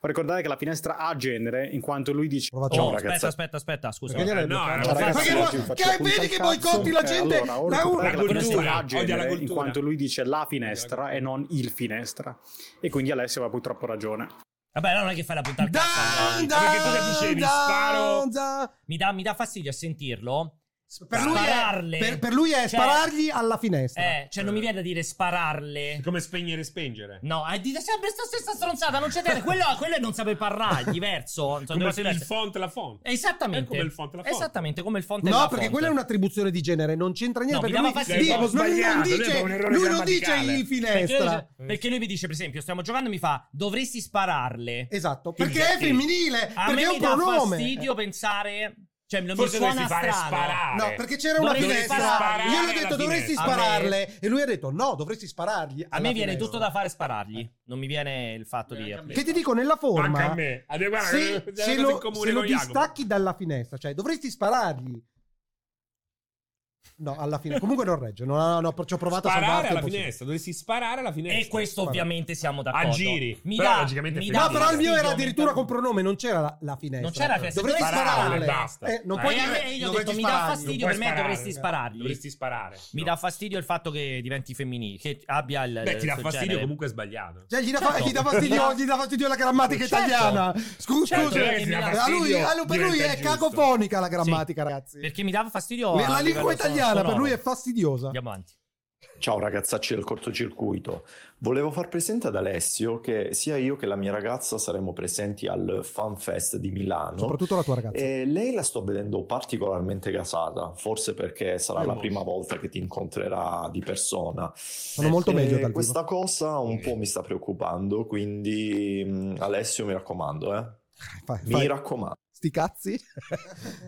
Ho ricordare che la finestra ha genere in quanto lui dice...
Provate-
Ciao,
Oh, aspetta,
ragazzi.
aspetta, aspetta, scusa.
Perché gliel'hai
Eh, no,
bloccato?
era-
Ma
cioè, Ragazzi,
che
oggi vi
vuoi-
faccio la
che
punta
vedi
al
che
cazzo.
boicotti la
Eh,
gente?
allora, ora
La-
recuperare
la
la
cultura,
finestra
odia la
genere, in
cultura.
quanto lui dice la finestra e non il finestra. E quindi Alessio aveva purtroppo ragione.
Vabbè, allora non è che fai la puntata. al cazzo, dai.
Dan, dan,
Perché tu le dicevi,
dan,
sparo-
dan.
Mi dà, mi dà fastidio a sentirlo.
Per lui,
Spararle.
è, per, per lui è
Cioè-
Eh, sparargli alla finestra.
Eh, cioè, non mi viene da dire spararle.
È Come spegnere e spengere.
No, eh, dite sempre sta stessa stronzata, non c'è tempo. Quello, quello è non saper parlare, è diverso. Sono Eh, due
Come
cose
il
diverse.
font e la font.
Esattamente.
È come il font e la font.
Esattamente, come il font e
No,
la
perché
font.
quella è un'attribuzione di genere, non c'entra
No,
niente.
mi
perché lui,
dava
lui-
fastidio.
lui non
Sbagliato, lui
dice,
aveva un errore
lui non dice
grammaticale.
il
Perché lui,
finestra.
dice- perché lui mi dice, per esempio, stiamo giocando e mi fa, dovresti spararle.
Esatto,
Sì,
perché è
sì.
femminile,
A
perché
me
è
mi
un
dà
pronome.
fastidio pensare... Cioè, non mi
Forse
suona
dovresti fare
strano.
sparare.
No, perché c'era una
Dovresti
finestra.
sparargli
Io gli ho
alla
detto dovresti
finestra."
spararle e lui ha detto no, dovresti sparargli.
A
alla
me viene
finestra.
tutto da fare sparargli. Non mi viene il fatto di...
Neanche a me.
Che ti dico nella forma.
Manca a me. Ah, guarda,
se,
c'è una
se
cosa in
lo,
comune
se lo
con Jacopo.
distacchi dalla finestra, cioè dovresti sparargli. No, alla fine. Comunque non reggio. No, no, no, ci ho provato a salvarti.
Sparare alla
è impossibile.
finestra, dovresti sparare alla finestra.
E questo ovviamente siamo d'accordo.
A giri.
Mi
Però
dà,
logicamente
mi
è
dà
No,
Dai,
però il mio
fastidio
era addirittura
mental-
con pronome, non c'era la, la finestra. ecco.
Non c'era la finestra,
Dovresti
dovresti
spararle.
spararle, basta.
Eh, non
Ma
puoi
io-
dire,
io ho
dovresti
detto, mi dà
sparargli.
fastidio.
puoi
per me dovresti spararli.
Dovresti sparare.
Mi
No.
dà fastidio il fatto che diventi femminile, che abbia il
Beh, ti dà
suo
fastidio
genere.
comunque è sbagliato.
Cioè, gli dà,
Certo.
gli dà fastidio, gli dà fastidio la grammatica
Certo.
italiana. Scusa,
Certo,
scusa.
perché ti dà
A lui-
fastidio,
a lui- per lui
diventa
è
giusto.
cacofonica la grammatica, ragazzi.
Perché mi dava fastidio
La
a livello
lingua italiana
sonoro.
per lui è fastidiosa.
Andiamo avanti.
Ciao ragazzacci del cortocircuito. Volevo far presente ad Alessio che sia io che la mia ragazza saremo presenti al Fan Fest di Milano.
Soprattutto la tua ragazza.
E lei la sto vedendo particolarmente gasata, forse perché sarà la
Emoji.
prima volta che ti incontrerà di persona.
Sono molto
E
meglio dal vivo.
Questa cosa un po' mi sta preoccupando, quindi mm, Alessio mi raccomando, eh.
Fai-
Mi
fai-
raccomando.
Sti cazzi?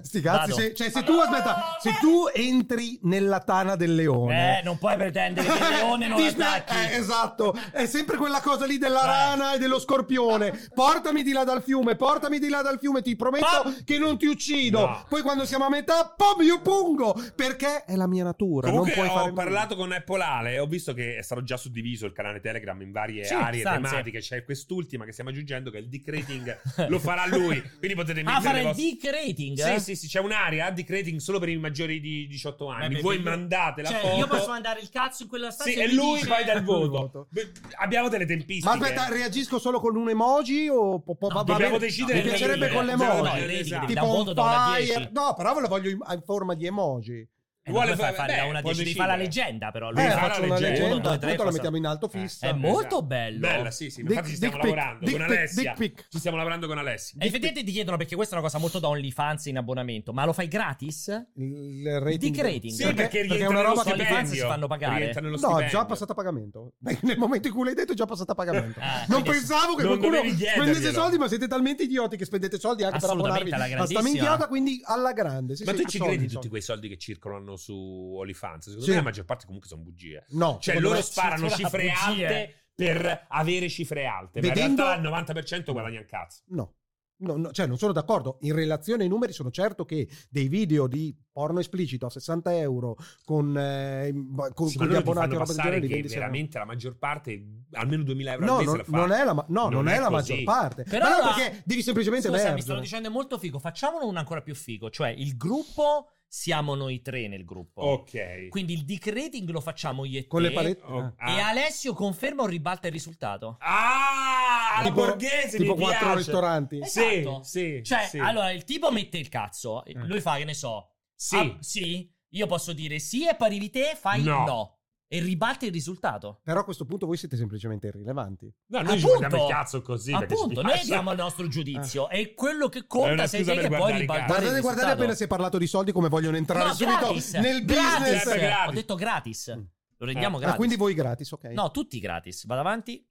Sti cazzi?
Vado.
Se, cioè, se tu, aspetta, se tu entri nella tana del leone...
Eh, non puoi pretendere che il leone non
Ti spe-
attacchi.
eh, esatto, è sempre quella cosa lì della
Eh.
rana e dello scorpione. Portami di là dal fiume, portami di là dal fiume, ti prometto
Pam!
che non ti uccido.
No.
Poi quando siamo a metà, pom, io pungo, perché è la mia natura,
Comunque
non puoi fare
ho
male.
parlato con Apple Ale e ho visto che è stato già suddiviso il canale Telegram in varie
Sì,
aree
stanze.
tematiche. C'è quest'ultima che stiamo aggiungendo che è il decreting lo farà lui. Quindi potete
Ah,
mettere
fare
le
il
vostre-
dick rating? eh?
Sì, sì, sì, c'è un'area decreting solo per i maggiori di 18 anni.
Vabbè,
Voi
quindi-
Ah, mandate la
Cioè,
foto.
io posso mandare il cazzo in quella stanza
Sì,
e
e
mi
lui
dice- Eh,
poi dal
voto.
voto. Beh, Abbiamo delle
Ma
tempistiche. eh.
aspetta, reagisco solo con un emoji o po- po- va- va
dobbiamo
bene?
decidere eh,
Mi
il
piacerebbe
rating.
con
le
le
Dobbiamo
emoji. Esatto.
decidere il rating,
tipo
da un
un
voto da una
fire.
10.
No, però ve lo voglio in, in forma di emoji.
Eh, non
Vuole
puoi far
fare-
fare da
beh,
una
può
decina, fa
decidere.
la leggenda però. Lui
Eh,
fa-
faccio una
leggenda,
leggenda,
uno, due, tre,
appunto la
forse-
mettiamo in alto
Eh,
fissa.
è molto bello.
Bella, sì, sì. ma
Dick-
infatti ci stiamo
dick pic,
lavorando
dick
con
pic,
Alessia.
dick pic.
Ci stiamo lavorando con Alessia.
E vedete ti chiedono perché questa è una cosa molto da OnlyFans in abbonamento, ma lo fai gratis?
Il
Il
rating.
dick rating.
Sì, perché,
perché è
rientra
una
nello
roba che
stipendio.
gli fans si fanno pagare.
Rientra
No,
nello
è
stipendio.
già passata a pagamento. Beh, Nel momento in cui l'hai detto, è già passata a pagamento.
Ah,
non
quindi-
pensavo che
Non
qualcuno
dovevi chiederglielo.
spendesse soldi, ma siete talmente idioti che spendete soldi anche per
Assolutamente,
abbonarvi
alla
a sta
grandissima.
minchiata. Quindi alla grande. Sì,
Ma
sì,
tu ci
soldi,
credi in
soldi.
tutti quei soldi che circolano su OnlyFans? Secondo
Sì.
me la maggior parte comunque sono bugie.
No,
Cioè,
secondo
loro
me-
sparano
sono
cifre
bugie.
alte per avere cifre alte.
Vedendo-
Ma in realtà al 90% guadagna un cazzo.
No. No, no, cioè non sono d'accordo. In relazione ai numeri sono certo che dei video di porno esplicito a 60 euro con, eh, con,
Sì,
con
ma
gli
loro ti
abbonati
fanno
o roba del genere
passare
li
che
vendi se no.
veramente la maggior parte, almeno 2000 euro al
No,
mese
non,
la fa.
non è la, ma- no,
Non
non
è
è la
così.
maggior parte.
Però
ma no,
la-
perché devi semplicemente
Scusa, mi
emergere.
stanno dicendo è molto figo. Facciamolo uno ancora più figo. Cioè, il gruppo siamo noi tre nel gruppo.
Ok.
Quindi il dick rating lo facciamo io e
Con
te.
le palette.
Oh,
eh.
E
ah.
Alessio conferma o ribalta il risultato?
Ah, la
Tipo-
borghese
tipo
mi piace. Eh,
quattro ristoranti.
Sì,
Esatto.
sì.
Cioè,
sì. Eh.
allora, il tipo mette il cazzo. Lui fa, che ne so.
Sì.
ah, sì? Io posso dire sì e pari di te, fai
No.
no. E ribalta il risultato.
Però a questo punto voi siete semplicemente irrilevanti.
No, noi ci
Appunto.
guardiamo il cazzo così. perché ci
Appunto, noi
piace.
diamo il nostro giudizio. E quello che
È una
conta sei
scusa
te che puoi
per guardare i
ribaltare
cazzi.
il
Guardate, guardate
risultato.
appena si è parlato di soldi come vogliono entrare
No,
subito
gratis.
nel
Gratis.
business.
Sempre gratis. Mm. Eh.
Ho detto gratis. Lo rendiamo
Ah,
gratis.
quindi voi gratis, ok.
No, tutti gratis. Vado avanti.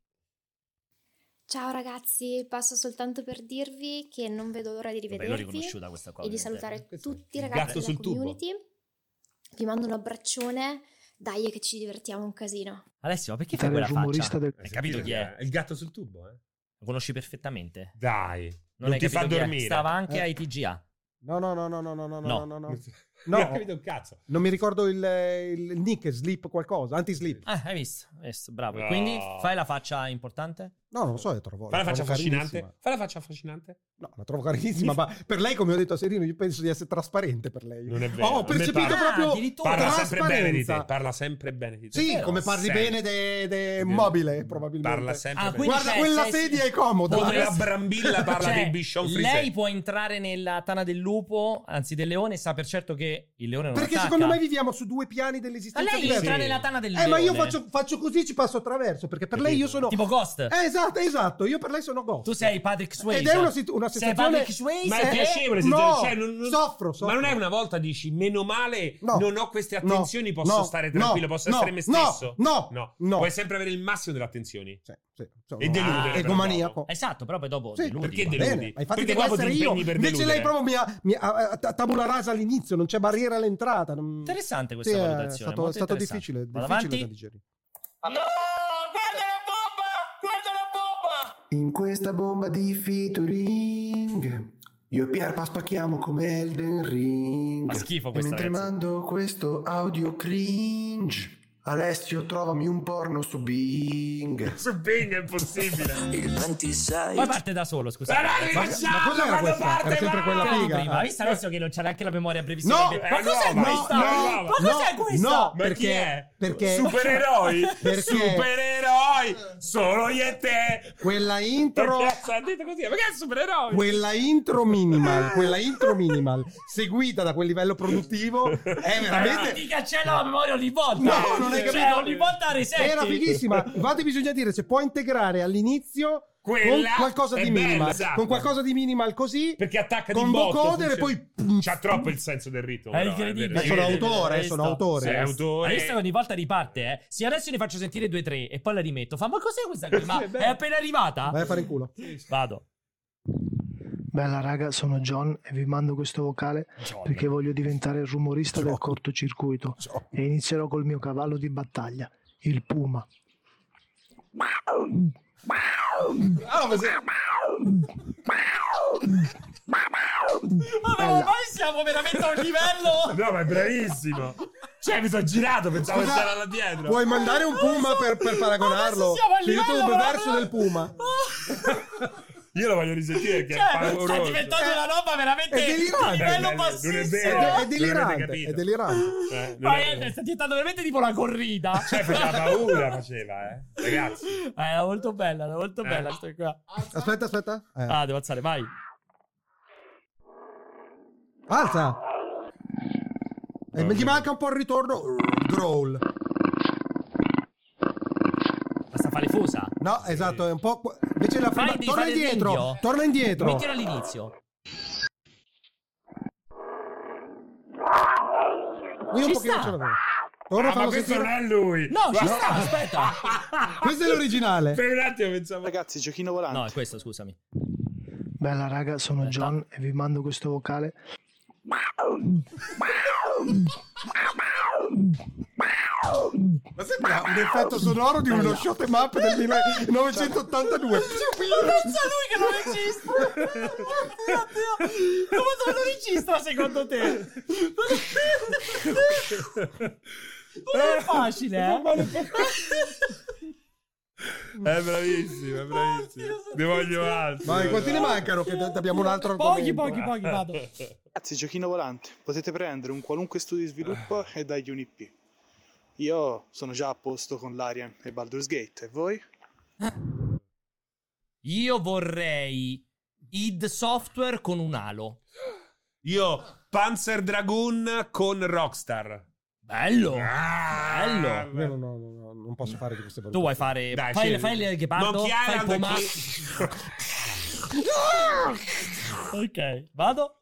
Ciao ragazzi, passo soltanto per dirvi che non vedo l'ora di
Vabbè, l'ho
rivedervi
riconosciuta questa qua.
e di
ovviamente.
salutare
Questo è
tutti i
il
ragazzi
gatto
della
sul tubo.
community. Vi mando un abbraccione, dai che ci divertiamo un casino.
Alessio, ma perché fai quella faccia?
Eh,
Hai
sentite
capito chi è?
È il gatto sul tubo, eh.
Lo conosci perfettamente.
Dai. Non,
hai
ti fa
capito chi è.
dormire.
Stava anche
Eh.
ai TGA.
No, no, no, no, no, no, no,
No.
no, no, no.
Non ho
No.
capito un cazzo.
Non mi ricordo il, il nick, sleep qualcosa, anti-sleep.
Ah, hai visto? Hai visto, Bravo.
No.
Quindi fai la faccia importante.
No, non lo so, la trovo.
Fai la faccia
trovo
affascinante.
carinissima.
Fai la faccia affascinante.
No, la trovo carinissima, ma per lei, come ho detto a Serino, io penso di essere trasparente per lei.
Non è vero.
Oh, Ho
A me
percepito
parla-
Ah,
proprio
addirittura.
Parla sempre bene di te.
trasparenza.
Parla sempre bene di te.
Sì,
Però
come parli
sempre.
bene de, de mobile, probabilmente.
Parla sempre
Ah,
bene.
quindi
Guarda,
c'è-
quella
sei-
sedia è comoda.
Come la
Potresti-
brambilla parla
Cioè,
dei Bichon frisè.
Lei può entrare nella tana del lupo, anzi del leone, e sa per certo che il leone non
Perché
attacca.
secondo me viviamo su due piani
Ma
dell'esistenza
lei
diversi.
entra
Sì.
nella tana del
Eh,
leone.
ma io faccio, faccio così e ci passo attraverso, perché per lei io sono...
Tipo Ghost.
Eh, esatto, esatto, io per lei sono ghost.
Tu sei Patrick Swayze.
Ed è una, situ- una
Sei
sensazione...
Patrick Swayze?
Ma è
Eh,
piacevole, se-
no,
cioè, non- non-
soffro, soffro.
Ma non è una volta dici, meno male,
No.
non ho queste
No.
attenzioni, posso
No.
stare tranquillo,
No.
posso
No.
essere me
No.
stesso.
No.
no.
No.
Vuoi sempre avere il massimo delle attenzioni.
Sì, sì, sono-
E deludere, però,
Egomaniaco.
Esatto, però poi dopo
Ah, Sì,
deludi.
Eh, perché
va
Ma-
deludi?
bene, ma infatti
Perché
devo
dopo ti
essere io.
impegni per
Invece lei
deludere.
proprio mi ha, mi ha- a- a- tabula rasa all'inizio, non c'è barriera all'entrata. non-
Interessante questa
Sì, è
valutazione.
stato- È stato,
molto interessante.
difficile,
Vado
difficile da
avanti.
digerire.
No, guarda la bomba! Guarda la bomba!
In questa bomba di featuring io e Pierpa spacchiamo come Elden Ring.
Fa schifo
E
questa,
mentre
ragazzi.
mando questo audio cringe, Alessio trovami un porno su Bing.
Su Bing è impossibile.
Il 26
Poi parte da solo, scusate.
Ma dai,
Ma-
Ma,
Lasciala,
ma cos'era
quando
questa?
parte,
Era sempre
va!
quella
Parlavamo
figa.
prima,
Ah.
visto adesso che non c'è neanche la memoria brevissima.
No,
ma
eh,
cos'è
no, ma-
questa?
no,
ma cos'è
no,
questa?
no,
Ma chi è?
perché, perché
Supereroi?
Perché?
Supereroi! Solo io e te!
quella intro
Perché cazzo ha detto così? Ma che è supereroi?
quella intro minimal, quella intro minimal seguita da quel livello produttivo è
Ma
veramente
chi cancella la memoria ogni volta?
No, non hai
Cioè,
capito.
ogni volta resetti.
era fighissima. Infatti bisogna dire se può integrare all'inizio con
Quella
qualcosa
è
di
bella,
minimal,
esatto.
con qualcosa di minimal così
Perché attacca
con
di botto.
vocoder e
funziona.
poi pum,
C'ha troppo il senso del ritmo.
È
però,
incredibile.
Ma
vero.
sono
Sì,
autore,
sì,
sono
sì.
autore.
Sei autore.
Hai visto che ogni volta riparte, eh? Sì, adesso ne faccio sentire due tre e poi la rimetto. Fa, ma cos'è questa qui? Ma è appena arrivata?
Vai a fare il culo.
Vado.
Bella raga, sono John e vi mando questo vocale perché voglio diventare il rumorista del cortocircuito e inizierò col mio cavallo di battaglia, il Puma.
Ma, ma ormai siamo veramente a un livello...
No, ma è bravissimo. Cioè, mi sono girato, pensavo che stava là dietro.
Puoi mandare un puma per, per paragonarlo.
Adesso siamo al
Su YouTube
livello, Cioè,
verso
ma-
del puma.
Io lo voglio risentire perché è
Cioè, sta
pauroso.
diventando una roba veramente
Eh,
di
È delirante.
Non
livello bassissimo.
È,
è- non è vero.
de- è
Non avete
delirante,
capito.
è delirante.
Eh, non
Ma
è-
è- sta diventando veramente tipo una corrida.
Cioè, faceva paura, faceva, eh. Ragazzi.
Eh, Era molto bella, era molto
Eh.
bella sta qua.
Aspetta, aspetta. Eh.
Ah, devo alzare, vai.
Alza. Eh, gli manca un po' il ritorno. Growl.
Basta fare fusa.
No, esatto, è un po'. qu- Invece la prima...
Fai di
Torna
fare il
indietro.
ninja.
Torna indietro.
Mettila all'inizio.
Io un
Ci
pochino
sta. Ah,
ce l'avevo. Torna a
Ah, ma
farlo
questo non
sentire.
è lui.
No, ci sta, aspetta.
Questo è l'originale.
Per un attimo pensavo.
Ragazzi, giochino volante.
No, è questo, scusami.
Bella raga, sono John e vi mando questo vocale.
Ma sembra un effetto sonoro di uno shot em up del 1982.
Pensa lui che Cioè, non regista! Oddio, oddio! Come sono regista secondo te? Non è facile, eh?
eh.
È bravissimo, è bravissimo. Ne voglio altri.
Ma quanti ne mancano? Che tanto abbiamo un altro
Pochi,
argomento.
pochi, pochi, vado.
Ragazzi, giochino volante, potete prendere un qualunque studio di sviluppo e dagli un IP. Io sono già a posto con l'Arian e Baldur's Gate, e voi?
Io vorrei id software con un halo.
Io, Panzer Dragoon con Rockstar.
Bello!
Ah,
Bello!
Io non, ho- non ho- non posso fare di queste
Tu
valutazioni.
vuoi fare.
Dai,
fai,
scegli.
fai il ghepardo,
Monkey
fai il
Island,
poma. Ok, vado.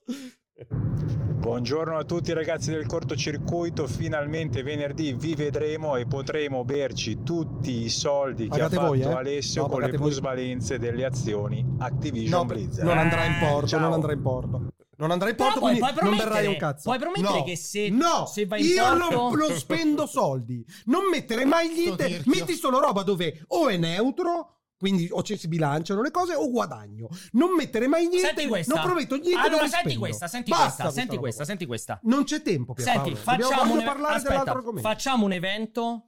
Buongiorno a tutti ragazzi del cortocircuito, finalmente venerdì vi vedremo e potremo berci tutti i soldi che
Pagate
ha fatto
voi, eh?
Alessio
No,
con le
pagate voi.
plusvalenze delle azioni Activision
No,
Blizzard.
non andrà in porto,
ciao.
non andrà in porto. Non andrà in
Però
porto,
puoi-
quindi
puoi
non
promettere-
berrai un cazzo.
puoi promettere
No,
che se-
no,
se vai in
io
porto-
non lo spendo soldi. Non mettere mai niente,
tirchio.
metti solo roba dove o è neutro, quindi o ci si bilanciano le cose o guadagno. Non mettere mai niente,
Senti questa.
non prometto niente
Allora,
dove
senti
spendo.
questa, senti
Basta
questa, senti
roba
questa,
qua.
senti questa.
Non c'è tempo per
Senti, facciamo
Voglio
un,
parlare dell'altro
aspetta,
argomento.
facciamo un evento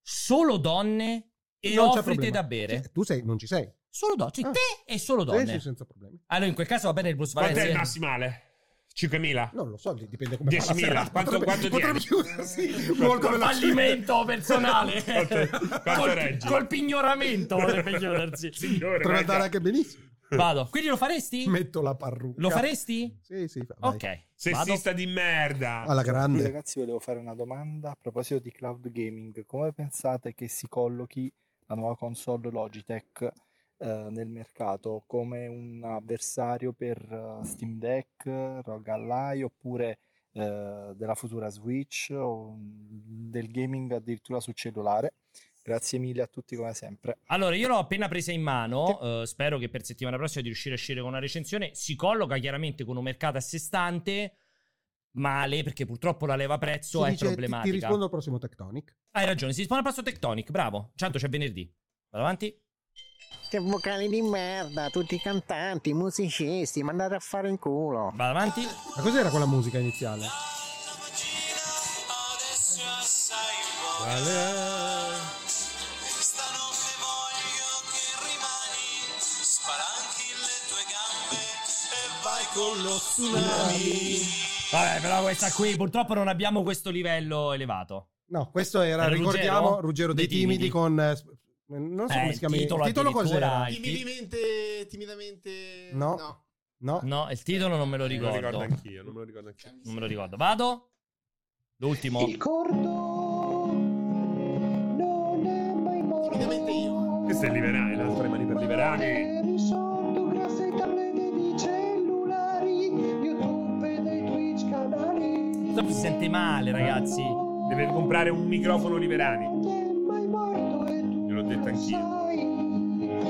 solo donne e
Non c'è
offrite
problema.
da bere.
Cioè, tu sei, non ci sei.
Solo donne, cioè
Ah.
te e solo
Sei
donne.
senza problemi.
Allora, in quel caso va bene il Bruce
Quanto è il
Valenzi.
massimale? 5.000?
Non lo so, dipende come
10.000.
va la serata.
Quanto-
Potrebbe- potrebbe
quanto
sì, molto veloce.
Fallimento personale.
Quanto- quanto
col,
reggi?
col pignoramento potrebbe chiudersi.
Signore,
Potrebbe andare
guarda.
anche benissimo.
Vado. Quindi lo faresti?
Metto la parrucca.
Lo faresti?
Sì, sì. fa- vai.
Ok. Vado.
Sessista di merda.
Alla grande.
Ragazzi, volevo fare una domanda a proposito di cloud gaming. Come pensate che si collochi la nuova console Logitech eh, nel mercato? Come un avversario per eh, Steam Deck, Rogue Ally oppure eh, della futura Switch o del gaming addirittura su cellulare? Grazie mille a tutti come sempre.
Allora, io l'ho appena presa in mano. eh, spero che per settimana prossima di riuscire a uscire con una recensione. Si colloca chiaramente con un mercato a sé stante. Male, perché purtroppo la leva prezzo
Si
è
dice, ti-
problematica.
Ti, rispondo al prossimo Tectonic.
Hai ragione, si dispone al passo Tectonic, bravo. Tanto c'è venerdì. Vado avanti.
Che vocali di merda, tutti i cantanti, i musicisti, mandate a fare in culo.
Vado avanti.
Ma cos'era quella musica iniziale?
Vabbè, però questa qui purtroppo non abbiamo questo livello elevato.
No, questo
Era
era,
Ruggero?
ricordiamo, Ruggero dei
Dei timidi.
Timidi con... eh, sp- Non so
Eh,
come
il
si chiama.
titolo addirittura-
cos'era?
il ti-
Timidamente, timidamente...
No. No.
No, il titolo Eh, non me lo
Non me lo
ricordo.
ricordo anch'io, non me lo ricordo anch'io.
Non me lo ricordo. Vado. L'ultimo.
Timidamente io.
Questo è liberale, le altre mani per liberare.
Sto- Si sente male, ragazzi.
Deve comprare un microfono liberani. Gliel'ho detto anch'io.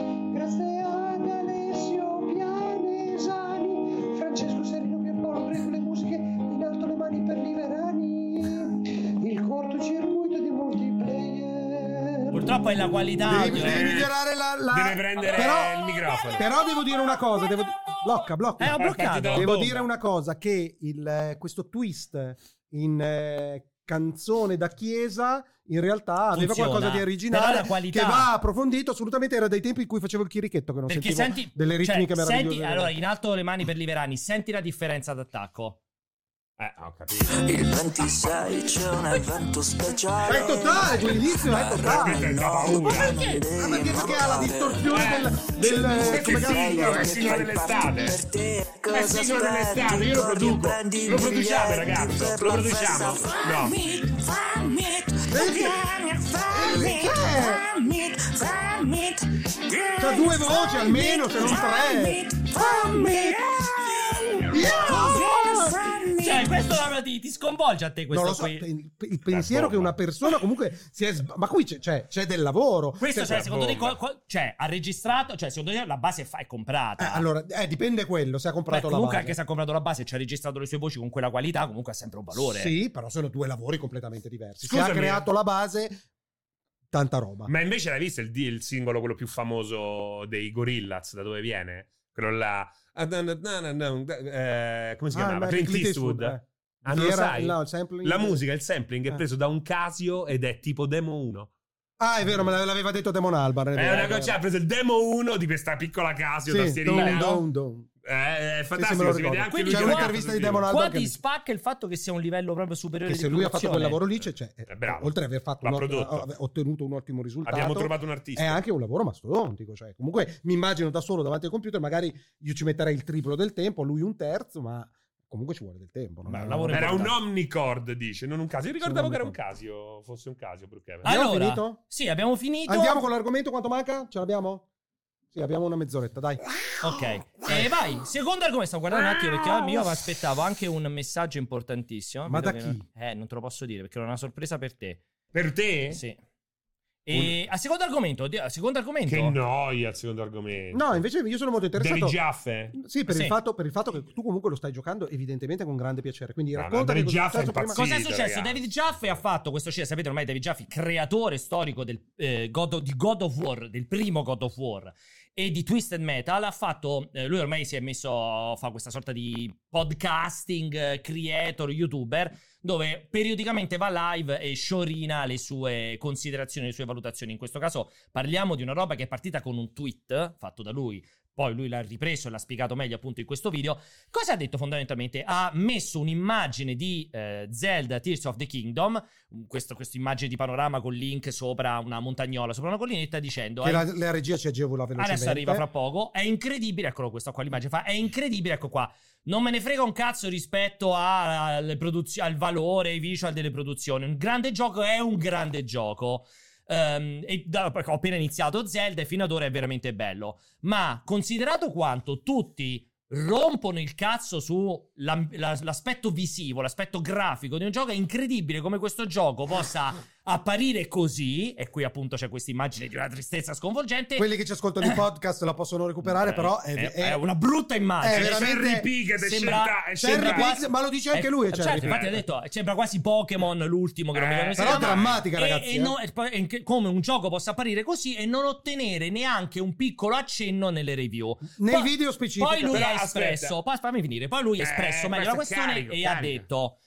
Purtroppo è la
Ah,
qualità.
Devi,
quella-
devi migliorare la... la-
Deve prendere
Però-
il microfono.
Però devo dire una cosa, devo di- blocca, blocca.
Eh, ho bloccato.
Devo
Bomba.
dire una cosa, che il, eh, questo twist in eh, canzone da chiesa in realtà aveva
Funziona.
qualcosa di
Però
originale
la qualità-
che va approfondito, assolutamente era dei tempi in cui facevo il chirichetto che non
Perché
sentivo
senti
delle
cioè,
ritmiche meravigliose.
senti- allora, in alto le mani per Liverani, senti la differenza d'attacco.
Eh, ho capito.
Il 26 c'è un evento speciale.
Ma è totale, quell'inizio è totale.
No,
Ma perché? Ah, perché? Perché ha la distorsione
Eh.
del... del
Eh, cioè, Che
come cazzo si
figlio,
chiama?
che signore dell'estate. Ma è signore dell'estate, io lo produco. Lo produciamo, ragazzi. Lo produciamo. No.
C'ha due voci almeno, se non tre.
Cioè, questo la- ti, ti sconvolge a te questo
Non lo so,
qui.
il il pensiero che una persona comunque si è... sb- Ma qui c'è, c'è, c'è del lavoro.
Questo,
Cioè,
cioè, secondo te, co- co- cioè, ha registrato, cioè, secondo te la base è, fa- è comprata.
eh, allora, eh, dipende quello, se ha
Beh,
comprato la
comunque,
base.
anche se ha comprato la base e ci ha registrato le sue voci con quella qualità, comunque ha sempre un valore.
Sì, però sono due lavori completamente diversi. Se ha
Scusami. eh.
creato la base, tanta roba.
Ma invece l'hai visto il, il singolo, quello più famoso dei Gorillaz, da dove viene? Quello là. Eh, come si
Ah,
chiamava?
ma
Clint Eastwood.
eh.
Ah, non lo
Era-
sai?
no, il sampling-
La musica, il sampling è
Ah.
preso da un Casio ed è tipo demo 1.
Ah, è vero, me l'aveva detto Demon Albar.
È una cosa, cioè, ha preso il demo 1 di questa piccola Casio
Sì,
tastierina.
don, don, don.
Eh, è
Sì, sì, me
fantastico,
lo
si vede
ricordo.
anche
Quindi
lui
c'è
che
un'intervista
cazzo
di Demon
dice.
Qua
Albar che-
ti spacca il fatto che sia un livello proprio superiore
Che
di
se lui ha fatto quel
produzione.
lavoro lì, cioè, cioè,
Eh, bravo.
oltre ad aver fatto
L'ha
un ottimo-
prodotto.
ha ottenuto un ottimo risultato,
Abbiamo trovato un artista.
è Eh, anche un lavoro mastodontico. Cioè, comunque mi immagino da solo davanti al computer, magari io ci metterei il triplo del tempo, lui un terzo, ma comunque ci vuole del tempo. non
Beh,
è-
un lavoro
Era un
importante.
omnicord, dice, non un Casio. Io ricordavo
Sì,
che era un
Omnicord.
Casio, fosse un Casio. Brookhaven.
Ah, Abbiamo
Allora,
finito?
Sì, abbiamo finito.
Andiamo con l'argomento, quanto manca? Ce l'abbiamo? Sì, abbiamo una mezz'oretta, dai.
Ok,
Oh,
e vai. Secondo argomento, stavo guardando un attimo perché al mio mi aspettavo anche un messaggio importantissimo.
Ah. Ma
Vedo
da
che
chi?
non- Eh, non te lo posso dire perché era una sorpresa per te.
Per
Eh?
te?
Sì. E a secondo argomento, oddio, a secondo argomento.
Che noia il secondo argomento.
No, invece io sono molto interessato.
David Giaffe.
Sì, per,
Sì.
Il fatto, per il fatto che tu comunque lo stai giocando evidentemente con grande piacere. Quindi
No,
racconta
David
che cosa è
Giaffe è
successo prima.
impazzito.
Cosa è
Sì,
successo?
ragazzi.
David Jaffe ha fatto questo cinema, sapete ormai David Jaffe, creatore storico del, eh, God of- di God of War, del primo God of War e di Twisted Metal, ha fatto, eh, lui ormai si è messo, fa questa sorta di podcasting, eh, creator, youtuber, dove periodicamente va live e sciorina le sue considerazioni, le sue valutazioni. In questo caso parliamo di una roba che è partita con un tweet fatto da lui, poi lui l'ha ripreso e l'ha spiegato meglio appunto in questo video, Cosa ha detto fondamentalmente? Ha messo un'immagine di eh, Zelda Tears of the Kingdom, questo- questa immagine di panorama con Link sopra una montagnola, sopra una collinetta, dicendo...
Che
"Eh,
la, la regia ci agevola velocemente.
Adesso arriva fra poco. È incredibile, eccolo questo qua l'immagine fa. È incredibile, ecco qua. Non me ne frega un cazzo rispetto a- alle produzi- al valore, ai visual delle produzioni. Un grande gioco è un grande gioco. Ehm, e da- ho appena iniziato Zelda e fino ad ora è veramente bello. Ma considerato quanto tutti rompono il cazzo sull'aspetto visivo, l'aspetto grafico di un gioco, è incredibile come questo gioco possa apparire così. E qui appunto c'è questa immagine di una tristezza sconvolgente.
Quelli che ci ascoltano in podcast la possono recuperare,
Eh,
però è,
è-
è-
è una brutta immagine.
è veramente-
Henry Pig che te
Sembra-
scelta- è
Cherry
sembra
scelta-
quasi-
Pig, ma lo dice anche lui.
Eh,
eh, Cherry
certo,
Pig.
infatti ha detto, eh, sembra quasi Pokémon l'ultimo che non mi ricordo
Eh,
se
Però
chiama.
drammatica,
E-
ragazzi.
e
eh.
no- e poi- e che- come un gioco possa apparire così e non ottenere neanche un piccolo accenno nelle review.
Nei
Poi-
video specifici.
Poi lui
Però
ha
aspetta.
espresso, pa- fammi finire, poi lui ha
Eh,
espresso meglio
questo
la
è
questione
carico,
e ha
carico.
detto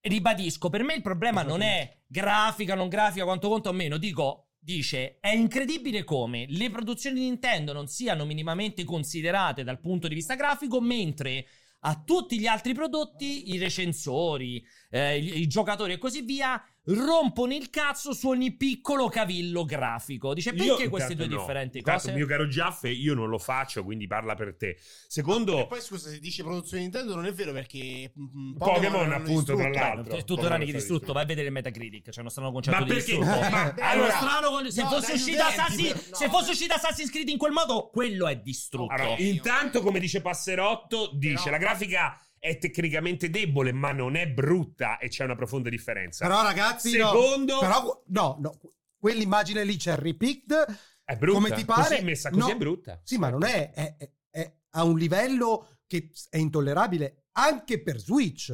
ribadisco, per me il problema non è grafica, non grafica, quanto conto o meno, dico dice è incredibile come le produzioni di Nintendo non siano minimamente considerate dal punto di vista grafico, mentre a tutti gli altri prodotti i recensori, eh, i, i giocatori e così via rompono il cazzo su ogni piccolo cavillo grafico. Dice
Io-
perché queste due
intanto no.
differenti
Intanto,
cose?
mio caro Giaffe, io non lo faccio, quindi parla per te.
E
Secondo
poi scusa, se dice produzione Nintendo non è vero perché mm,
Pokémon,
l'hanno
appunto, tra
distrutto.
l'altro.
È Cioè, tutto tranne che distrutto, vai a vedere il Metacritic, cioè, c'è uno strano concetto
Ma
di
perché?
distrutto.
Ma-
È uno
allora,
strano con- se
no,
fosse
dagli
uscito
utenti,
Assassin-
però- no,
se fosse
dai.
uscito Assassin's Creed in quel modo, quello è distrutto.
Allora,
Ok.
intanto, come dice Passerotto, dice
Però-
la grafica è tecnicamente debole, ma non è brutta e c'è una profonda differenza.
Però, ragazzi,
Secondo-
no. Però, no, no. Quell'immagine lì c'è repicked.
è brutta.
Come ti pare?
Così messa così
No.
è brutta.
Sì, ma non è, è, è- è a un livello che è intollerabile anche per Switch.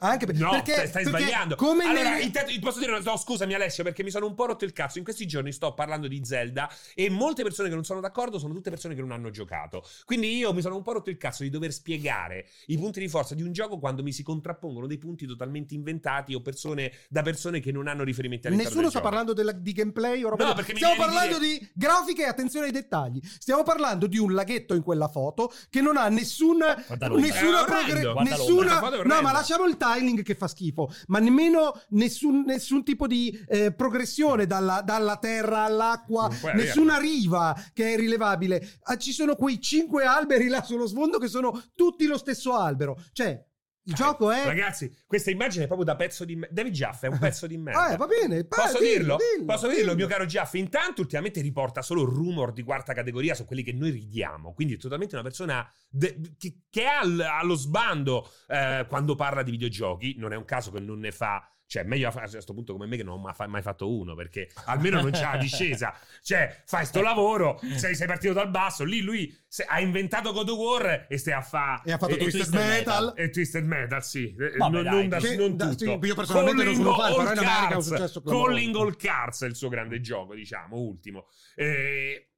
Anche per-
no,
perché-
stai, stai
perché
sbagliando.
come
allora,
nelle-
intanto ti posso dire una no, scusami Alessio, perché mi sono un po' rotto il cazzo. In questi giorni sto parlando di Zelda e molte persone che non sono d'accordo sono tutte persone che non hanno giocato. Quindi io mi sono un po' rotto il cazzo di dover spiegare i punti di forza di un gioco quando mi si contrappongono dei punti totalmente inventati o persone da persone che non hanno riferimenti all'interno
Nessuno sta
del gioco.
parlando della- di gameplay o roba
No,
del-
perché mi
Stiamo
viene di
parlando di, grafiche e attenzione ai dettagli. Stiamo parlando di un laghetto in quella foto che non ha nessun
l'ombra.
nessuna
È orrendo,
progre-
guarda
nessuna-
l'ombra. La foto è orrenda.
No, ma lasciamo il tiling che fa schifo, ma nemmeno nessun, nessun tipo di eh, progressione dalla, dalla terra all'acqua,
Dunque,
nessuna riva che è rilevabile. Ah, ci sono quei cinque alberi là sullo sfondo che sono tutti lo stesso albero. Cioè, il gioco è
Ragazzi, questa immagine è proprio da pezzo di merda. David Jaffe è un pezzo di merda.
Ah, va bene, pa-
Posso
dillo,
dirlo?
dillo,
Posso dirlo,
dillo.
mio caro Jaffe? Intanto, ultimamente riporta solo rumor di quarta categoria su quelli che noi ridiamo. Quindi è totalmente una persona de- che, che ha al- allo sbando eh, quando parla di videogiochi. Non è un caso che non ne fa. Cioè, meglio a fa- a questo punto come me che non ne ha mai fatto uno, perché almeno non c'è la discesa. Cioè, fai sto lavoro, sei, sei partito dal basso, lì lui se- ha inventato God of War e stai a fa...
E ha fatto Twisted Metal.
E Twisted Metal, sì. Eh,
Vabbè,
non,
dai,
non da,
che-
non
da-
tutto.
sì, io personalmente non
Calling
sono fan,
All
però in America è un
Cars.
successo clamoroso.
Calling All Cars è il suo grande gioco, diciamo, ultimo. Eh,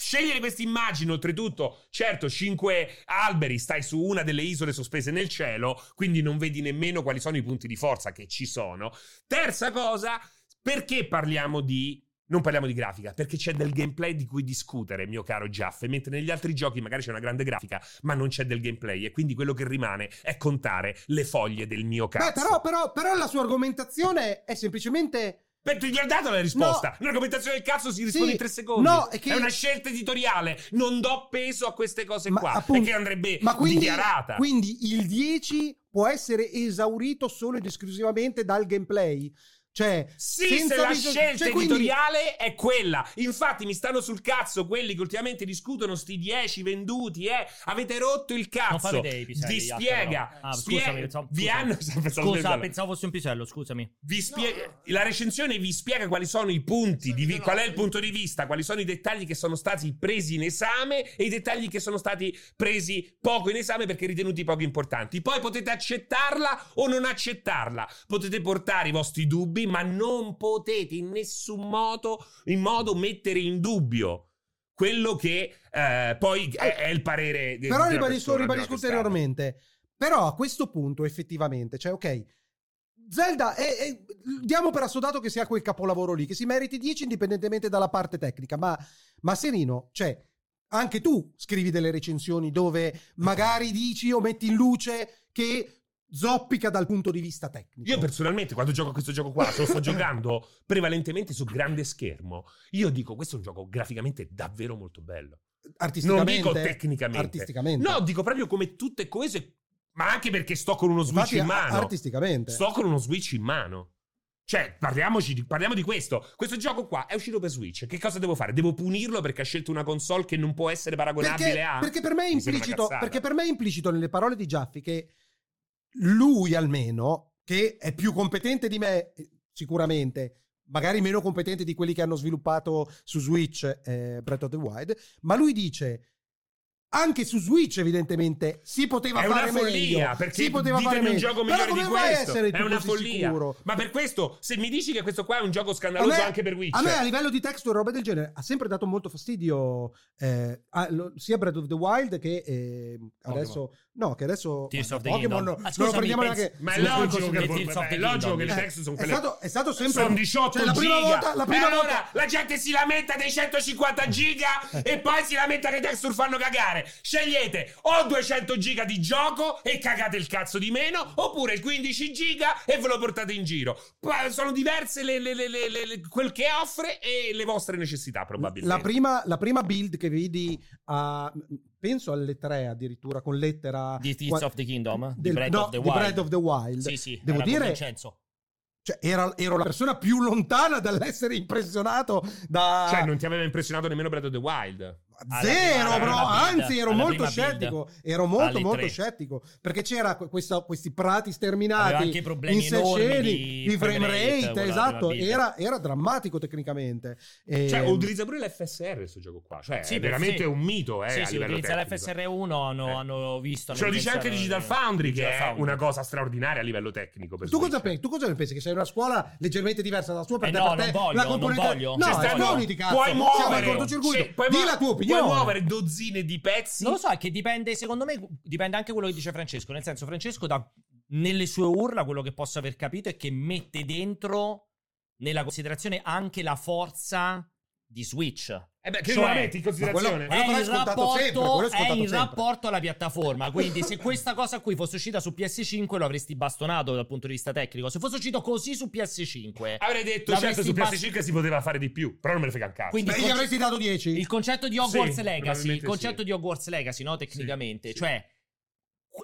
Scegliere questa immagine, oltretutto, certo, cinque alberi, stai su una delle isole sospese nel cielo, quindi non vedi nemmeno quali sono i punti di forza che ci sono. Terza cosa, perché parliamo di. Non parliamo di grafica, perché c'è del gameplay di cui discutere, mio caro Jaffe, mentre negli altri giochi magari c'è una grande grafica, ma non c'è del gameplay e quindi quello che rimane è contare le foglie del mio cazzo.
Beh, però, però, però la sua argomentazione è semplicemente.
Perché gli ho dato la risposta. Un'argomentazione del cazzo si risponde
Sì.
in tre secondi.
No, è
è,
che-
una scelta editoriale. Non do peso a queste cose
Ma
qua.
appunto-
perché andrebbe
Ma quindi,
dichiarata.
quindi il 10 può essere esaurito solo ed esclusivamente dal gameplay. Cioè,
Sì,
senza
se la
bisogno-
scelta
cioè, quindi-
editoriale è quella. Infatti, mi stanno sul cazzo quelli che ultimamente discutono sti 10 venduti, eh. Avete rotto il
Non
cazzo.
fate dei piselli.
Vi
Jacopo,
spiega.
però. Ah,
Spie-
scusami, pensavo-
vi
scusami.
hanno. Pensavo-
Scusa, pensavo fosse un pisello, scusami.
Vi spiega- la recensione vi spiega quali sono i punti, di vi- qual è il punto di vista, quali sono i dettagli che sono stati presi in esame e i dettagli che sono stati presi poco in esame perché ritenuti poco importanti. Poi potete accettarla o non accettarla, potete portare i vostri dubbi, ma non potete in nessun modo, in modo mettere in dubbio quello che eh, poi è, è il parere. de-
Però
della
ribadisco,
persona,
ribadisco
della testata.
ulteriormente. Però a questo punto, effettivamente, cioè, ok. Zelda, è- è- diamo per assodato che sia quel capolavoro lì, che si meriti 10 indipendentemente dalla parte tecnica. Ma, ma Serino, cioè, anche tu scrivi delle recensioni dove magari dici o metti in luce che zoppica dal punto di vista tecnico.
Io personalmente, quando gioco a questo gioco qua, se lo sto giocando prevalentemente su grande schermo, io dico questo è un gioco graficamente davvero molto bello. Non
artisticamente,
dico tecnicamente.
Artisticamente.
No, dico proprio come tutto è coeso, e- ma anche perché sto con uno switch
Infatti,
in
a-
mano.
artisticamente.
Sto con uno Switch in mano. Cioè, parliamoci di, parliamo di questo. Questo gioco qua è uscito per Switch. Che cosa devo fare? Devo punirlo perché ha scelto una console che non può essere paragonabile
perché,
a.
perché per me è
Mi sembra una
implicito
cazzata.
perché per me è implicito nelle parole di Giaffi che lui almeno che è più competente di me eh, sicuramente magari meno competente di quelli che hanno sviluppato su Switch eh, Breath of the Wild ma lui dice anche su Switch evidentemente si poteva
È una
fare
follia,
meglio
perché
si poteva
ditemi
fare meglio
un gioco
Però
migliore di
come vai a
questo.
essere
È
tu
una
così
follia.
sicuro?
Ma per questo, se mi dici che questo qua è un gioco
A
scandaloso
me,
anche per Witcher.
a
cioè
me a livello di texture e roba del genere ha sempre dato molto fastidio eh, a- lo- sia Breath of the Wild che eh, adesso no che adesso
Tears
ma
of the Kingdom.
Pokémon no,
Ah,
non
scusami,
lo prendiamo
pensi-
neanche
Ma è
Sì,
logico
sì,
che,
sì, Tears of
è
the
logico
Kingdom.
che le
Cioè,
Eh,
texture sono
è
quelle.
stato, è stato sempre
Sono 18
cioè, la prima
giga.
volta la prima
E allora
volta
la gente si lamenta dei 150 giga e poi si lamenta che i texture fanno cagare. Scegliete o 200 giga di gioco e cagate il cazzo di meno, oppure 15 giga e ve lo portate in giro. Pa- Sono diverse le- le- le- le- le- le- quel che offre e le vostre necessità, probabilmente.
la prima, la prima build che vedi a penso alle tre addirittura con lettera
Di Tears
qua-
of the Kingdom? Di
del-
Breath
no,
of the
di
Wild.
Breath of the Wild.
Sì, sì.
devo
era con
dire
Vincenzo.
cioè, era- ero la persona più lontana dall'essere impressionato da
Cioè,
Cioè, non ti aveva impressionato nemmeno Breath of the Wild.
Zero,
prima-
bro.
alla build,
Anzi, ero
alla
molto
prima build.
scettico. Ero molto,
Alle
molto
tre.
scettico. Perché c'era que- questa- questi prati
Aveva
sterminati
anche problemi
in sei
enormi
sceni,
di
di frame
frame rate, quella
rate.
prima
esatto,
build.
era, era drammatico tecnicamente. Ehm, E-
Cioè, utilizza pure l'FSR questo gioco qua. Cioè,
Ehm, Sì,
è
per-
veramente
sì.
un mito, eh,
Sì,
a
sì,
livello
utilizza
tecnico.
l'FSR1, hanno,
Eh.
hanno visto.
Ce lo
hanno
dice anche
pensato-
Digital Foundry, che
Digital
è
Foundry.
una cosa straordinaria a livello tecnico. Per
Tu
Switch.
cosa, pensi, tu cosa ne pensi? Che sei una scuola leggermente diversa dalla sua?
Eh
Perché
no,
per te
non voglio,
la
non
componente...
voglio.
No,
Ci stanno-
esponiti, cazzo.
Cioè, Puoi
Siamo al
muovere,
cortocircuito.
Sì, puoi
Di
mu-
la tua opinione.
puoi muovere dozzine di pezzi.
Non lo so, è che dipende, secondo me, dipende anche quello che dice Francesco. Nel senso, Francesco, da, nelle sue urla, quello che posso aver capito è che mette dentro nella considerazione anche la forza di Switch.
Eh beh, che
Cioè,
non la metti in considerazione.
Ma
È
quello
in,
è scontato
rapporto,
sempre, quello è
è
scontato
in
sempre.
rapporto alla piattaforma. Quindi, se questa cosa qui fosse uscita su PS5, lo avresti bastonato dal punto di vista tecnico. Se fosse uscito così su PS5,
Avrei detto, certo,
L'avresti
su
bas-
PS5 si poteva fare di più, però non me ne frega un cazzo.
Quindi
Beh, gli avresti dato 10?
Il concetto di Hogwarts
Sì,
Legacy, il
probabilmente
concetto
sì.
di Hogwarts Legacy, no, tecnicamente,
Sì, sì.
cioè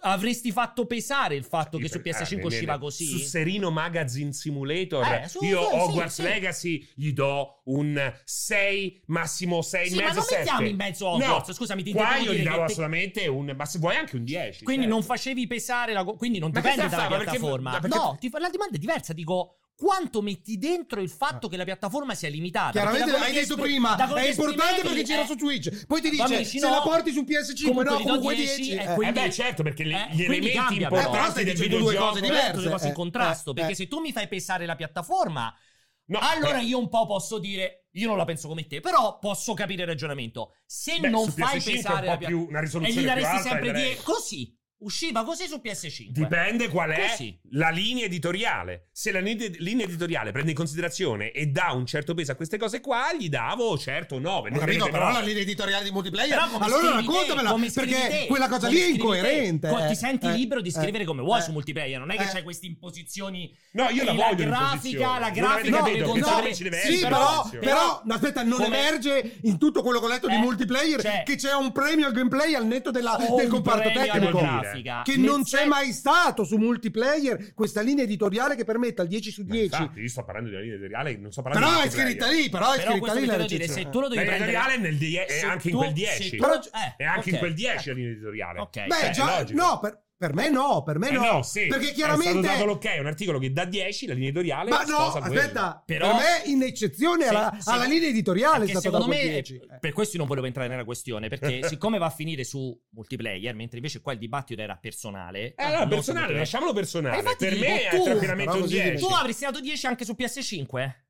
avresti fatto pesare il fatto che su
Io-
PS5
eh,
usciva
nel-
così?
Su Serino Magazine Simulator,
Eh, su-
io
sì,
Hogwarts
sì, sì.
Legacy gli do un 6, massimo 6
Sì,
e
ma
mezzo,
non
7.
mettiamo in mezzo Hogwarts, scusami, ti
qua
devo
io
dire
gli
che
davo
te-
solamente un, ma se vuoi anche un 10.
Quindi
certo.
non facevi pesare la co- quindi non
Ma
dipende
cosa
dalla
fa? Ma perché-
piattaforma.
ma perché-
No, ti fa- la domanda è diversa, dico quanto metti dentro il fatto che la piattaforma sia limitata?
Ah. Chiaramente
Perché da
hai
come ti
detto
espri-
prima,
da come
è
ti
importante
esprimevi
perché c'era
è-
su Twitch. Poi ti
Vabbè,
dice,
sì,
se
no.
la porti su PS5,
Comunque
no,
ti do
comunque
10,
10.
eh,
eh.
Eh
quindi-
beh, certo, perché le-
Eh,
gli
quindi
elementi
cambia,
Eh, però
importanti
stai
del
dicendo due
videogioco
cose
Ho detto
diverse,
due cose in
eh,
contrasto,
eh,
perché
eh.
se tu mi fai pesare la piattaforma,
No,
allora
però-
io un po' posso dire, io non la penso come te, però posso capire il ragionamento. Se
Beh,
non
su
fai
PS5 è un
pesare
po'
la pia-
più- una
e
risoluzione
gli daresti
più alta,
sempre
direi.
10 così, usciva così su PS5.
Dipende qual è
Così.
la linea editoriale. Se la linea linea editoriale prende in considerazione e dà un certo peso a queste cose qua, gli davo certo 9.
Ho capito, però la linea editoriale di multiplayer,
Però come
allora
scrivi te,
raccontamela,
come scrivi
perché
te,
quella cosa
come
lì è
scrivi te.
incoerente.
Co-
eh,
Ti senti
eh,
libero di
eh,
scrivere come vuoi
eh,
su multiplayer, non è che
eh.
c'hai queste imposizioni.
No, io la
E
voglio
grafica,
l'imposizione.
la
Non avete
grafica,
capito,
deve
che
contare-
secondo me ci deve
Sì,
essere
però,
un'azione.
però, aspetta, non
Come-
emerge in tutto quello che ho letto di
Eh,
multiplayer
cioè-
che c'è un premio al gameplay al netto della-
o
Ah, del
un
comparto
premio alla
tecnico.
grafica.
Che
Nel
non c'è
sen-
mai stato su multiplayer questa linea editoriale che permetta il 10 su
Ma
10.
infatti, io sto parlando di una linea editoriale, non sto parlando
Però
di
è scritta lì, però è
Però
scritta
questo
lì
ti
la
devo dire, se
recensione.
tu lo devi
La linea
prendere
editoriale è, nel die- è
se
anche in
tu-
quel
se
10.
tu- eh,
è anche in
ok.
quel 10 la linea editoriale.
Ok.
Beh,
è
già,
logico.
no, per, per me no, per me
Eh
no.
no, sì.
Perché
È
chiaramente...
stato dato l'ok a un articolo che da 10 la linea editoriale
Ma no,
sposa quello.
aspetta,
Però-
per me in eccezione alla,
Se-
alla
se-
linea editoriale è
perché
stato
secondo
dato il
me
10.
eh, per questo io non volevo entrare nella questione perché siccome va a finire su multiplayer mentre invece qua il dibattito era personale
Eh,
non
allora,
su
personale,
multiplayer.
lasciamolo
Ma
personale.
Eh, infatti
Per
dico,
me è
tu-
tranquillamente un
Bravo, sì,
10.
tu avresti dato 10 anche su PS5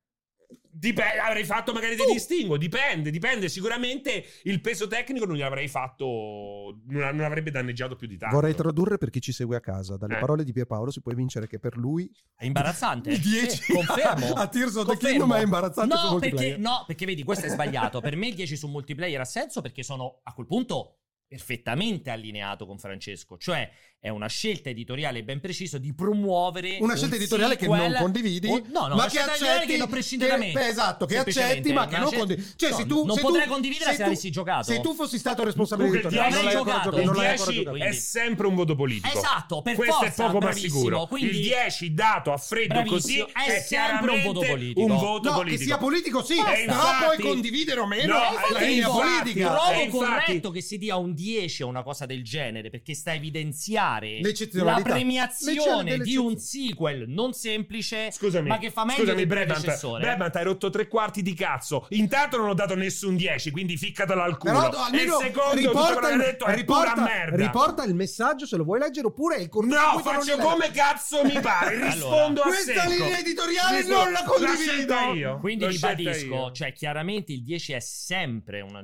Dipende, avrei fatto magari dei distinguo, dipende, dipende. Sicuramente il peso tecnico non gli avrei fatto, non, non avrebbe danneggiato più di tanto.
Vorrei tradurre per chi ci segue a casa. Dalle
Eh.
parole di Pierpaolo si può evincere che per lui
è imbarazzante
Il 10
Sì, confermo
a Tears of the
Confermo.
Kingdom è imbarazzante su
no perché,
multiplayer.
no perché vedi questo è sbagliato per me il 10 su multiplayer ha senso perché sono a quel punto perfettamente allineato con Francesco cioè è una scelta editoriale ben preciso di promuovere
Una scelta
un
editoriale che non
sequel-
condividi,
un- no, no,
ma
una
che
scelta editoriale
accetti.
che non prescinde da me.
beh, esatto, che accetti,
Semplicemente,
ma che
una
non
scelta-
condividi. Cioè,
no,
se tu,
non
se
potrei
tu-
condividere se,
tu-
l'avessi giocato.
Se tu fossi stato responsabile
Comunque
di
il
tornare, non
10
l'hai
l'avrei
ancora
giocato,
giocato, non l'hai
il
ancora
10
giocato.
quindi.
è sempre un voto politico.
Esatto, per
Questo
forza,
è poco ma
bravissimo,
sicuro.
quindi-
il 10 dato a freddo così
Bravissimo, è
è,
sempre un voto
chiaramente
politico.
Un voto
No,
politico.
che sia politico sì,
Basta.
però
Eh, Infatti-
puoi condividere o meno
No,
la
infatti-
linea
infatti-
politica.
Trovo
Eh, infatti-
corretto che si dia un 10 a una cosa del genere perché sta a evidenziare la
L'eccezionalità.
premiazione
L'eccezione
di un sequel non semplice,
Scusami,
ma che fa meglio
scusami
del
Brabant,
predecessore.
Brabant, hai rotto tre quarti di cazzo. Intanto non ho dato nessun 10, quindi ficcatela al culo.
Però almeno
e il secondo, tutto
riporta, il,
quello che hai detto, è
riporta-
pura merda.
riporta il messaggio se lo vuoi leggere oppure il
No,
cortocircuito non
faccio
lo leggi.
come cazzo mi pare,
Allora,
rispondo a
questa
secco.
linea editoriale
Questo-
non la condivido.
scelta io.
Quindi
L'ho scelta
ribadisco,
io.
cioè chiaramente il 10 è sempre un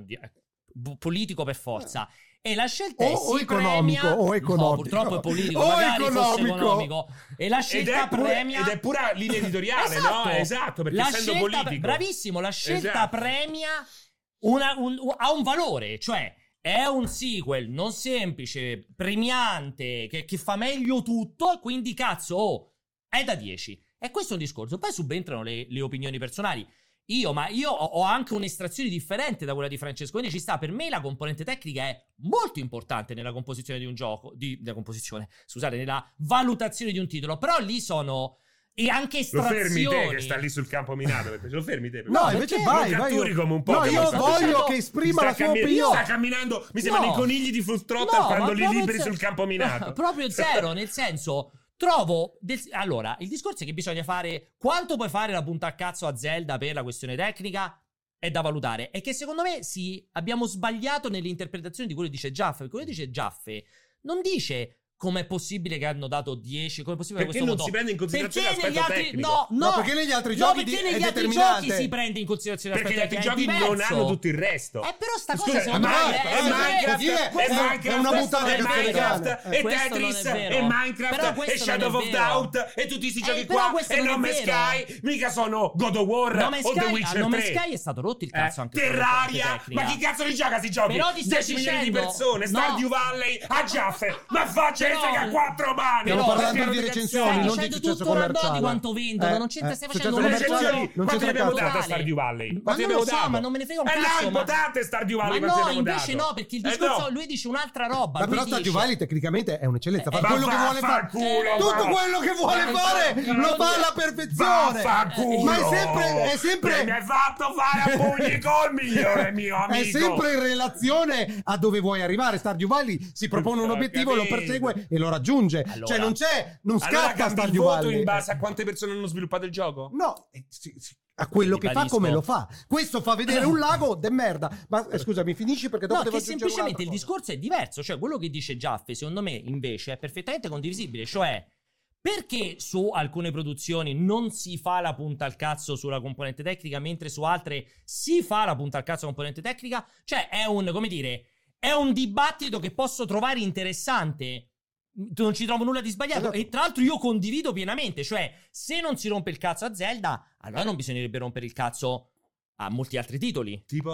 politico per forza.
Ah.
E la scelta è
O- o
si
economico,
premia-
o
no,
economico.
purtroppo è politico,
O
magari fosse
economico.
economico. E la
Ed
scelta
è, pure,
premia
ed è pura linea editoriale,
Esatto.
no? Esatto, perché
La
essendo
scelta-
politico.
Bravissimo, la scelta
Esatto.
premia una- un- un- ha un valore, cioè è un sequel non semplice, premiante, che, che fa meglio tutto, quindi cazzo, oh, è da 10. E questo è un discorso. Poi subentrano le, le opinioni personali. Io, ma io ho, ho anche un'estrazione differente da quella di Francesco, quindi ci sta. Per me la componente tecnica è molto importante nella composizione di un gioco, di, nella composizione, scusate, nella valutazione di un titolo, però lì sono E anche
Lo
estrazioni.
fermi te che sta lì sul campo minato. perché- Lo fermi te.
No, invece vai,
Lo
vai,
catturi
io-
come un
No,
Pokémon,
io
sta-
voglio
sta-
che esprima
Cioè, sta
la sua
cammi-
opinione.
Sta camminando, mi sembrano
No.
i conigli di frustrotta
No,
quando
ma
li
proprio
liberi
ze-
sul campo minato.
No, proprio zero, nel senso. Trovo. del- Allora, il discorso è che bisogna fare. Quanto puoi fare la punta a cazzo a Zelda per la questione tecnica? È da valutare. È che secondo me sì, abbiamo sbagliato nell'interpretazione di quello che dice Jaffe. Perché quello che dice Jaffe non dice com'è possibile che hanno dato 10, com'è possibile
Perché
che
non
questo voto-
si prende in considerazione
Perché negli
l'aspetto
altri
tecnico?
no, no,
No, perché negli altri
no,
giochi
perché
di-
negli
è
altri
determinante.
giochi si prende in considerazione
Perché gli altri
l'aspetto
giochi
tecnico, è
non
diverso.
hanno tutto il resto.
Eh, però sta cosa
Scusa,
secondo
ma-
me è-
è
eh, è-
Minecraft,
Eh,
è Minecraft,
eh, è una puttana
è
che te le
Minecraft,
cade.
e
Questo non è
Tetris,
vero.
e
Però
Minecraft,
questo
e Shadow
non è
of
vero.
Doubt, e tutti questi
Eh,
giochi
però
qua,
questo
e
non è
No Man's
vero.
Sky, mica sono God of War
No Man's
o The
Sky- a
Witcher
No Man's
3.
Sky è stato rotto il
Eh,
cazzo anche per la
Terraria,
parte
ma chi
tecnica.
cazzo li gioca si giochi?
Però ti sto
10 milioni di
dicendo-
persone,
no.
Stardew Valley, a Giaffe, Ah, ma faccia
Però-
che ha quattro mani!
Stiamo parlando
Perché
di
non ti
recensioni,
cazzare.
Stai
non di
dicendo
successo
tutto l'ordine
commerciale.
di quanto vendono,
Eh,
non c'entra,
eh,
stai facendo
successo
un
Le
mercato-
commerciale.
recensioni,
non
quanti
c'entra
ne abbiamo
cazzo.
dato a Stardew Valley?
Ma
Quanti
non
ne
lo
abbiamo
so,
dato?
ma non me ne frega un
Eh
cazzo,
no,
ma-
importante Stardew
Ma
Valley, quanti ne
no,
abbiamo
invece
dato?
no, perché il
Eh
discorso
no.
lui dice un'altra roba.
Ma
lui
però Stardew
dice-
Valley tecnicamente è un'eccellenza,
Eh,
fa
ma
quello che vuole fare.
vaffanculo,
Tutto
va-
quello che vuole
va-
fare lo fa alla perfezione.
Vaffanculo.
Ma è sempre- è sempre-
Che Mi hai fatto fare a pugni col migliore mio
È
amico.
sempre in relazione a dove vuoi arrivare. Stardew Valley si propone un
Ho
obiettivo, lo
capito.
persegue e lo raggiunge.
Allora-
cioè, non c'è, non
allora
scatta
cambi il
Stardew
voto
Valley.
in base a quante persone hanno sviluppato il gioco?
No, eh, sì, sì, a quello che fa,
Ribadisco.
come lo fa. Questo fa vedere un lago de merda. Ma eh, scusami, finisci perché dopo
No,
devo
che
aggiungere
semplicemente il
un'altra
discorso è diverso. Cioè, quello che dice Giaffe, secondo me, invece, è perfettamente condivisibile. Cioè, perché su alcune produzioni non si fa la punta al cazzo sulla componente tecnica, mentre su altre si fa la punta al cazzo sulla componente tecnica? Cioè, è un, come dire, è un dibattito che posso trovare interessante. Mm, Non ci trovo nulla di sbagliato.
Esatto.
E tra l'altro io condivido pienamente. Cioè, se non si rompe il cazzo a Zelda, allora non bisognerebbe rompere il cazzo a molti altri titoli
Tipo?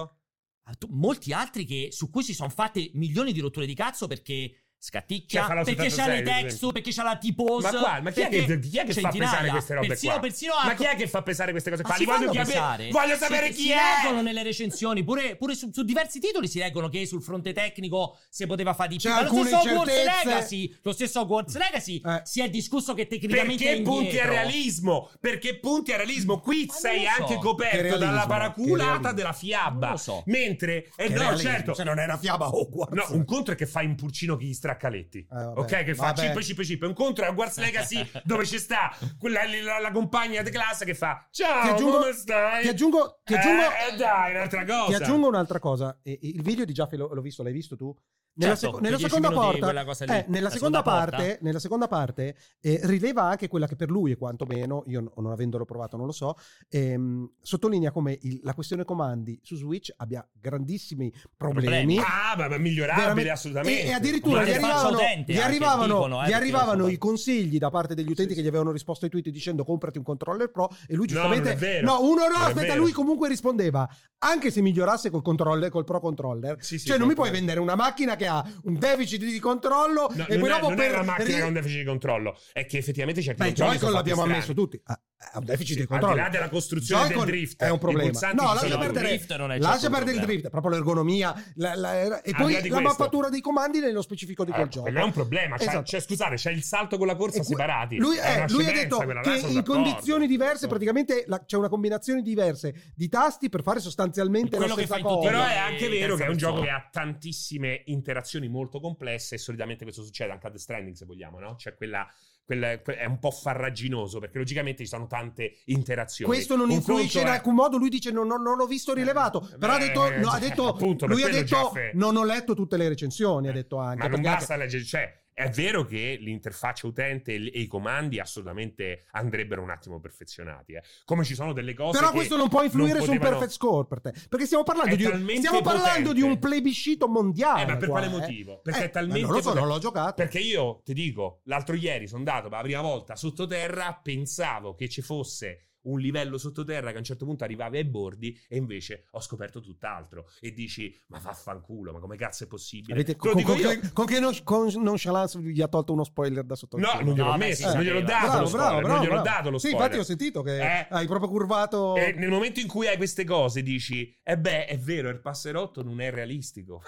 a tu- molti altri che, su cui si sono fatte milioni di rotture di cazzo perché
Cioè,
scatticchia,
farà
perché
soltanto
c'ha le
sei, per
texture,
esempio.
perché c'ha la tipose.
Ma qua, ma chi è che- chi è che fa
centinaia,
pesare queste robe
persino,
qua?
Persino
Ma
a-
chi è che fa pesare queste cose
Ma
qua?
si
Li voglio
fanno
chiapre-
pesare.
Voglio sapere
si,
chi
si
è!
leggono nelle recensioni, pure, pure su, su diversi titoli si leggono che sul fronte tecnico si poteva fare di più.
C'è
Ma lo
alcune
stesso Hogwarts
incertezze.
Legacy, lo stesso Hogwarts Legacy
Eh.
si è discusso che tecnicamente
Perché
è
punti al
indietro.
realismo? Perché punti al realismo?
Ma
Qui
non
sei
lo so.
anche
Che
coperto
realismo?
dalla
Che realismo?
paraculata della
Non
fiaba.
lo so.
Mentre, eh
Che
no,
realismo,
certo,
Se non è una fiaba oh, Hogwarts.
No, un contro è che fa in pulcino chi straccaletti.
Eh, vabbè.
ok, che fa
Vabbè.
chip, chip, chip. Un contro è Hogwarts Legacy, dove ci sta quella, la, la compagna di classe che fa Ciao,
Ti aggiungo-
come stai?
ti aggiungo- ti aggiungo-
Eh, eh, dai, un'altra cosa.
Ti aggiungo un'altra cosa. E- e Il video di Jaffe lo- l'ho visto, l'hai visto tu? Nella,
Certo,
seco- nella
quei dieci
seconda
minuti,
porta,
quella cosa lì,
eh, nella
la
seconda
seconda porta.
parte, nella seconda parte eh, rileva anche quella che per lui, e quantomeno, io no- non avendolo provato, non lo so, ehm, sottolinea come il- la questione comandi su Switch abbia grandissimi problemi.
Problemi.
Ah, ma, ma migliorabile,
Veramente-
assolutamente.
E, e addirittura
Ma
gli
che faccia
arrivavano,
utente
gli
anche,
arrivavano,
dicono, eh,
gli
perché
arrivavano
lo so.
i consigli da parte degli utenti che gli avevano risposto ai tweet dicendo comprati un controller pro e lui giustamente...
non è vero.
No, uno no,
Non è
aspetta,
vero.
lui comunque rispondeva anche se migliorasse col controller, col pro controller.
Sì, sì,
cioè non mi puoi
concordo.
vendere una macchina che ha un deficit di controllo
No,
e
non,
poi
è,
dopo
non è
per...
la macchina
ri-
che ha un deficit di controllo, è che effettivamente certi
Beh, i
controlli
Joy-Con
sono fatti
l'abbiamo
strani.
ammesso tutti. Ha ha un deficit
Sì,
di
al di
controllo.
là della costruzione del
Joy-Con
drift
è un
i
problema.
pulsanti
No,
ci
lascia
sono.
perdere,
Il drift non è
lascia
certo un
perdere il
problema.
drift, proprio l'ergonomia la- la- e
Al di là
poi
di
la
questo.
mappatura dei comandi nello specifico di quel
Eh,
gioco.
quello è un problema. Cioè,
Esatto.
cioè, scusate, c'è il salto con la corsa
E que-
separati.
Lui,
È
eh,
una
lui ha
scemenza,
detto
quella là,
che
sono
in
d'accordo.
condizioni diverse, praticamente la- c'è una combinazione diverse di tasti per fare sostanzialmente
Quello
la
che
stessa
fa in tutti
cosa.
i
Però
Quindi,
è anche vero
Oh, Eh, terza
che è un
persona.
gioco che ha tantissime interazioni molto complesse e solitamente questo succede anche a The Stranding, se vogliamo, no? Cioè quella... quella- que- è un po' farraginoso perché logicamente ci sono tante interazioni.
Questo non
Un
influisce
conto
in
è-
alcun modo. Lui dice: Non, non- non l'ho visto rilevato.
Eh,
Però ha
beh,
detto: no, ha
eh,
detto-
appunto, per
lui ha
quello
detto:
Jaffe-
Non ho letto tutte le recensioni. Ha detto anche.
Ma non
perché anche-
basta leggere, cioè è vero che l'interfaccia utente e l- e i comandi assolutamente andrebbero un attimo perfezionati, eh. come ci sono delle cose
Però
che Eh,
questo non può influire su un
potevano-
perfect score per te. Perché stiamo parlando,
È
di,
talmente
stiamo parlando
potente.
di un plebiscito mondiale.
Eh, ma per
qua,
quale
eh.
motivo? Perché
Eh,
è talmente
Non lo so,
potente.
non l'ho giocato.
Perché io ti dico, l'altro ieri sono andato per la prima volta sottoterra, pensavo che ci fosse un livello sottoterra che a un certo punto arrivavi ai bordi e invece ho scoperto tutt'altro. E dici, ma vaffanculo, ma come cazzo è possibile?
Avete,
Te lo
con,
dico
con,
io-
che- con che non, con nonchalance gli ha tolto uno spoiler da sotto il
No,
culo.
non gliel'ho
No, beh,
messo,
sì,
non gliel'ho
sì,
dato lo
bravo, bravo,
spoiler,
bravo,
non gliel'ho
bravo.
dato lo
Sì,
spoiler.
infatti ho sentito che
Eh.
hai proprio curvato.
E nel momento in cui hai queste cose dici, eh beh, è vero, il passerotto non è realistico.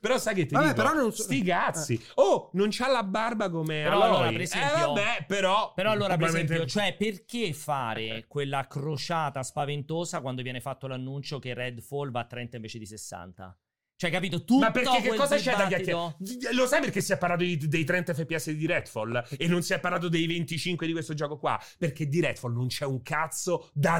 però sai che ti
Vabbè,
dico,
però non so- Eh.
sti cazzi. Oh, non c'ha la barba come
Però allora,
Aloy.
per esempio-
eh vabbè, però... Eh.
Però allora, per
probabilmente-
esempio, cioè, perché fare quella crociata spaventosa quando viene fatto l'annuncio che Redfall va a 30 invece di 60? Cioè, capito? Tutto
Ma perché che
quel
cosa c'è da
dibattito-
chiacchierare? Lo sai perché si è parlato di- dei 30 fps di Redfall e non si è parlato dei 25 di questo gioco qua? Perché di Redfall non c'è un cazzo da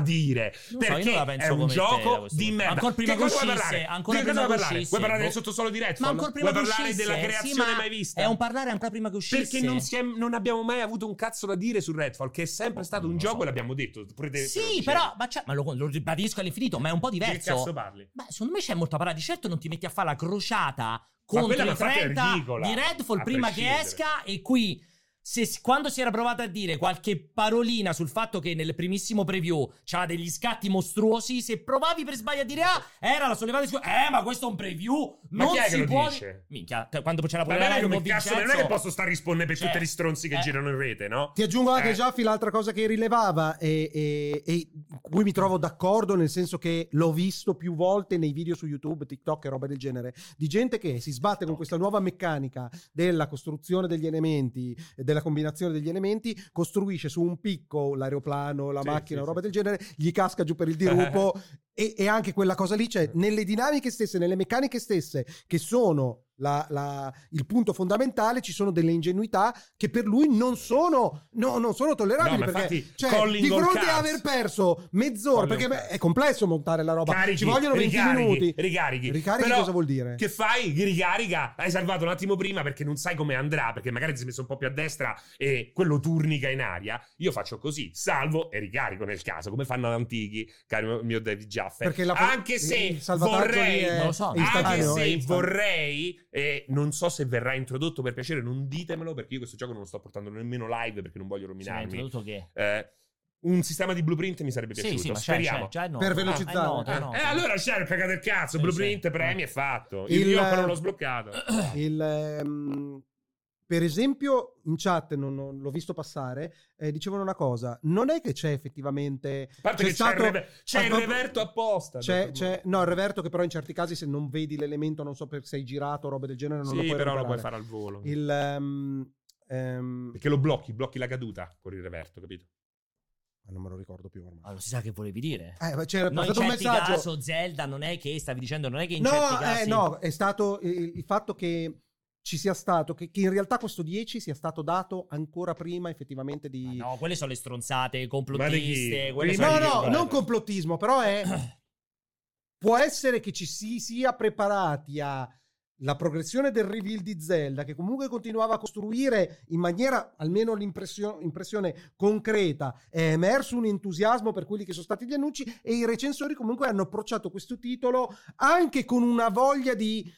Non
dire.
so,
perché
io non la penso
è un
come te, da
gioco
questo
di
punto.
merda.
Ancora prima
che cosa
che
vuoi
uscisse, ancora
parlare? Di
prima
che cosa
che
vuoi parlare?
uscisse,
Vuoi parlare del
boh.
sottosuolo di Redfall?
Ma ancora prima
vuoi
che
parlare
uscisse?
della
Sì,
creazione
ma
mai vista?
È un parlare ancora prima che uscisse.
Perché non, si è- non abbiamo mai avuto un cazzo da dire su Redfall, che è sempre stato
Non
un
lo
gioco
so.
e l'abbiamo detto. pure te- te lo
Sì,
dicevo.
però, ma, c'è- ma lo, lo ribadisco all'infinito, ma è un po'
Di che
diverso.
cazzo parli?
Beh, secondo me c'è molta parola. Di certo non ti metti a fare la crociata
Ma
contro
quella
i
per fatto è
30
ridicola,
di Redfall
a
prima che
prescindere.
esca e qui se- quando si era provato a dire qualche parolina sul fatto che nel primissimo preview c'ha degli scatti mostruosi, se provavi per sbaglio a dire ah, era la sollevata di scu- eh, ma questo è un preview,
Ma
non
chi è che
si
lo
può
dice?
Minchia, te- quando c'era
Ma
pure
non
la
è,
live
come
con
cazzo, non è
Vincenzo-
che posso stare a rispondere per
Cioè,
tutti gli stronzi che
eh.
girano in rete, no?
Ti aggiungo anche
Eh.
Giaffi l'altra cosa che rilevava e, e, e cui mi trovo d'accordo nel senso che l'ho visto più volte nei video su YouTube, TikTok e roba del genere, di gente che si sbatte con questa nuova meccanica della costruzione degli elementi, e della combinazione degli elementi, costruisce su un picco l'aeroplano, la
Sì,
macchina,
sì,
roba
sì.
del genere, gli casca giù per il dirupo e, e anche quella cosa lì, cioè nelle dinamiche stesse, nelle meccaniche stesse, che sono la- la- il punto fondamentale, ci sono delle ingenuità che per lui non sono, no, non sono tollerabili.
No, ma
perché
infatti,
cioè,
Colin
di fronte
Gold
a
Cars-
aver perso mezz'ora,
Colin
perché
Gold
beh,
Cars.
è complesso montare la roba,
Carichi,
ci vogliono 20
ricarichi,
minuti.
Ricarichi.
Ricarichi
Però
cosa vuol dire?
Che fai? Ricarica. Hai salvato un attimo prima perché non sai come andrà, perché magari ti sei messo un po' più a destra e quello turnica in aria. Io faccio così, salvo e ricarico nel caso, come fanno ad antichi, caro mio David Jaffe.
Perché la-
anche se
il salvataggio
vorrei,
lì è-
non lo so,
è
anche
istantaneo, è
se
istantaneo.
vorrei, e non so se verrà introdotto per piacere, non ditemelo perché io questo gioco non lo sto portando nemmeno live perché non voglio
Sì, ma è
rovinarmi.
Certo.
introdotto che...
Eh, un sistema di blueprint mi sarebbe
Sì,
piaciuto.
sì, ma c'è,
Speriamo.
c'è, c'è, no.
Per
Ah,
velocizzare.
è noto, è
Eh,
noto.
eh, allora c'è il cagato del cazzo.
Sì, Eh.
Blueprint
sì.
premi è fatto.
Il- eh,
Il, io però l'ho sbloccato.
Il, ehm, per esempio, in chat non, non- l'ho visto passare, eh, dicevano una cosa: non è che c'è effettivamente.
A parte
c'è
che
stato-
c'è il, rever- c'è il
Ah, proprio-
reverto apposta.
C'è,
detto-
c'è- no, il reverto che però in certi casi se non vedi l'elemento, non so perché sei girato o roba del genere, non
Sì,
lo puoi
però lo
recuperare.
puoi fare al volo.
Il, ehm, ehm,
Perché lo blocchi, blocchi la caduta con il reverto, capito?
ah, non me lo ricordo più ormai.
Allora, si sa che volevi dire.
Eh, ma c'era
No, in
passato
certi
un messaggio.
caso Zelda non è che stavi dicendo, non è che in certi
no,
casi...
eh, no, è stato il, il fatto che ci sia stato, che, che in realtà questo 10 sia stato dato ancora prima effettivamente
Ma
di...
no, quelle sono le stronzate
Ma di
complottiste.
chi?
quelle
Di
sono
No,
Ma
le
no,
stronzate.
non complottismo, però è... può essere che ci si sia preparati a la progressione del reveal di Zelda, che comunque continuava a costruire in maniera, almeno l'impressione impressione concreta, è emerso un entusiasmo per quelli che sono stati gli annunci e i recensori comunque hanno approcciato questo titolo anche con una voglia di...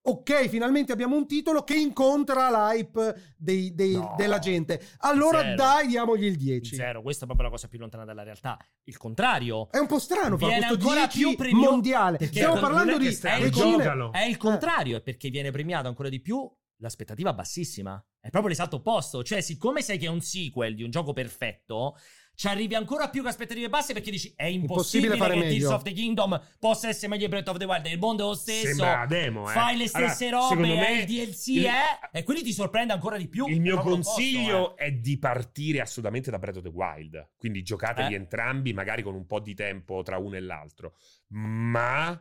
Ok, finalmente abbiamo un titolo che incontra l'hype dei- dei-
No.
della gente. Allora
Zero.
dai, diamogli il 10.
Zero, questa è proprio la cosa più lontana dalla realtà. Il contrario.
È un po' strano fare
Viene
questo
ancora
10
più premio-
mondiale.
Perché
Stiamo
non- non
parlando
è che
di
stai-
decine.
giocalo.
È
Eh.
il contrario, è perché viene premiato ancora di più l'aspettativa bassissima. È proprio l'esatto opposto. Cioè, siccome sai che è un sequel di un gioco perfetto, ci arrivi ancora più con aspettative basse perché dici è impossibile,
Impossibile fare
che Tears
meglio."
of the Kingdom possa essere meglio di Breath of the Wild. Il mondo è lo stesso.
Sembra la demo, eh.
Fai le stesse
Allora,
robe,
secondo
eh,
me
il DLC,
il-
eh? E quindi ti sorprende ancora di più.
Il
È
mio
proprio l'opposto,
consiglio
eh.
è di partire assolutamente da Breath of the Wild. Quindi giocatevi
Eh.
entrambi, magari con un po' di tempo tra uno e l'altro. Ma.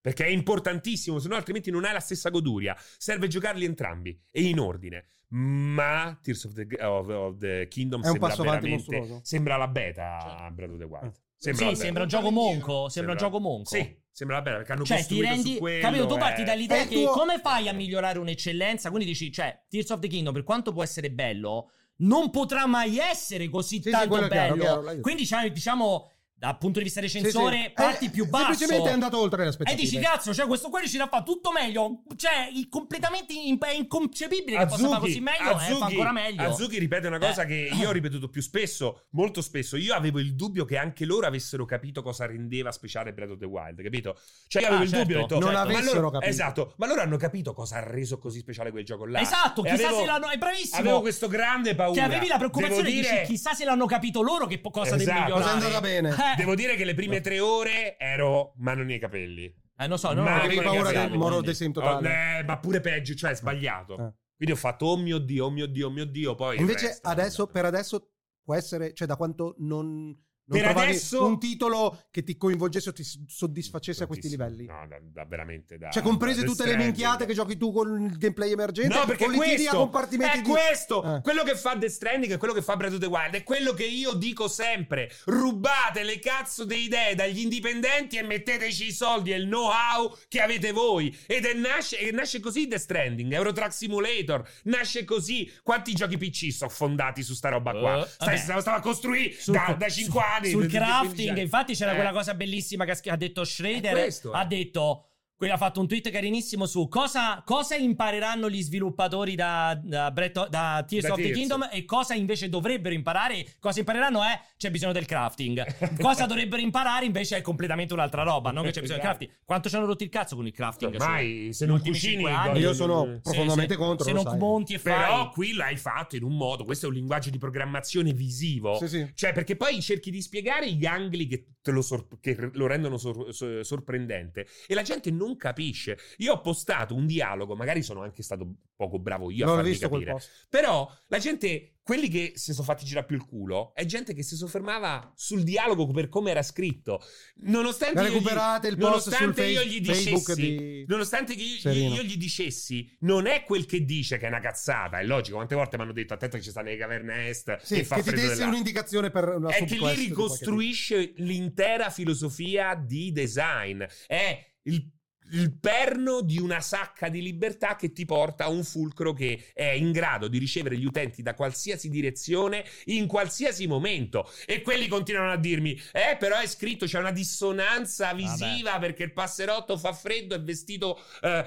Perché è importantissimo, se no altrimenti non hai la stessa goduria. Serve giocarli entrambi e in ordine. Ma Tears of the, of- of the Kingdom
È un
sembra
passo avanti
veramente-
mostruoso. Eh.
Sembra la beta Breath of the Wild.
Sì,
la beta.
sembra un gioco monco. Sembra un gioco monco.
Sì, sembra la beta perché hanno
Cioè, ti
costruito
rendi.
su quello.
capito? Tu parti
eh.
dall'idea
È
che
tuo-
come fai a migliorare un'eccellenza? Quindi dici, cioè, Tears of the Kingdom, per quanto può essere bello, non potrà mai essere così
Sì, sì,
tanto
quello è chiaro,
bello.
chiaro, l'hai detto.
Quindi, c'hai, diciamo. dal punto di vista recensore,
Sì, sì.
parti
Eh,
più basso.
semplicemente è andato oltre le
E
aspettative.
dici, cazzo, cioè, questo qua riuscirà a fare tutto meglio. Cioè, il- completamente in- è inconcepibile che possa fare così meglio. e fa ancora meglio.
Azuki ripete una cosa
Eh.
che io ho ripetuto più spesso, molto spesso. Io avevo il dubbio che anche loro avessero capito cosa rendeva speciale Breath of the Wild, capito? Cioè, io avevo
Ah,
il
certo,
dubbio, ho detto,
Non
ma
avessero
loro-
capito.
Esatto, ma loro hanno capito cosa ha reso così speciale quel gioco là.
Esatto,
E
chissà
avevo-
se l'hanno. È bravissimo.
Avevo questo grande paura.
Che avevi la preoccupazione
Devo
di
dire-
dici, chissà se l'hanno capito loro che po- cosa
Esatto.
devi migliorare.
Cosa è andata bene?
Eh.
Devo dire che le prime tre ore ero mano nei capelli.
Eh, non so, non
Ma
ho
avevi
capito
paura
che
del
siamo,
Moro
quindi.
de Sim totale.
Oh, eh, ma pure peggio, cioè sbagliato.
Eh.
Quindi ho fatto, oh mio Dio, oh mio Dio, oh mio Dio. Poi il
Invece
resto-
adesso, per adesso, può essere, cioè da quanto non, non
Per
trovavi
adesso-
un titolo che ti coinvolgesse o ti s- soddisfacesse a questi livelli.
No, da, da- veramente. Da,
Cioè, comprese
da-
tutte le
da Stranding.
minchiate che giochi tu con il gameplay emergente,
No, perché
o li tiri a
questo
compartimenti
è
di-
questo.
Ah.
Eh.
Quello che fa Death Stranding è quello che fa Breath of the Wild. È quello che io dico sempre. Rubate le cazzo di idee dagli indipendenti e metteteci i soldi e il know-how che avete voi. Ed è nasce, e nasce così Death Stranding. Eurotrack Simulator. Nasce così. Quanti giochi PC sono fondati su sta roba qua?
Eh,
Stai,
vabbè.
stava, stava a costruire
Sul-
da, 5
su-
anni.
Sul
da- da- da-
crafting, infatti, c'era
Eh.
quella cosa bellissima che ha, sch- ha detto Schrader.
È questo, eh.
Ha detto. Quello ha fatto un tweet carinissimo su cosa, cosa impareranno gli sviluppatori da, da, Breath of- da Tears
Da
of the
Tears.
Kingdom e cosa invece dovrebbero imparare. Cosa impareranno è c'è bisogno del crafting. cosa dovrebbero imparare invece è completamente un'altra roba. Non che c'è bisogno del crafting. Quanto ci hanno rotto il cazzo con il crafting?
Ormai,
su-
se non
negli ultimi
cucini,
cinque anni?
Io sono
Sì,
profondamente
Sì, sì.
contro.
Se
lo
non
sai.
monti e fai.
Però qui l'hai fatto in un modo. Questo è un linguaggio di programmazione visivo.
Sì, sì.
Cioè, perché poi cerchi di spiegare gli angoli che, te lo, sor- che lo rendono sor- so- sorprendente e la gente non capisce. Io ho postato un dialogo, magari sono anche stato poco bravo io a
non ho
farvi
visto
capire.
quel post.
Però la gente, quelli che si sono fatti girare più il culo, è gente che si soffermava sul dialogo per come era scritto. Nonostante io gli-
Recuperate il post sul
nonostante io
face-
gli
Facebook
dicessi,
di
nonostante che io,
Serino.
io gli dicessi, non è quel che dice che è una cazzata, è logico. Quante volte mi hanno detto, attento che ci sta nelle caverne est,
Sì,
Cioè, che fa
che ti
freddo
dessi
dell'acqua."
un'indicazione per una
È che lì
subquest di qualche tipo.
ricostruisce l'intera filosofia di design. È il, il perno di una sacca di libertà che ti porta a un fulcro che è in grado di ricevere gli utenti da qualsiasi direzione, in qualsiasi momento. E quelli continuano a dirmi: Eh, però è scritto, c'è una dissonanza visiva perché il passerotto fa freddo, è vestito eh,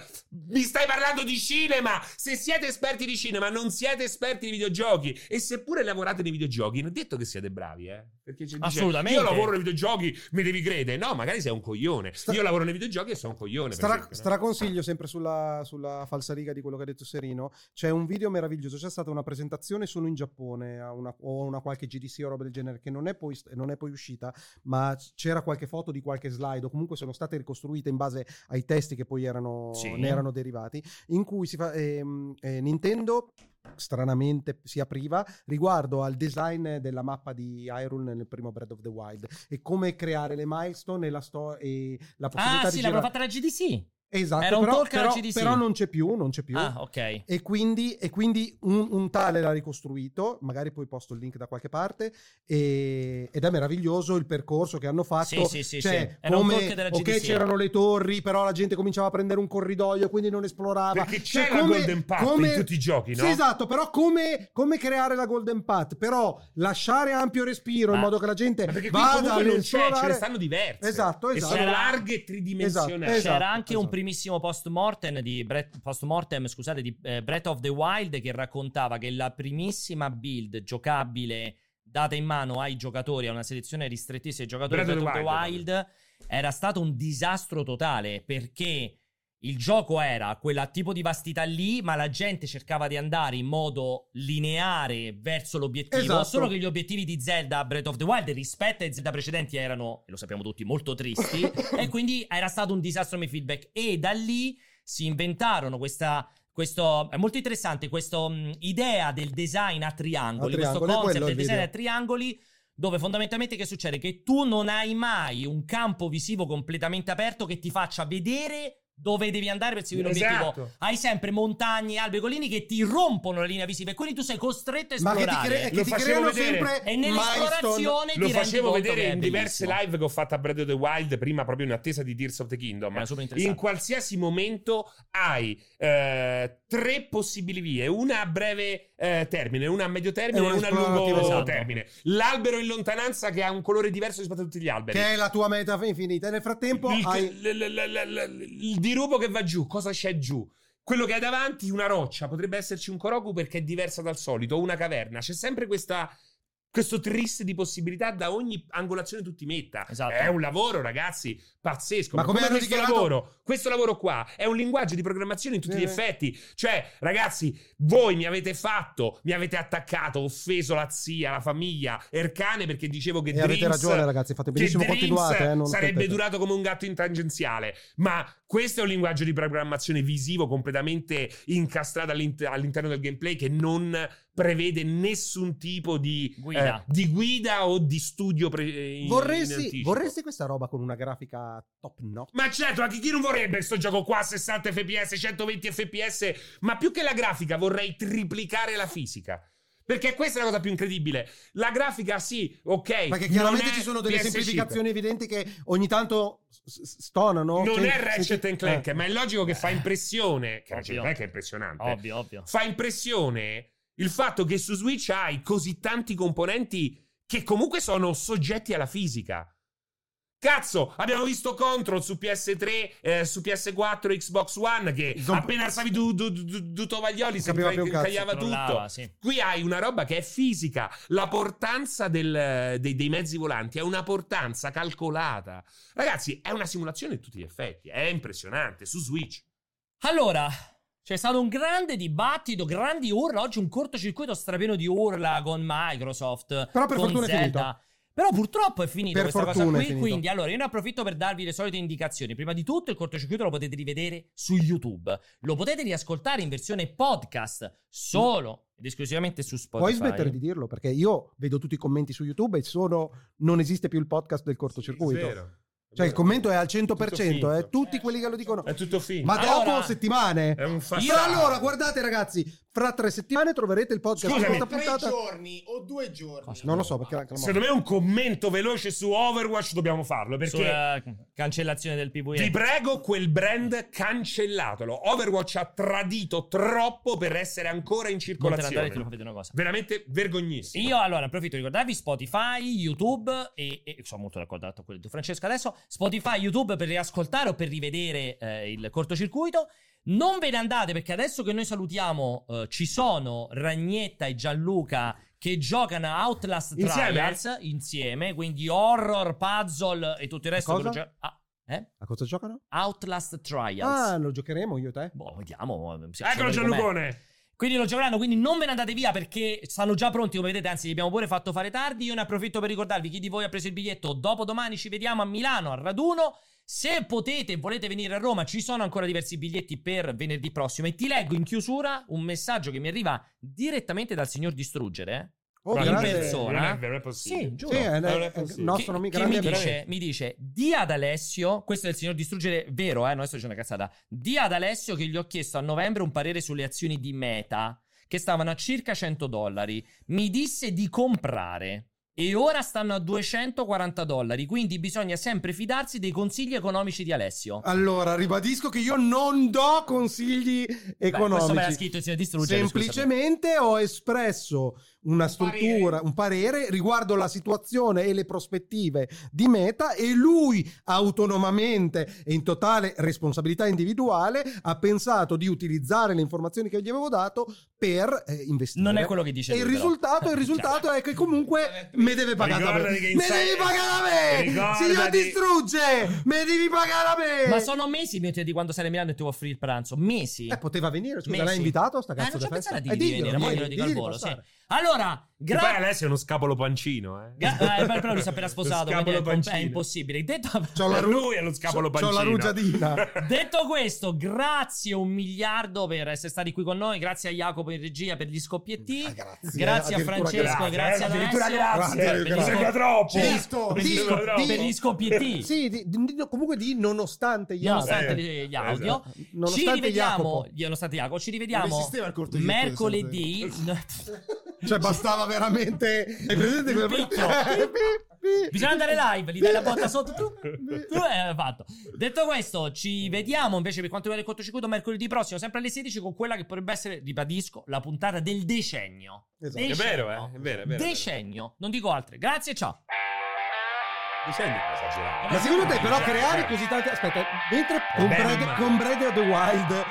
mi stai parlando di cinema! Se siete esperti di cinema, non siete esperti di videogiochi. E seppure lavorate nei videogiochi, non è detto che siete bravi, eh? Perché c'è- dice,
Assolutamente.
Io lavoro nei videogiochi, mi devi credere. No, magari sei un coglione.
Sta-
Io lavoro nei videogiochi e sono un coglione. per
Stra-
esempio, no?
straconsiglio sempre sulla, sulla falsariga di quello che ha detto Serino. C'è un video meraviglioso. C'è stata una presentazione solo in Giappone a una- o a una qualche GDC o roba del genere che non è, poi, non è poi uscita, ma c'era qualche foto di qualche slide o comunque sono state ricostruite in base ai testi che poi erano,
Sì.
ne erano derivati. In cui si fa, ehm, eh, Nintendo stranamente si apriva riguardo al design della mappa di Hyrule nel primo Breath of the Wild e come creare le milestone e la, sto- e la possibilità
Ah,
di
sì,
girare-
l'avevano fatta la GDC.
Esatto,
Era un
però,
talk alla
però-
CDC.
però non c'è più, non c'è più.
Ah, ok.
E quindi, e quindi un, un tale l'ha ricostruito, magari poi posto il link da qualche parte, e- ed è meraviglioso il percorso che hanno fatto.
Sì, sì, sì,
cioè,
sì. Era un
come-
talk della
ok,
GDC.
c'erano le torri, però la gente cominciava a prendere un corridoio, quindi non esplorava.
Perché c'è la Golden Path in tutti i giochi, no?
Sì, esatto, però come, come creare la Golden Path? Però lasciare ampio respiro in
Ma-
modo che la gente
Ma perché qui
vada
comunque
ad
non c'è, ce ne
esplorare-
stanno diverse.
Esatto, esatto.
E sono
C'era-
larghe e tridimensionali.
Esatto,
C'era anche un
esatto.
primissimo post-mortem di, Breath, post-mortem, scusate, di eh, Breath of the Wild che raccontava che la primissima build giocabile data in mano ai giocatori, a una selezione ristrettissima dei giocatori di
Breath
Breath
of
of
the
the
Wild,
Wild, era stato un disastro totale perché il gioco era quel tipo di vastità lì, ma la gente cercava di andare in modo lineare verso l'obiettivo.
Esatto.
Solo che gli obiettivi di Zelda Breath of the Wild rispetto ai Zelda precedenti erano, e lo sappiamo tutti, molto tristi. e quindi era stato un disastro nei feedback. E da lì si inventarono questa. Questo è molto interessante, questa idea del design a triangoli,
A triangoli, è
questo concept
quello il
del design
video.
a triangoli, dove fondamentalmente che succede? Che tu non hai mai un campo visivo completamente aperto che ti faccia vedere dove devi andare per seguire l'obiettivo.
Esatto.
Hai sempre montagne, alberi, colline che ti rompono la linea visiva e quindi tu sei costretto a
ma che
esplorare.
ti, cre- che
Lo
ti
facevo
creano
vedere.
sempre
E nell'esplorazione
milestone
Lo
ti rendi
facevo
conto che
vedere
è
in diverse
bellissimo.
live che ho fatto a Breath of the Wild prima, proprio in attesa di Tears of the Kingdom.
Era super interessante.
In qualsiasi momento hai eh, tre possibili vie, una a breve eh, termine, una a medio termine e una esatto. a lungo termine. L'albero in lontananza che ha un colore diverso rispetto a tutti gli alberi.
Che è la tua meta infinita. E nel frattempo
il,
hai...
l- l- l- il dirupo che va giù, cosa c'è giù? Quello che hai davanti, una roccia, potrebbe esserci un Koroku perché è diversa dal solito, una caverna. C'è sempre questa questo triste di possibilità da ogni angolazione tu ti metta.
Esatto.
È un lavoro, ragazzi, pazzesco.
Ma come hanno
questo
dichiarato- Eh.
lavoro, questo lavoro qua è un linguaggio di programmazione in tutti gli effetti. Cioè, ragazzi, voi mi avete fatto, mi avete attaccato, offeso la zia, la famiglia, Ercane perché dicevo che
E avete
Dreams-
ragione, ragazzi. Fate
che
benissimo.
Dreams
Continuate. eh, non
sarebbe
attendete.
durato come un gatto in tangenziale, ma questo è un linguaggio di programmazione visivo completamente incastrato all'int- all'interno del gameplay che non prevede nessun tipo di
Guida.
eh, di guida o di studio. Pre- eh, in- in
Vorresti,
anticipo.
vorresti questa roba con una grafica top notch?
Ma certo, anche chi non vorrebbe sto gioco qua, 60 fps, 120 fps, ma più che la grafica vorrei triplicare la fisica. Perché questa è la cosa più incredibile. La grafica sì, ok.
Perché chiaramente
non è
ci sono delle
PS5.
semplificazioni evidenti che ogni tanto s- s- stonano.
Non
Sì,
è Ratchet
sì,
and Clank,
eh.
ma è logico che fa impressione. Che Ratchet
Ovvio.
Clank è impressionante. eh.
Ovvio, ovvio.
Fa impressione il fatto che su Switch hai così tanti componenti che comunque sono soggetti alla fisica. Cazzo, abbiamo visto Control su PS3, eh, su PS4, Xbox One, che
Zom-
appena alzavi due du, du- du- due tovaglioli si
Capiva
inca-
più un cazzo.
incagliava tutto.
Crollava, sì.
Qui hai una roba che è fisica. La portanza del- dei, dei mezzi volanti è una portanza calcolata. Ragazzi, è una simulazione a tutti gli effetti. È impressionante. Su Switch.
Allora, c'è stato un grande dibattito, grandi urla. Oggi un cortocircuito strapieno di urla con Microsoft.
Però per
con
fortuna è
Zelda.
finito.
Però purtroppo è finita
Per
questa cosa
fortuna è
qui.
finito.
Quindi, allora, io ne approfitto per darvi le solite indicazioni. Prima di tutto, il cortocircuito lo potete rivedere su YouTube. Lo potete riascoltare in versione podcast solo ed esclusivamente su Spotify.
Puoi smettere di dirlo perché io vedo tutti i commenti su YouTube e sono non esiste più il podcast del cortocircuito. cioè il commento è al 100%, eh, tutti quelli che lo dicono.
È tutto finto.
Ma dopo
Allora-
settimane.
È un
Io
fascino.
allora, guardate ragazzi, fra tre settimane troverete il podcast di
Scusami.
questa
Tre
puntata.
giorni o due giorni.
Non lo so perché la
Secondo me un commento veloce su Overwatch dobbiamo farlo perché
Sulla cancellazione del PvE.
vi prego quel brand cancellatelo. Overwatch ha tradito troppo per essere ancora in
Non te la dare,
circolazione.
te lo fa vedere una cosa.
Veramente vergognissimo.
Io allora approfitto di ricordarvi Spotify, YouTube e, e sono molto d'accordo con quello di Francesco adesso, Spotify, YouTube per riascoltare o per rivedere eh, il cortocircuito. Non ve ne andate perché adesso che noi salutiamo eh, ci sono Ragnetta e Gianluca che giocano a Outlast
Insieme?
Trials insieme, quindi horror, puzzle e tutto il resto.
Cosa?
per gio- ah, eh?
A cosa giocano?
Outlast Trials.
Ah, lo giocheremo io e te.
Boh, vediamo. eh, se-
Eccolo
se-
Gianlucone.
quindi lo giocheranno, quindi non ve ne andate via perché stanno già pronti, come vedete, anzi li abbiamo pure fatto fare tardi. Io ne approfitto per ricordarvi chi di voi ha preso il biglietto. Dopodomani ci vediamo a Milano al raduno. Se potete e volete venire a Roma, ci sono ancora diversi biglietti per venerdì prossimo. E ti leggo in chiusura un messaggio che mi arriva direttamente dal signor Distruggere. eh.
Oh,
Ma
in
non è-
grande-
persona.
Non è vero, non è possibile.
Sì, giuro.
Sì, eh, è,
Non è
è- è
possibile.
nostro
che,
amico
che mi,
grande amico.
dice, mi dice dia ad Alessio questo è il signor distruggere vero eh no adesso c'è una cazzata dia ad Alessio che gli ho chiesto a novembre un parere sulle azioni di Meta che stavano a circa 100 dollari mi disse di comprare e ora stanno a 240 dollari quindi bisogna sempre fidarsi dei consigli economici di Alessio
Ah, Allora, ribadisco che io non do consigli
Beh, questo me l'ha
economici.
scritto il signor distruggere scusami.
Semplicemente ho espresso una struttura, un parere riguardo la situazione e le prospettive di Meta e lui autonomamente e in totale responsabilità individuale ha pensato di utilizzare le informazioni che gli avevo dato per eh, investire.
non è quello che dice
e il
lui, però.
risultato, il risultato è che comunque me deve pagare a me.
Ricordati
Me
che
devi
in sé-
pagare a me!
Ricordati-
Signor distrugge! Me devi pagare a me!
ma sono mesi mio di quando sei a Milano e ti vuoi offrire il pranzo mesi
Eh, poteva venire, scusa,
Messi.
l'hai invitato a sta
Ah,
cazzo
non ci ho
da festa?
pensato di
Eh, diglielo,
venire, mo
digli-
glielo dico al
digli di
volo, sì.
passare.
allora
Che poi
grazie
Alessio è uno scapolo pancino, eh.
Ga- eh, però lui si è appena sposato,
Lo
quindi è,
scapolo
com-
pancino.
è impossibile. Detto,
C'ho la
Per
ru-
lui è lo scapolo
c'ho- c'ho la
pancino.
rugiadina.
detto questo, grazie un miliardo per essere stati qui con noi. Grazie a Jacopo in regia per gli
Ah,
scoppietti. Grazie, a
addirittura
Francesco, grazie,
eh,
ad
addirittura
Alessio.
grazie,
Per gli
mi
scop-
sembra troppo.
Certo,
Mi
dico,
sembra troppo.
per gli scoppietti.
Sì, di- di- di- comunque di nonostante gli altri.
Nonostante
Eh,
gli audio,
esatto.
ci
Nonostante
rivediamo.
Jacopo.
Nonostante Jacopo, ci
Non
rivediamo
esisteva il cortocircuito di
mercoledì.
Cioè bastava Cioè, veramente... Hai presente quel...
Picchio.
Eh, pi-
Bisogna andare live, gli dai la botta sotto. Tu, tu hai fatto. Detto questo, ci vediamo invece per quanto riguarda il cortocircuito mercoledì prossimo, sempre alle 16, con quella che potrebbe essere, ribadisco, la puntata del decennio.
Esatto.
Decennio.
È vero, eh? È vero, è vero,
Decennio. Non dico altre. Grazie e ciao.
Decennio è
Eh,
esagerato.
Ma secondo te, però, creare così tante. Aspetta, mentre con,
Beh,
Breath-
ma-
con Breath of the Wild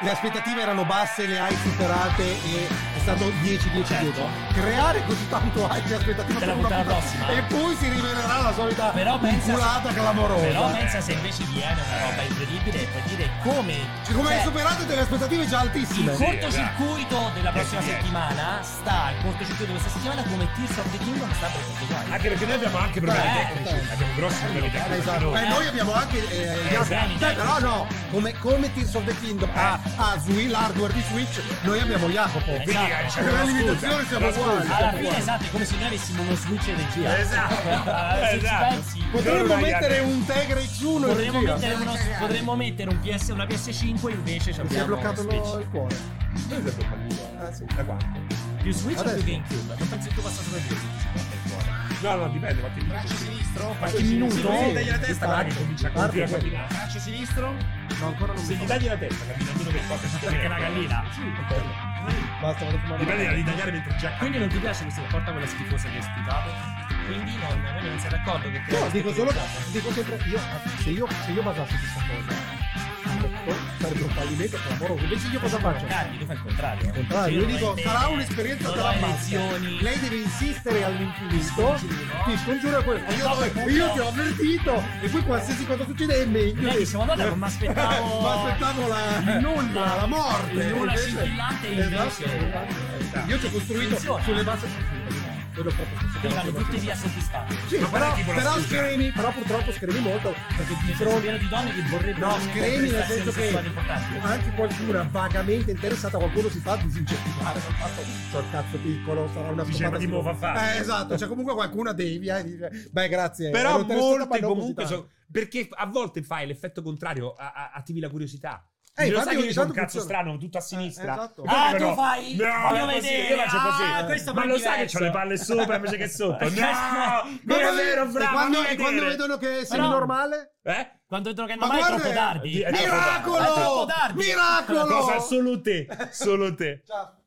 le aspettative erano basse, le hai superate e è stato 10-10-10. Creare così tanto hype e aspettative
Per la
per una
puntata
puntata-
prossima. eh.
E poi si rivelerà la solita
Però pensa,
culata clamorosa.
però pensa se invece viene una roba incredibile e puoi dire come.
Cioè, come hai
cioè,
superato delle aspettative già
Il
altissime.
cortocircuito della prossima
Sì, eh.
settimana sta al cortocircuito di questa settimana come Tears of the Kingdom sta per tutti quanti.
Anche perché noi abbiamo anche problemi
Eh,
tecnici. Abbiamo grossi problemi tecnici.
Esatto. Eh, noi abbiamo anche eh, gli
Esatto.
aspettative, però no, come, come Tears of the Kingdom ha Azui, l'hardware di Switch, noi abbiamo Jacopo.
Quindi
Esatto.
c'è una
Per limitazione
scusa.
siamo
una scusa.
uguali.
Alla fine esatto, è come se noi avessimo uno switch di regia.
Ah, Esatto.
Se ci
Esatto.
pensi,
Potremmo
Giorno
mettere
Ian.
un Tegrex 1 e
Potremmo mettere, uno- potremmo mettere un PS, una PS5 invece ci
si è
abbiamo
bloccato lo-
Switch.
il cuore.
Noi siamo falliti. Da quanto?
più Switch o
Adesso.
più GameCube? Non penso che tu possa sopravvivere.
No, no, dipende. Qualche braccio sinistro.
Qualche minuto?
Se gli tagli la testa, guarda che comincia a
Guarda,
continuare a
guarda.
camminare. Braccio sinistro.
No, ancora non
Se
mi
gli
fa.
tagli la testa, cammina meno che forza.
Perché è una gallina.
Basta, vado a fumare.
Dipende da ritagliare mentre già
Quindi non ti piace questa porta quella schifosa che hai spiegato? Quindi non, quindi non sei d'accordo che
No, dico solo dico sempre io, se io se io basassi questa cosa ecco, sarebbe un fallimento clamoroso. Invece io cosa faccio?
Cagli, tu fai il contrario.
Al contrario, Ah, io dico sarà un'esperienza
tra
della mazza. Lei deve insistere all'infinito. Ti scongiuro questo. Io, io ti ho avvertito. E poi qualsiasi cosa succede è meglio.
Lei dice, "Madonna, non mi aspettavo-
Mi aspettavo la
il nulla,
la morte.
il nulla
Eh, Invece-
scintillante,
Esatto.
invece-
Io ci ho costruito
Funziona.
sulle basi. Quello proprio.
Vanno tutti via soddisfatti.
Sì,
Ma guarda
però,
chi con la
però
scusa.
scrivi, però purtroppo scrivi molto perché ti
Nel senso pieno di donne che vorrebbero
No,
avere
scrivi nel
prestazioni
senso
sessuali
che
importanti.
anche qualcuno vagamente interessato a qualcuno si fa disincentivare dal fatto c'ho il cazzo piccolo, sarà una
Ah, Dice, ma
stupata
ti muovo a fare.
Eh, esatto, cioè comunque qualcuna devia e dice "Beh, grazie". Eh, ero
Però
interessato, ma non
molte
così
comunque
tanto".
sono. Perché a volte fai l'effetto contrario, a- a- attivi la curiosità.
Eh,
Eh, lo
infatti
sai che
ogni
io c'ho un
tanto
cazzo
funziona.
strano, tutto a sinistra.
Eh, esatto.
Guarda
Ah,
però-
tu fai?
No,
Voglio
è così,
vedere.
io faccio così.
Ah, questo
Ma
è
lo sai che
diverso.
ho le palle sopra invece che sotto? No,
Ma
non Eh, è
poi-
vero,
e
bravo.
quando,
non
e
è
quando
vero.
vedono che sei
Però-
normale?
Eh?
Quando vedono che
Ma
non vai è
guarda-
troppo tardi.
Di- è troppo tardi.
È troppo
Miracolo!
tardi.
Miracolo!
Cosa solo te, solo te.
Ciao.